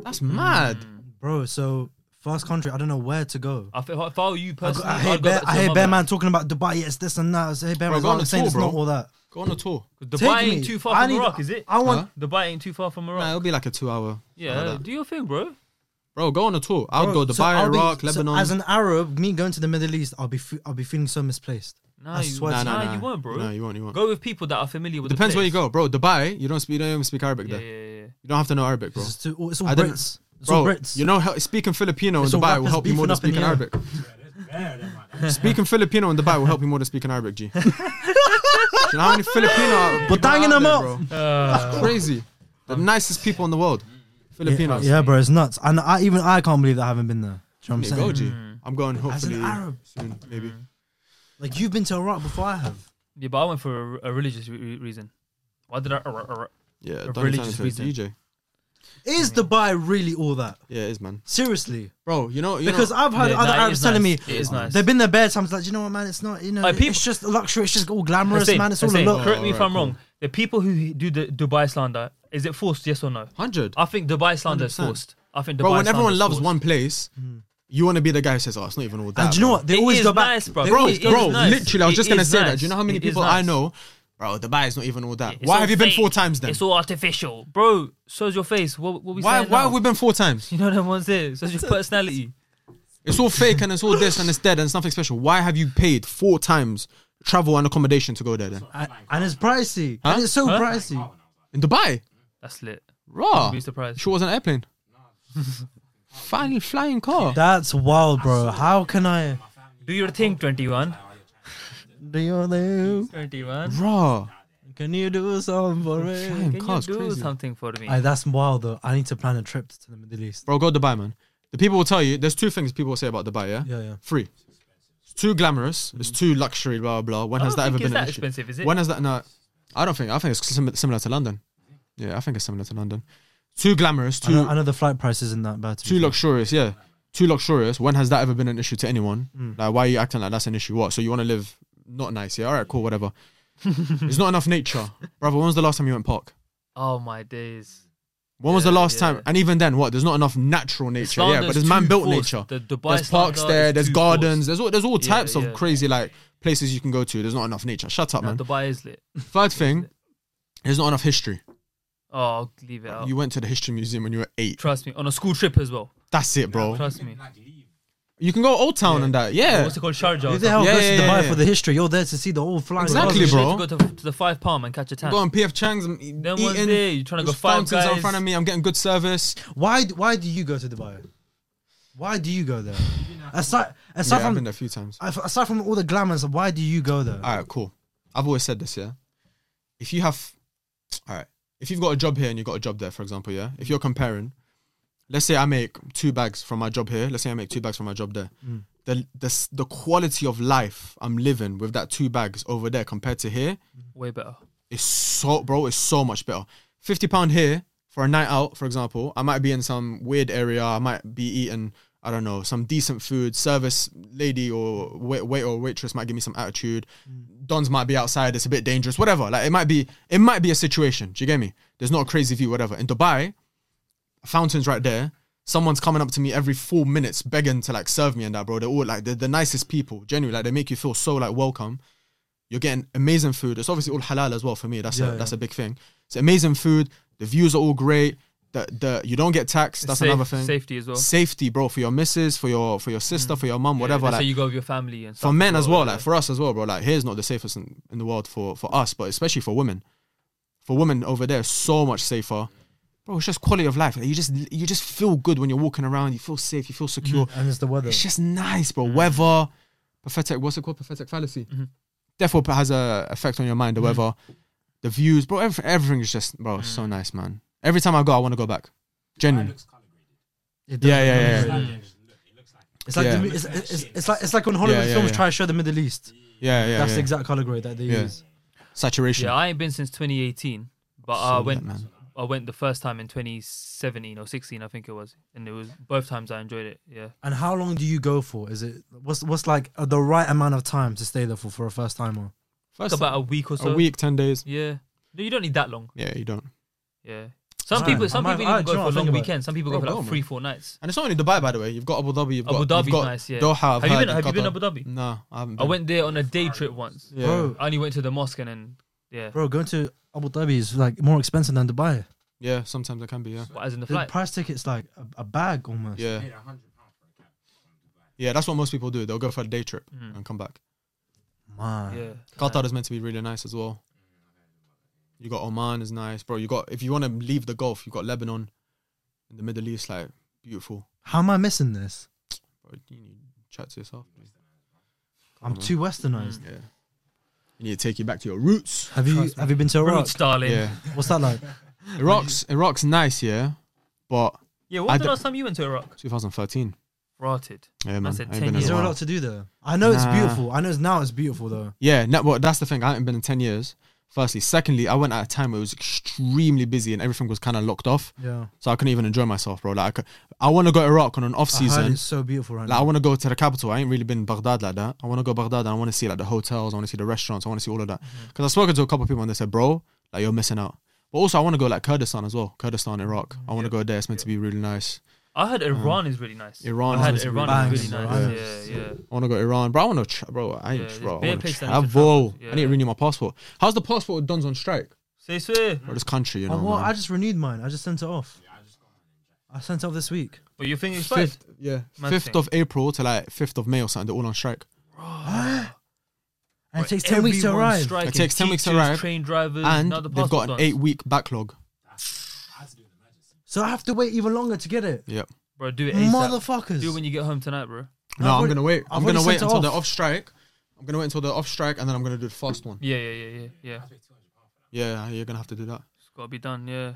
F: That's mad.
E: Mm.
C: bro. So first country, I don't know where to go.
E: I, feel- if I were you
C: I, go,
E: personally,
C: I
E: I'd
C: hear
E: go
C: Bear,
E: back to
C: I
E: your
C: hear Bear
E: motherland.
C: Man talking about Dubai. It's this and that. I say, hey, Bear
F: Bro,
C: Man,
F: go on
C: I'm
F: a
C: saying
F: tour,
C: it's not
F: bro.
C: all that.
F: Go on a tour.
E: Dubai
C: Take
E: ain't
C: me.
E: too far
C: I
E: from
C: need-
E: Iraq, is it?
C: I want.
E: Dubai ain't too far from
F: Nah,
E: Iraq.
F: it'll be like a two-hour.
E: yeah,
F: that.
E: do your thing, bro.
F: Bro, go on a tour. I'll
C: Bro,
F: go Dubai,
C: so I'll be-
F: Iraq,
C: so
F: Lebanon.
C: as an Arab, me going to the Middle East, I'll be fe- I'll be feeling so misplaced. I
E: Nah, you,
C: swear
E: nah,
C: to
E: nah,
F: God.
E: you won't, bro.
F: No, you won't, you won't.
E: Go with people that are familiar with. the
F: Depends where you
E: place.
F: go, bro. Dubai, you don't speak, you don't even speak Arabic
E: Yeah,
F: there.
E: yeah, yeah.
F: You don't have to know Arabic, bro.
C: It's, just too- it's all
F: I didn't-
C: Brits. It's all
F: Bro,
C: Brits.
F: you know, how- speaking Filipino
C: It's
F: in
C: all
F: Dubai
C: rappers
F: will help you more than
C: beefing
F: speaking
C: up in
F: Arabic. [LAUGHS] speaking Filipino in Dubai will help you more than speaking
C: [LAUGHS]
F: Arabic, G. Do you know how many Filipino? are- people
C: banging them
F: out there,
C: up.
F: bro? That's crazy. The nicest people in the world,
C: yeah,
F: Filipinos.
C: yeah, bro, it's nuts. And I even I can't believe that I haven't been there. Do you know
F: There
C: what
F: you
C: I'm saying?
F: go, G.
E: Mm.
F: I'm going
C: As
F: hopefully
C: an Arab,
F: soon, maybe.
C: like you've been to Iraq before I have.
E: [LAUGHS] Yeah, but I went for a, a religious re- re- reason. Why did I? Uh, uh, uh,
F: Yeah,
E: A
F: Donny
E: religious
F: Santos,
E: reason.
F: DJ.
C: Is Dubai really all that?
F: Yeah, it is, man.
C: Seriously,
F: Bro, you know, you
C: because
F: know,
C: I've heard
E: Yeah,
C: other
E: nah, it
C: Arabs
E: is
C: telling
E: nice.
C: me
E: It is nice.
C: they've been there bare times. Like, you know what, man? It's not. You know,
E: Like, people-
C: it's just luxury. It's just all glamorous,
E: Hussein,
C: man. It's all a
E: Hussein,
C: lot.
E: Correct me if
F: Alright,
E: I'm wrong. The people who do the Dubai slander, is it forced? Yes or no?
F: 100.
E: I think Dubai slander is
F: 100%.
E: forced. I think Dubai
F: Bro, when
E: slander
F: everyone
E: is
F: loves
E: forced.
F: one place,
E: Mm.
F: you want to be the guy who says, oh, it's not even all that.
C: And do you know
F: bro."
C: what? They
E: It
C: always
E: is
C: go back.
E: nice, bro.
C: They
E: Bro,
C: always-
E: It is
F: Bro,
E: nice.
F: literally, I was
E: It
F: just gonna
E: is
F: say that.
E: nice.
F: Do you know how
E: It
F: many
E: is
F: people I
E: nice.
F: know? Bro, Dubai is not even all that.
E: It's
F: why
E: all
F: have you been
E: fake.
F: four times then?
E: It's all artificial, bro. So's your face. What, what we
F: Why?
E: saying
F: Why
E: now?
F: have we been four
E: [LAUGHS]
F: times?
E: You know what I'm saying? So's your personality.
F: It's all fake and it's all this and it's dead and it's nothing special. Why have you paid four times travel and accommodation to go there then?
C: And- and it's pricey.
F: Huh?
C: And it's so
E: Huh?
C: pricey.
F: In Dubai,
E: That's lit.
F: raw.
E: You'd be surprised.
F: Sure was an
E: [LAUGHS]
F: airplane. Flying, flying car.
C: That's wild, bro. How can I?
E: Do your thing, 21.
C: Do you live?
E: 21.
F: Raw.
C: Can you do something for me?
F: Flying
E: Can you
F: cars,
E: do
F: crazy.
E: something for me?
C: Aye, that's wild though. I need to plan a trip to the Middle East.
F: Bro, go Dubai, man. The people will tell you. There's two things people will say about Dubai. Yeah.
C: Yeah, yeah.
F: Free. It's too glamorous. It's too luxury. Blah blah. blah. When
E: I
F: has
E: don't
F: that ever
E: think it's
F: been an
E: that
F: issue?
E: expensive, is it?
F: When has that? No, I don't think. I think it's sim- similar to London. Yeah, I think it's similar to London. Too glamorous.
C: I
F: Too
C: know, I know the flight price isn't that bad. to be
F: too
C: fair.
F: luxurious. Yeah, too luxurious. When has that ever been an issue to anyone?
C: Mm.
F: Like, why are you acting like that's an issue? What? So you want to live not nice? Yeah. All right. Cool. Whatever. [LAUGHS] There's not enough nature, brother. When was the last time you went park?
E: oh my days.
F: When was the
E: Yeah,
F: last
E: yeah.
F: time? And even then, what? There's not enough natural nature. Yeah, but
E: Islander's
F: there's man-built
E: too
F: nature.
E: forced. The Dubai
F: There's parks
E: Islander
F: there.
E: is
F: There's
E: too
F: gardens.
E: forced.
F: There's all. There's all
E: Yeah,
F: types
E: yeah.
F: of crazy like places you can go to. There's not enough nature. Shut up,
E: Nah,
F: man.
E: Dubai is lit.
F: Third thing, there's not enough history.
E: Oh, I'll leave it out.
F: You went to the history museum when you were eight.
E: Trust me. On a school trip as well.
F: That's it, bro.
E: Trust me.
F: You can go Old Town and that. Yeah.
E: What's it called? Sharjah. or
C: Who the hell
F: Yeah,
C: goes
F: yeah,
C: to
F: yeah,
C: Dubai
F: yeah.
C: for the history? You're there to see the old flying
F: Exactly,
C: cars.
E: something?
F: bro.
E: You should go to, to the five palm and catch a tan.
F: Go on PF Chang's. I'm e-
E: Then one's
F: eating.
E: there, you're trying to go
F: There's
E: five
F: fountains out in
E: guys.
F: front of me. I'm getting good service.
C: Why? d- Why do you go to Dubai? Why do you go there? Aside,
F: Yeah,
C: aside
F: I've been
C: from
F: there a few times.
C: af- aside from all the glamour, and stuff, why do you go there?
F: All right, cool. I've always said this, yeah. If you have, all right, if you've got a job here and you've got a job there, for example, yeah. If you're comparing, let's say I make two bags from my job here. Let's say I make two bags from my job there. The, the s- the quality of life I'm living with that two bags over there compared to here
E: Way better.
F: is so bro it's so much better 50 pound here for a night out for example i might be in some weird area i might be eating i don't know some decent food service lady or wait, wait or waitress might give me some attitude dons might be outside it's a bit dangerous whatever like it might be it might be a situation do you get me there's not a crazy view whatever in dubai fountains right there someone's coming up to me every four minutes begging to like serve me and that bro they're all like they're the nicest people genuinely like they make you feel so like welcome you're getting amazing food. It's obviously all halal as well for me. That's
C: Yeah,
F: a, that's
C: yeah.
F: a big thing. It's amazing food. The views are all great. The the you don't get taxed. That's
E: Safe-
F: another thing.
E: Safety as well. Mm.
F: Safety, bro, for your missus, for your for your sister, for your mum, whatever.
E: Yeah, so
F: like
E: you go with your family and stuff.
F: for men as well,
E: yeah.
F: like for us as well, bro. Like here's not the safest in, in the world for for us, but especially for women. For women over there, so much safer. Bro, it's just quality of life. Like, you just you just feel good when you're walking around. You feel safe. You feel secure.
E: Mm-hmm.
C: And it's the weather.
F: It's just nice, bro. Weather, pathetic. What's it called? Pathetic fallacy.
E: Mm-hmm.
F: Therefore, it has a effect on your mind. The weather, the views, bro. Everything, everything is just, bro. So
E: Mm.
F: nice, man. Every time I go, I want to go back. Genuinely.
C: It does.
F: Yeah, yeah, yeah, yeah,
C: It's like
F: Yeah.
C: the mi- it's, it's, it's, it's like it's like when Hollywood
F: yeah,
C: films
F: yeah.
C: try to show the Middle East.
F: yeah, yeah.
C: That's
F: yeah.
C: the exact color grade that they
F: Yeah.
C: use.
F: saturation.
E: Yeah, I ain't been since 2018, but
F: So
E: I
F: lit,
E: went.
F: man.
E: I went the first time in 2017 or 16, I think it was, and it was both times I enjoyed it. Yeah,
C: And how long do you go for? Is it what's what's like uh, the right amount of time to stay there for for a first timer?
F: First,
E: It's about a week or so.
F: a week, ten days.
E: Yeah. No, you don't need that long.
F: Yeah, you don't.
E: Yeah. Some
C: Alright,
E: people, some
C: I might- I-
E: people even
C: do you know
E: go
C: what
E: for
C: I
E: a
C: think
E: long
C: about it?
E: weekend. Some people go
F: Bro,
E: for
F: go,
E: like
F: man.
E: three, four nights.
F: And it's not only Dubai, by the way. You've got Abu Dhabi. You've
E: Abu
F: got,
E: Dhabi's
F: you've got
E: nice, yeah.
F: Doha. I've
E: Have you
F: heard,
E: been-
F: and
E: have you been
F: Qatar.
E: Abu Dhabi?
F: No, I haven't.
E: I
F: Been.
E: went there on a day trip once.
F: Yeah.
C: Bro.
E: I only went to the mosque and then yeah.
C: Bro, going to Abu Dhabi is like more expensive than Dubai.
F: Yeah. Sometimes it can be. Yeah.
E: But as in the
C: The
E: flight.
C: price ticket's like a, a bag almost.
F: Yeah. Yeah. That's what most people do. They'll go for a day trip
E: Hmm.
F: and come back.
C: Man.
E: Yeah.
F: Qatar is meant to be really nice as well. You got Oman is nice, bro. You got if you want to leave the Gulf, you got Lebanon, in the Middle East, like beautiful.
C: How am I missing this?
F: Bro, you need to chat to yourself. man.
C: I'm
F: Mm-hmm.
C: too westernized.
F: Yeah, you need to take you back to your roots.
C: Have you have you been to Iraq?
E: Roots, darling.
F: Yeah,
E: Yeah.
C: What's that like?
E: [LAUGHS]
F: Iraq's Iraq's nice, yeah, but
E: when
F: I
E: was the
F: don't-
E: last time you went to Iraq?
F: 2013.
E: Rotted.
F: Yeah, man.
E: said
F: I ain't
E: 10
F: been in a
E: years.
C: Is there a
F: while.
C: lot to do there? I know it's
F: Nah.
C: beautiful. I know it's now it's beautiful though.
F: Yeah, no, well, that's the thing. I haven't been in 10 years, Firstly, secondly, I went at a time where it was extremely busy and everything was kind of locked off,
C: Yeah.
F: so I couldn't even enjoy myself, bro. Like, I, could- I want to go to Iraq on an off
C: I heard
F: season.
C: it's so beautiful right
F: Like, I
C: now.
F: want to go to the capital. I ain't really been in Baghdad like that. I want to go Baghdad and I want to see like the hotels. I want to see the restaurants. I want to see all of that. Because I've spoken to a couple of people and they said, bro, like you're missing out. But also, I want to go like Kurdistan as well. Kurdistan, Iraq. I want to go there. It's meant to be really nice.
E: I heard Iran is really nice.
F: Iran
E: I heard
F: is really
E: Iran
C: nice.
E: is really
C: Bang.
E: nice. Yeah, yeah.
F: I want to go to Iran, bro. I want to, tra- bro. I ain't,
E: Yeah,
F: bro. I
E: bare
F: want to
E: place that you should
F: travel.
E: travel.
F: I need
E: Yeah.
F: to renew my passport. How's the passport with Don's on strike?
E: Say so.
F: Or this country, you know?
C: Oh, well,
F: man.
C: I just renewed mine. I just sent it off. I sent it off this week.
E: But you think it's
F: fifth, yeah,
E: Mad
F: fifth
E: thing.
F: of April to like fifth of May or something. They're all on strike.
C: And it takes 10 weeks to arrive.
E: It
F: takes 10 weeks to arrive.
E: Train drivers,
F: and
E: Mm, now the
F: they've got an
E: passport done.
F: eight-week backlog.
C: So I have to wait even longer to get it.
F: Yep.
E: Bro, do it ASAP.
C: Motherfuckers.
E: Do it when you get home tonight, bro.
F: No,
C: I've
F: I'm
C: already-
F: gonna wait.
C: I've
F: I'm gonna
C: already
F: wait
C: sent it
F: until they're
C: off.
F: off strike. I'm gonna wait until they're off strike, and then I'm gonna do the fast one.
E: Yeah, yeah, yeah, yeah, yeah. It's
F: Yeah, you're gonna have to do that.
E: gotta be done. Yeah.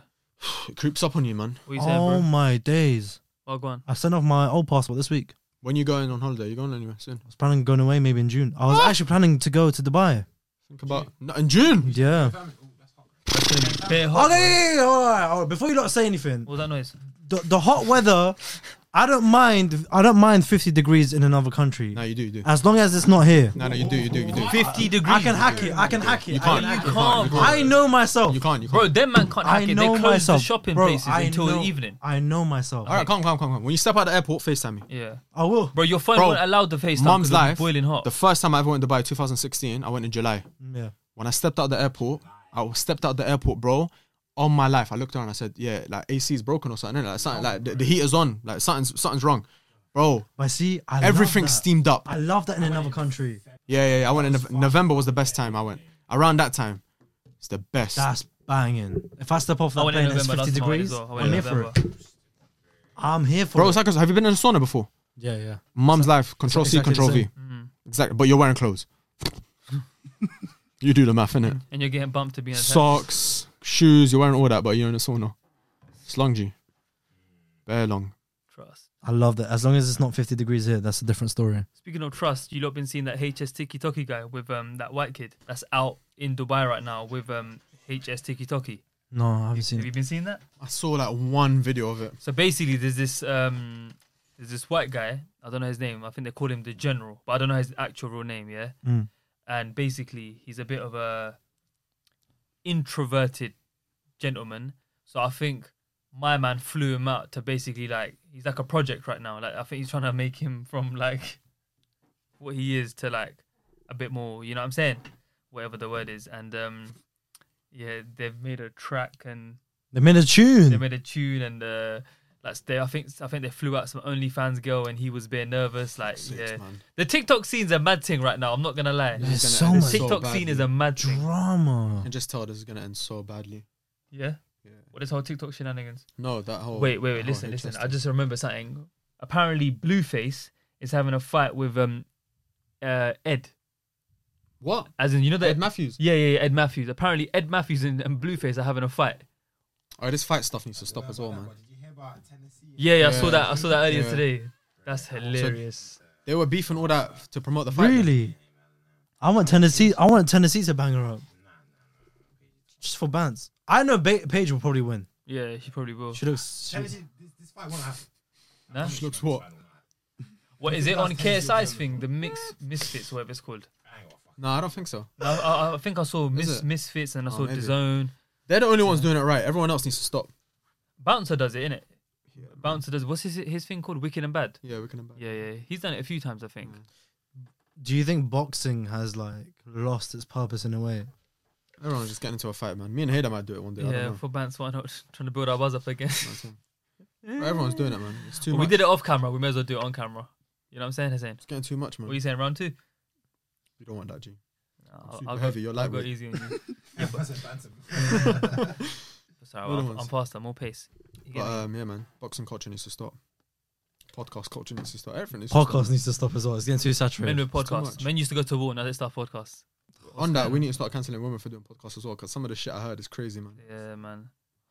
F: It creeps up on you, man.
E: What you saying,
C: oh
E: bro?
C: my days.
E: Well, go on.
C: I sent off my old passport this week.
F: When you going on holiday? You going anywhere soon?
C: I was planning on going away maybe in June. I was actually planning to go to Dubai.
F: Think about no, in June.
C: Yeah.
E: It's gonna be bare hot,
C: Oh,
E: bro.
C: no, yeah, yeah, yeah, all right, all right. Before you lot say anything,
E: What was that noise?
C: the, the hot weather, I don't mind. I don't mind 50 degrees in another country.
F: No, you do, you do.
C: As long as it's not here.
F: No, no, you do, you do, you do.
E: 50 degrees.
C: I can hack it. I can hack it.
F: You
C: I
F: can't.
C: can
F: You
C: hack it.
F: can't.
E: can't.
F: You can't.
C: I know myself.
F: You can't. You
E: Bro,
F: can't.
E: them man can't hack
C: I
E: it. They
C: know
E: close
C: myself.
E: the shopping
C: Bro,
E: places
C: I
E: until
C: know-
E: the evening.
C: I know myself.
F: All right, come, come, come, come. When you step out the airport, FaceTime me.
E: Yeah.
C: I will.
E: Bro, your phone
F: Bro,
E: won't allow the FaceTime.
F: Mum's
E: 'cause it's
F: life.
E: Boiling hot.
F: The first time I ever went to Dubai, 2016. I went in July.
C: Mm, Yeah.
F: When I stepped out the airport, I was stepped out the airport, bro. On my life, I looked around. I said, "Yeah, like AC is broken or something. innit? Like something, like the, the heat is on. Like something's something's wrong, bro.
C: But see, I love
F: Everything's
C: that.
F: steamed up.
C: I love that in another country.
F: Yeah, yeah, yeah. I went in Nov- November was the best time I went. Around that time, it's the best.
C: That's banging. If I step off
E: I
C: that
E: went in
C: plane and it's
E: Oh, November
C: 50
E: last time I went
C: degrees,
E: as well. I went
C: I'm
E: in
C: here for it.
E: November.
C: I'm here for
F: bro,
C: it.
F: it's like, have you been in a sauna before?
C: Yeah, yeah.
F: Mum's life. Control C,
C: exactly the
F: Control V. Exactly, but you're
C: [LAUGHS]
F: wearing clothes. you do the math, innit?
E: And you're getting bumped to be in a
F: Socks, shoes. You're wearing all that, but you're in a sauna. It's long, G. Bear long.
E: Trust.
C: I love that. As long as it's not 50 degrees here, that's a different story.
E: Speaking of trust, you lot been seeing that HS Tiki Toki guy with um that white kid that's out in Dubai right now with um HS Tiki Toki.
C: No, I haven't seen
E: Have you
C: it.
E: been seeing that?
F: I saw like one video of it.
E: So basically, there's this um, there's this white guy. I don't know his name. I think they call him the General, but I don't know his actual real name. Yeah.
C: Mm.
E: And basically, he's a bit of a introverted gentleman. So I think my man flew him out to basically like he's like a project right now. Like I think he's trying to make him from like what he is to like a bit more. You know what I'm saying? Whatever the word is. And um, yeah, they've made a track and
C: They made a
F: Hmm.
E: they
C: tune.
E: made a tune and uh, like they, I think I think they flew out some OnlyFans girl and he was being nervous. Like yeah, the TikTok scene's a mad thing right now. I'm not gonna lie.
C: There's
F: It's
C: so
F: gonna-
E: The
F: it's
C: much
F: so
E: TikTok
F: bad,
E: scene is
F: dude.
E: a mad thing.
F: I
C: drama.
F: can just tell this is gonna end so badly.
E: Yeah.
F: Yeah. Oh,
E: What this whole TikTok shenanigans?
F: No, that whole.
E: wait, wait, wait.
F: whole
E: Listen, listen.
F: HS
E: I just remember something. Apparently, Blueface is having a fight with um, uh, Ed.
F: What?
E: As in, you know that.
F: Ed Matthews.
E: yeah, yeah, yeah, Ed Matthews. Apparently, Ed Matthews and, and Blueface are having a fight.
F: Oh, this fight stuff needs to stop as well, man.
H: Did you hear about Tennessee?
E: Yeah, yeah, I
F: Yeah.
E: saw that. I saw that earlier
F: Yeah.
E: today. That's hilarious.
F: They were beefing all that f- to promote the fight.
C: Really? I want Tennessee. I want Tennessee to bang her up. Just for bands. I know ba- Paige will probably win.
E: yeah, she probably will.
C: She looks. She,
H: Tennessee, this, this fight won't happen.
E: Nah?
F: Just looks what?
E: What is it on KSI's thing? The mix misfits, whatever it's called.
F: No, I don't think so.
E: No, I, I- I think I saw mis-
F: it? Oh,
E: misfits and I saw
F: maybe.
E: DAZN.
F: They're the only ones doing it right. Everyone else needs to stop.
E: Bouncer does it, innit? Bouncer does. What's his his thing called? Wicked and Bad.
F: Yeah, we can. Back.
E: Yeah, yeah. He's done it a few times, I think.
F: Mm,
C: do you think boxing has like lost its purpose in a way?
F: Everyone's just getting into a fight, man. Me and Hader might do it one day.
E: Yeah,
F: I don't know.
E: for Bounce, why not? [LAUGHS] Trying to build our buzz up again.
F: But everyone's doing it, man. It's too
E: Well, we
F: much.
E: did it off camera. We may as well do it on camera. You know what I'm saying? Hussein?
F: It's getting too much, man.
E: What are you saying? Round two.
F: You don't want that, G.
E: I'll,
F: Super
E: I'll Go,
F: heavy, you're
E: I'll go
F: lightweight.
E: easy on you.
F: [LAUGHS]
H: Yeah, but bantam.
E: [LAUGHS] Sorry,
F: Other
E: I'm,
F: ones.
E: I'm faster, more pace. You get
F: But
E: me?
F: um, yeah, man. Boxing culture needs to stop. Podcast culture needs to stop. Everything needs to
C: Podcast needs to stop as well. It's getting too
E: Men
C: saturated.
E: with podcasts.
F: much.
E: Men used to go to war. Now they start podcasts.
F: stop. On that, we need to start canceling women for doing podcasts as well, because some of the shit I heard is crazy, man.
E: Yeah, man.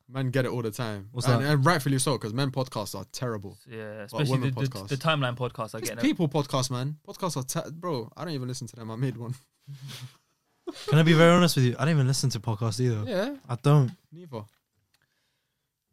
F: Men get it all the time,
C: What's
F: and,
C: that?
F: and rightfully so, because men podcasts are terrible.
E: Yeah, especially
F: women
E: the, the,
F: podcasts.
E: the timeline podcasts. I
F: It's
E: get [LAUGHS]
F: people podcast, man. Podcasts are ta- bro. I don't even listen to them. I made one.
C: Can I be very honest with you? I don't even listen to podcasts either.
F: Yeah,
C: I don't.
F: neither.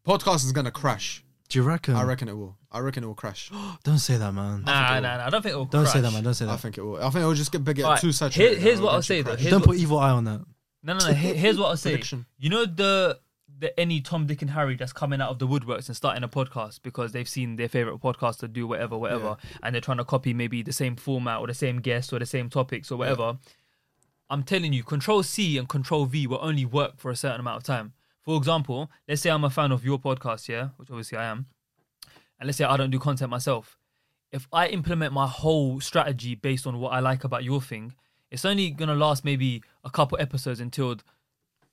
F: Podcast is gonna crash.
C: Do you reckon?
F: I reckon it will. I reckon it
E: [GASPS]
F: will crash.
C: Don't say that, man.
E: Nah, nah, nah. I don't think it will
C: Don't
E: crash.
C: say that, man. Don't say
F: I
C: that.
F: think it will. I think it will just get bigger,
E: Alright,
F: too
E: here-
F: saturated.
E: here's
F: and
E: what
F: it'll
E: I'll say,
F: eventually
E: though.
F: crash.
E: Here's
C: Don't put
E: what-
C: evil eye on that.
E: No, no, no. Here- Here's what I'll say.
F: Prediction.
E: You know the the any Tom, Dick, and Harry that's coming out of the woodworks and starting a podcast because they've seen their favorite podcaster do whatever, whatever, and they're trying to copy maybe the same format or the same guest or the same topics or whatever. I'm telling you, Control C and Control V will only work for a certain amount of time. For example, let's say I'm a fan of your podcast, yeah, which obviously I am, and let's say I don't do content myself. If I implement my whole strategy based on what I like about your thing, it's only gonna last maybe a couple episodes until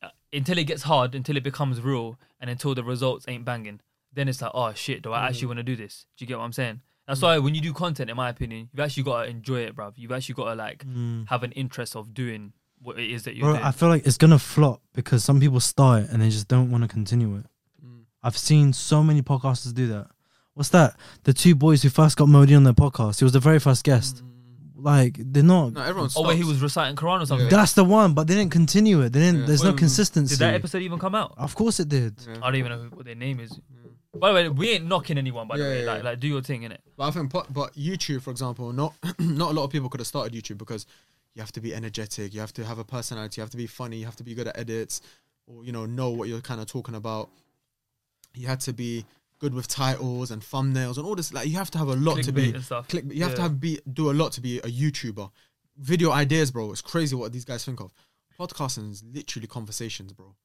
E: uh, until it gets hard, until it becomes real, and until the results ain't banging, then it's like, oh shit, do I
F: Mm-hmm.
E: actually want to do this? Do you get what I'm saying?
F: Mm.
E: That's why when you do content, in my opinion, you've actually got to enjoy it, bruv. You've actually got to like
F: Mm.
E: have an interest of doing what it is that you're
C: Bro,
E: doing.
C: I feel like it's gonna flop because some people start it and they just don't want to continue it.
E: Mm.
C: I've seen so many podcasters do that. What's that? The two boys who first got Modi on their podcast. He was the very first guest.
E: Mm.
C: Like they're not.
F: No, everyone.
E: oh, where he
F: stops.
E: was reciting Quran or something.
C: That's the one, but they didn't continue it. They didn't.
F: Yeah.
C: There's no
F: Wait,
C: consistency.
E: Did that episode even come out?
C: of course it did.
F: Yeah. Mm.
E: I don't even know who- what their name is. By the way, we ain't knocking anyone. By the
F: Yeah,
E: way,
F: yeah,
E: like,
F: yeah.
E: like do your thing in it.
F: But I think, but, but YouTube, for example, not [CLEARS THROAT] not a lot of people could have started YouTube because you have to be energetic, you have to have a personality, you have to be funny, you have to be good at edits, or you know know what you're kind of talking about. You had to be good with titles and thumbnails and all this. Like you have to have a lot to be
E: Clickbait and stuff.
F: click. You have to
E: Yeah.
F: have be do a lot to be a YouTuber. Video ideas, bro. It's crazy what these guys think of. Podcasting is literally conversations, bro.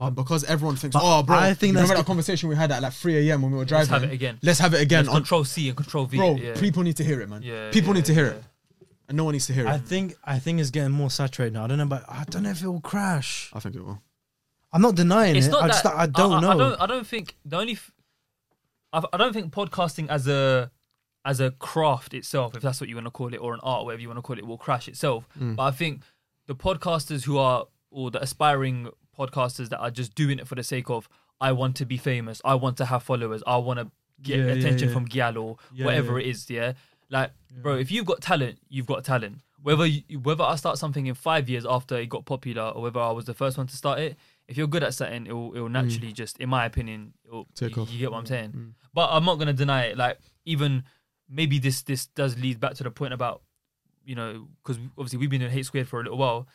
F: And because everyone thinks,
C: But
F: oh, bro,
C: I think
F: you
C: that's
F: remember
C: g-
F: that conversation we had at like 3 a.m. when we were driving?
E: have it again.
F: Let's have it again
E: It's
F: on
E: control C and Control V.
F: bro,
E: yeah.
F: people need to hear it, man.
E: Yeah,
F: people
E: yeah,
F: need to hear
E: yeah.
F: it, and no one needs to hear it. I,
C: I think I think it's getting more saturated now. I don't know, but I don't know if it will crash.
F: think it will.
C: I'm not denying
E: it's
C: it.
E: not
C: I
E: that
C: just I don't know.
E: I don't, I don't think the only. F- I've, I don't think podcasting as a as a craft itself, if that's what you want to call it, or an art, whatever you want to call it, will crash itself.
C: Mm.
E: But I think the podcasters who are or the aspiring podcasters that are just doing it for the sake of I want to be famous, I want to have followers, I want to get
C: Yeah, yeah,
E: attention
C: yeah.
E: from Gyal or
C: Yeah,
E: whatever
C: yeah.
E: it is. Yeah, like bro, if you've got talent, you've got talent. Whether you, whether I start something in five years after it got popular, or whether I was the first one to start it, if you're good at something, it'll it'll naturally just, in my opinion, it'll,
F: Take
E: you,
F: off.
E: you get what I'm saying. But I'm not gonna deny it. Like even maybe this this does lead back to the point about you know because obviously we've been in hate squared for a little while,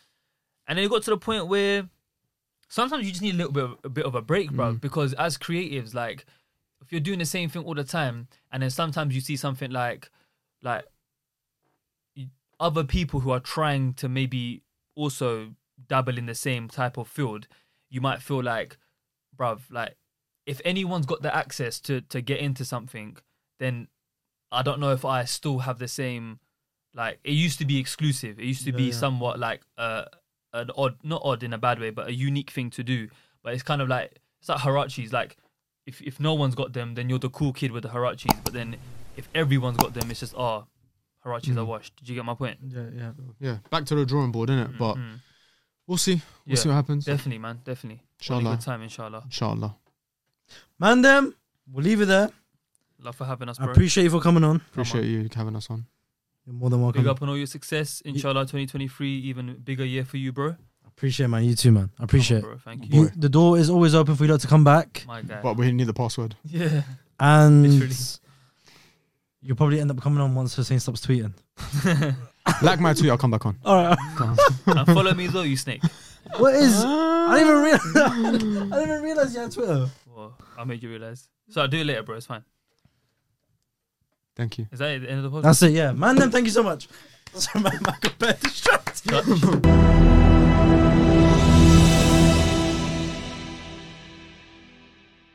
E: and then it got to the point where sometimes you just need a little bit of, a bit of a break, bro. Because as creatives, like if you're doing the same thing all the time, and then sometimes you see something like like y- other people who are trying to maybe also dabble in the same type of field, you might feel like, bruv, like if anyone's got the access to to get into something, then I don't know if I still have the same like it used to be exclusive. It used to be
C: yeah.
E: somewhat like uh an odd not odd in a bad way, but a unique thing to do. But it's kind of like it's like Harachis, like if if no one's got them, then you're the cool kid with the Harachis. But then if everyone's got them, it's just ah, oh, Harachis
F: Mm.
E: are washed. Did you get my point?
C: yeah, yeah.
F: Yeah, back to the drawing board, innit? But
E: Mm,
F: we'll see.
E: Yeah.
F: We'll see what happens.
E: definitely, man, definitely. Only
F: Inshallah.
E: good time, inshallah.
F: Inshallah.
C: Man, them. We'll leave it there.
E: Love for having us,
C: I
E: bro.
C: appreciate you for coming on.
F: Appreciate you having us on.
C: You're more than welcome.
E: Big up on all your success, inshallah. 2023, even bigger year for you, bro. Come
C: Appreciate it, man. You too, man. I
E: on,
C: appreciate it.
E: bro. Thank you,
C: You, the door is always open for you lot to come back,
E: my guy.
F: But we need the password.
E: [LAUGHS] yeah,
C: and
E: Literally.
C: you'll probably end up coming on once Hussein stops tweeting.
F: like my tweet, I'll come back on.
C: All right.
E: and follow me as well, you snake.
C: [LAUGHS] What is? I didn't even realize. [LAUGHS] I didn't even realize you had Twitter.
E: Whoa, I'll make you realize. So I'll do it later, bro. It's fine.
F: Thank you.
E: Is that it, the end of the
C: [LAUGHS]
E: podcast?
C: That's it. Yeah, man. Them. Thank you so much. Sorry, man. man got bad distracted.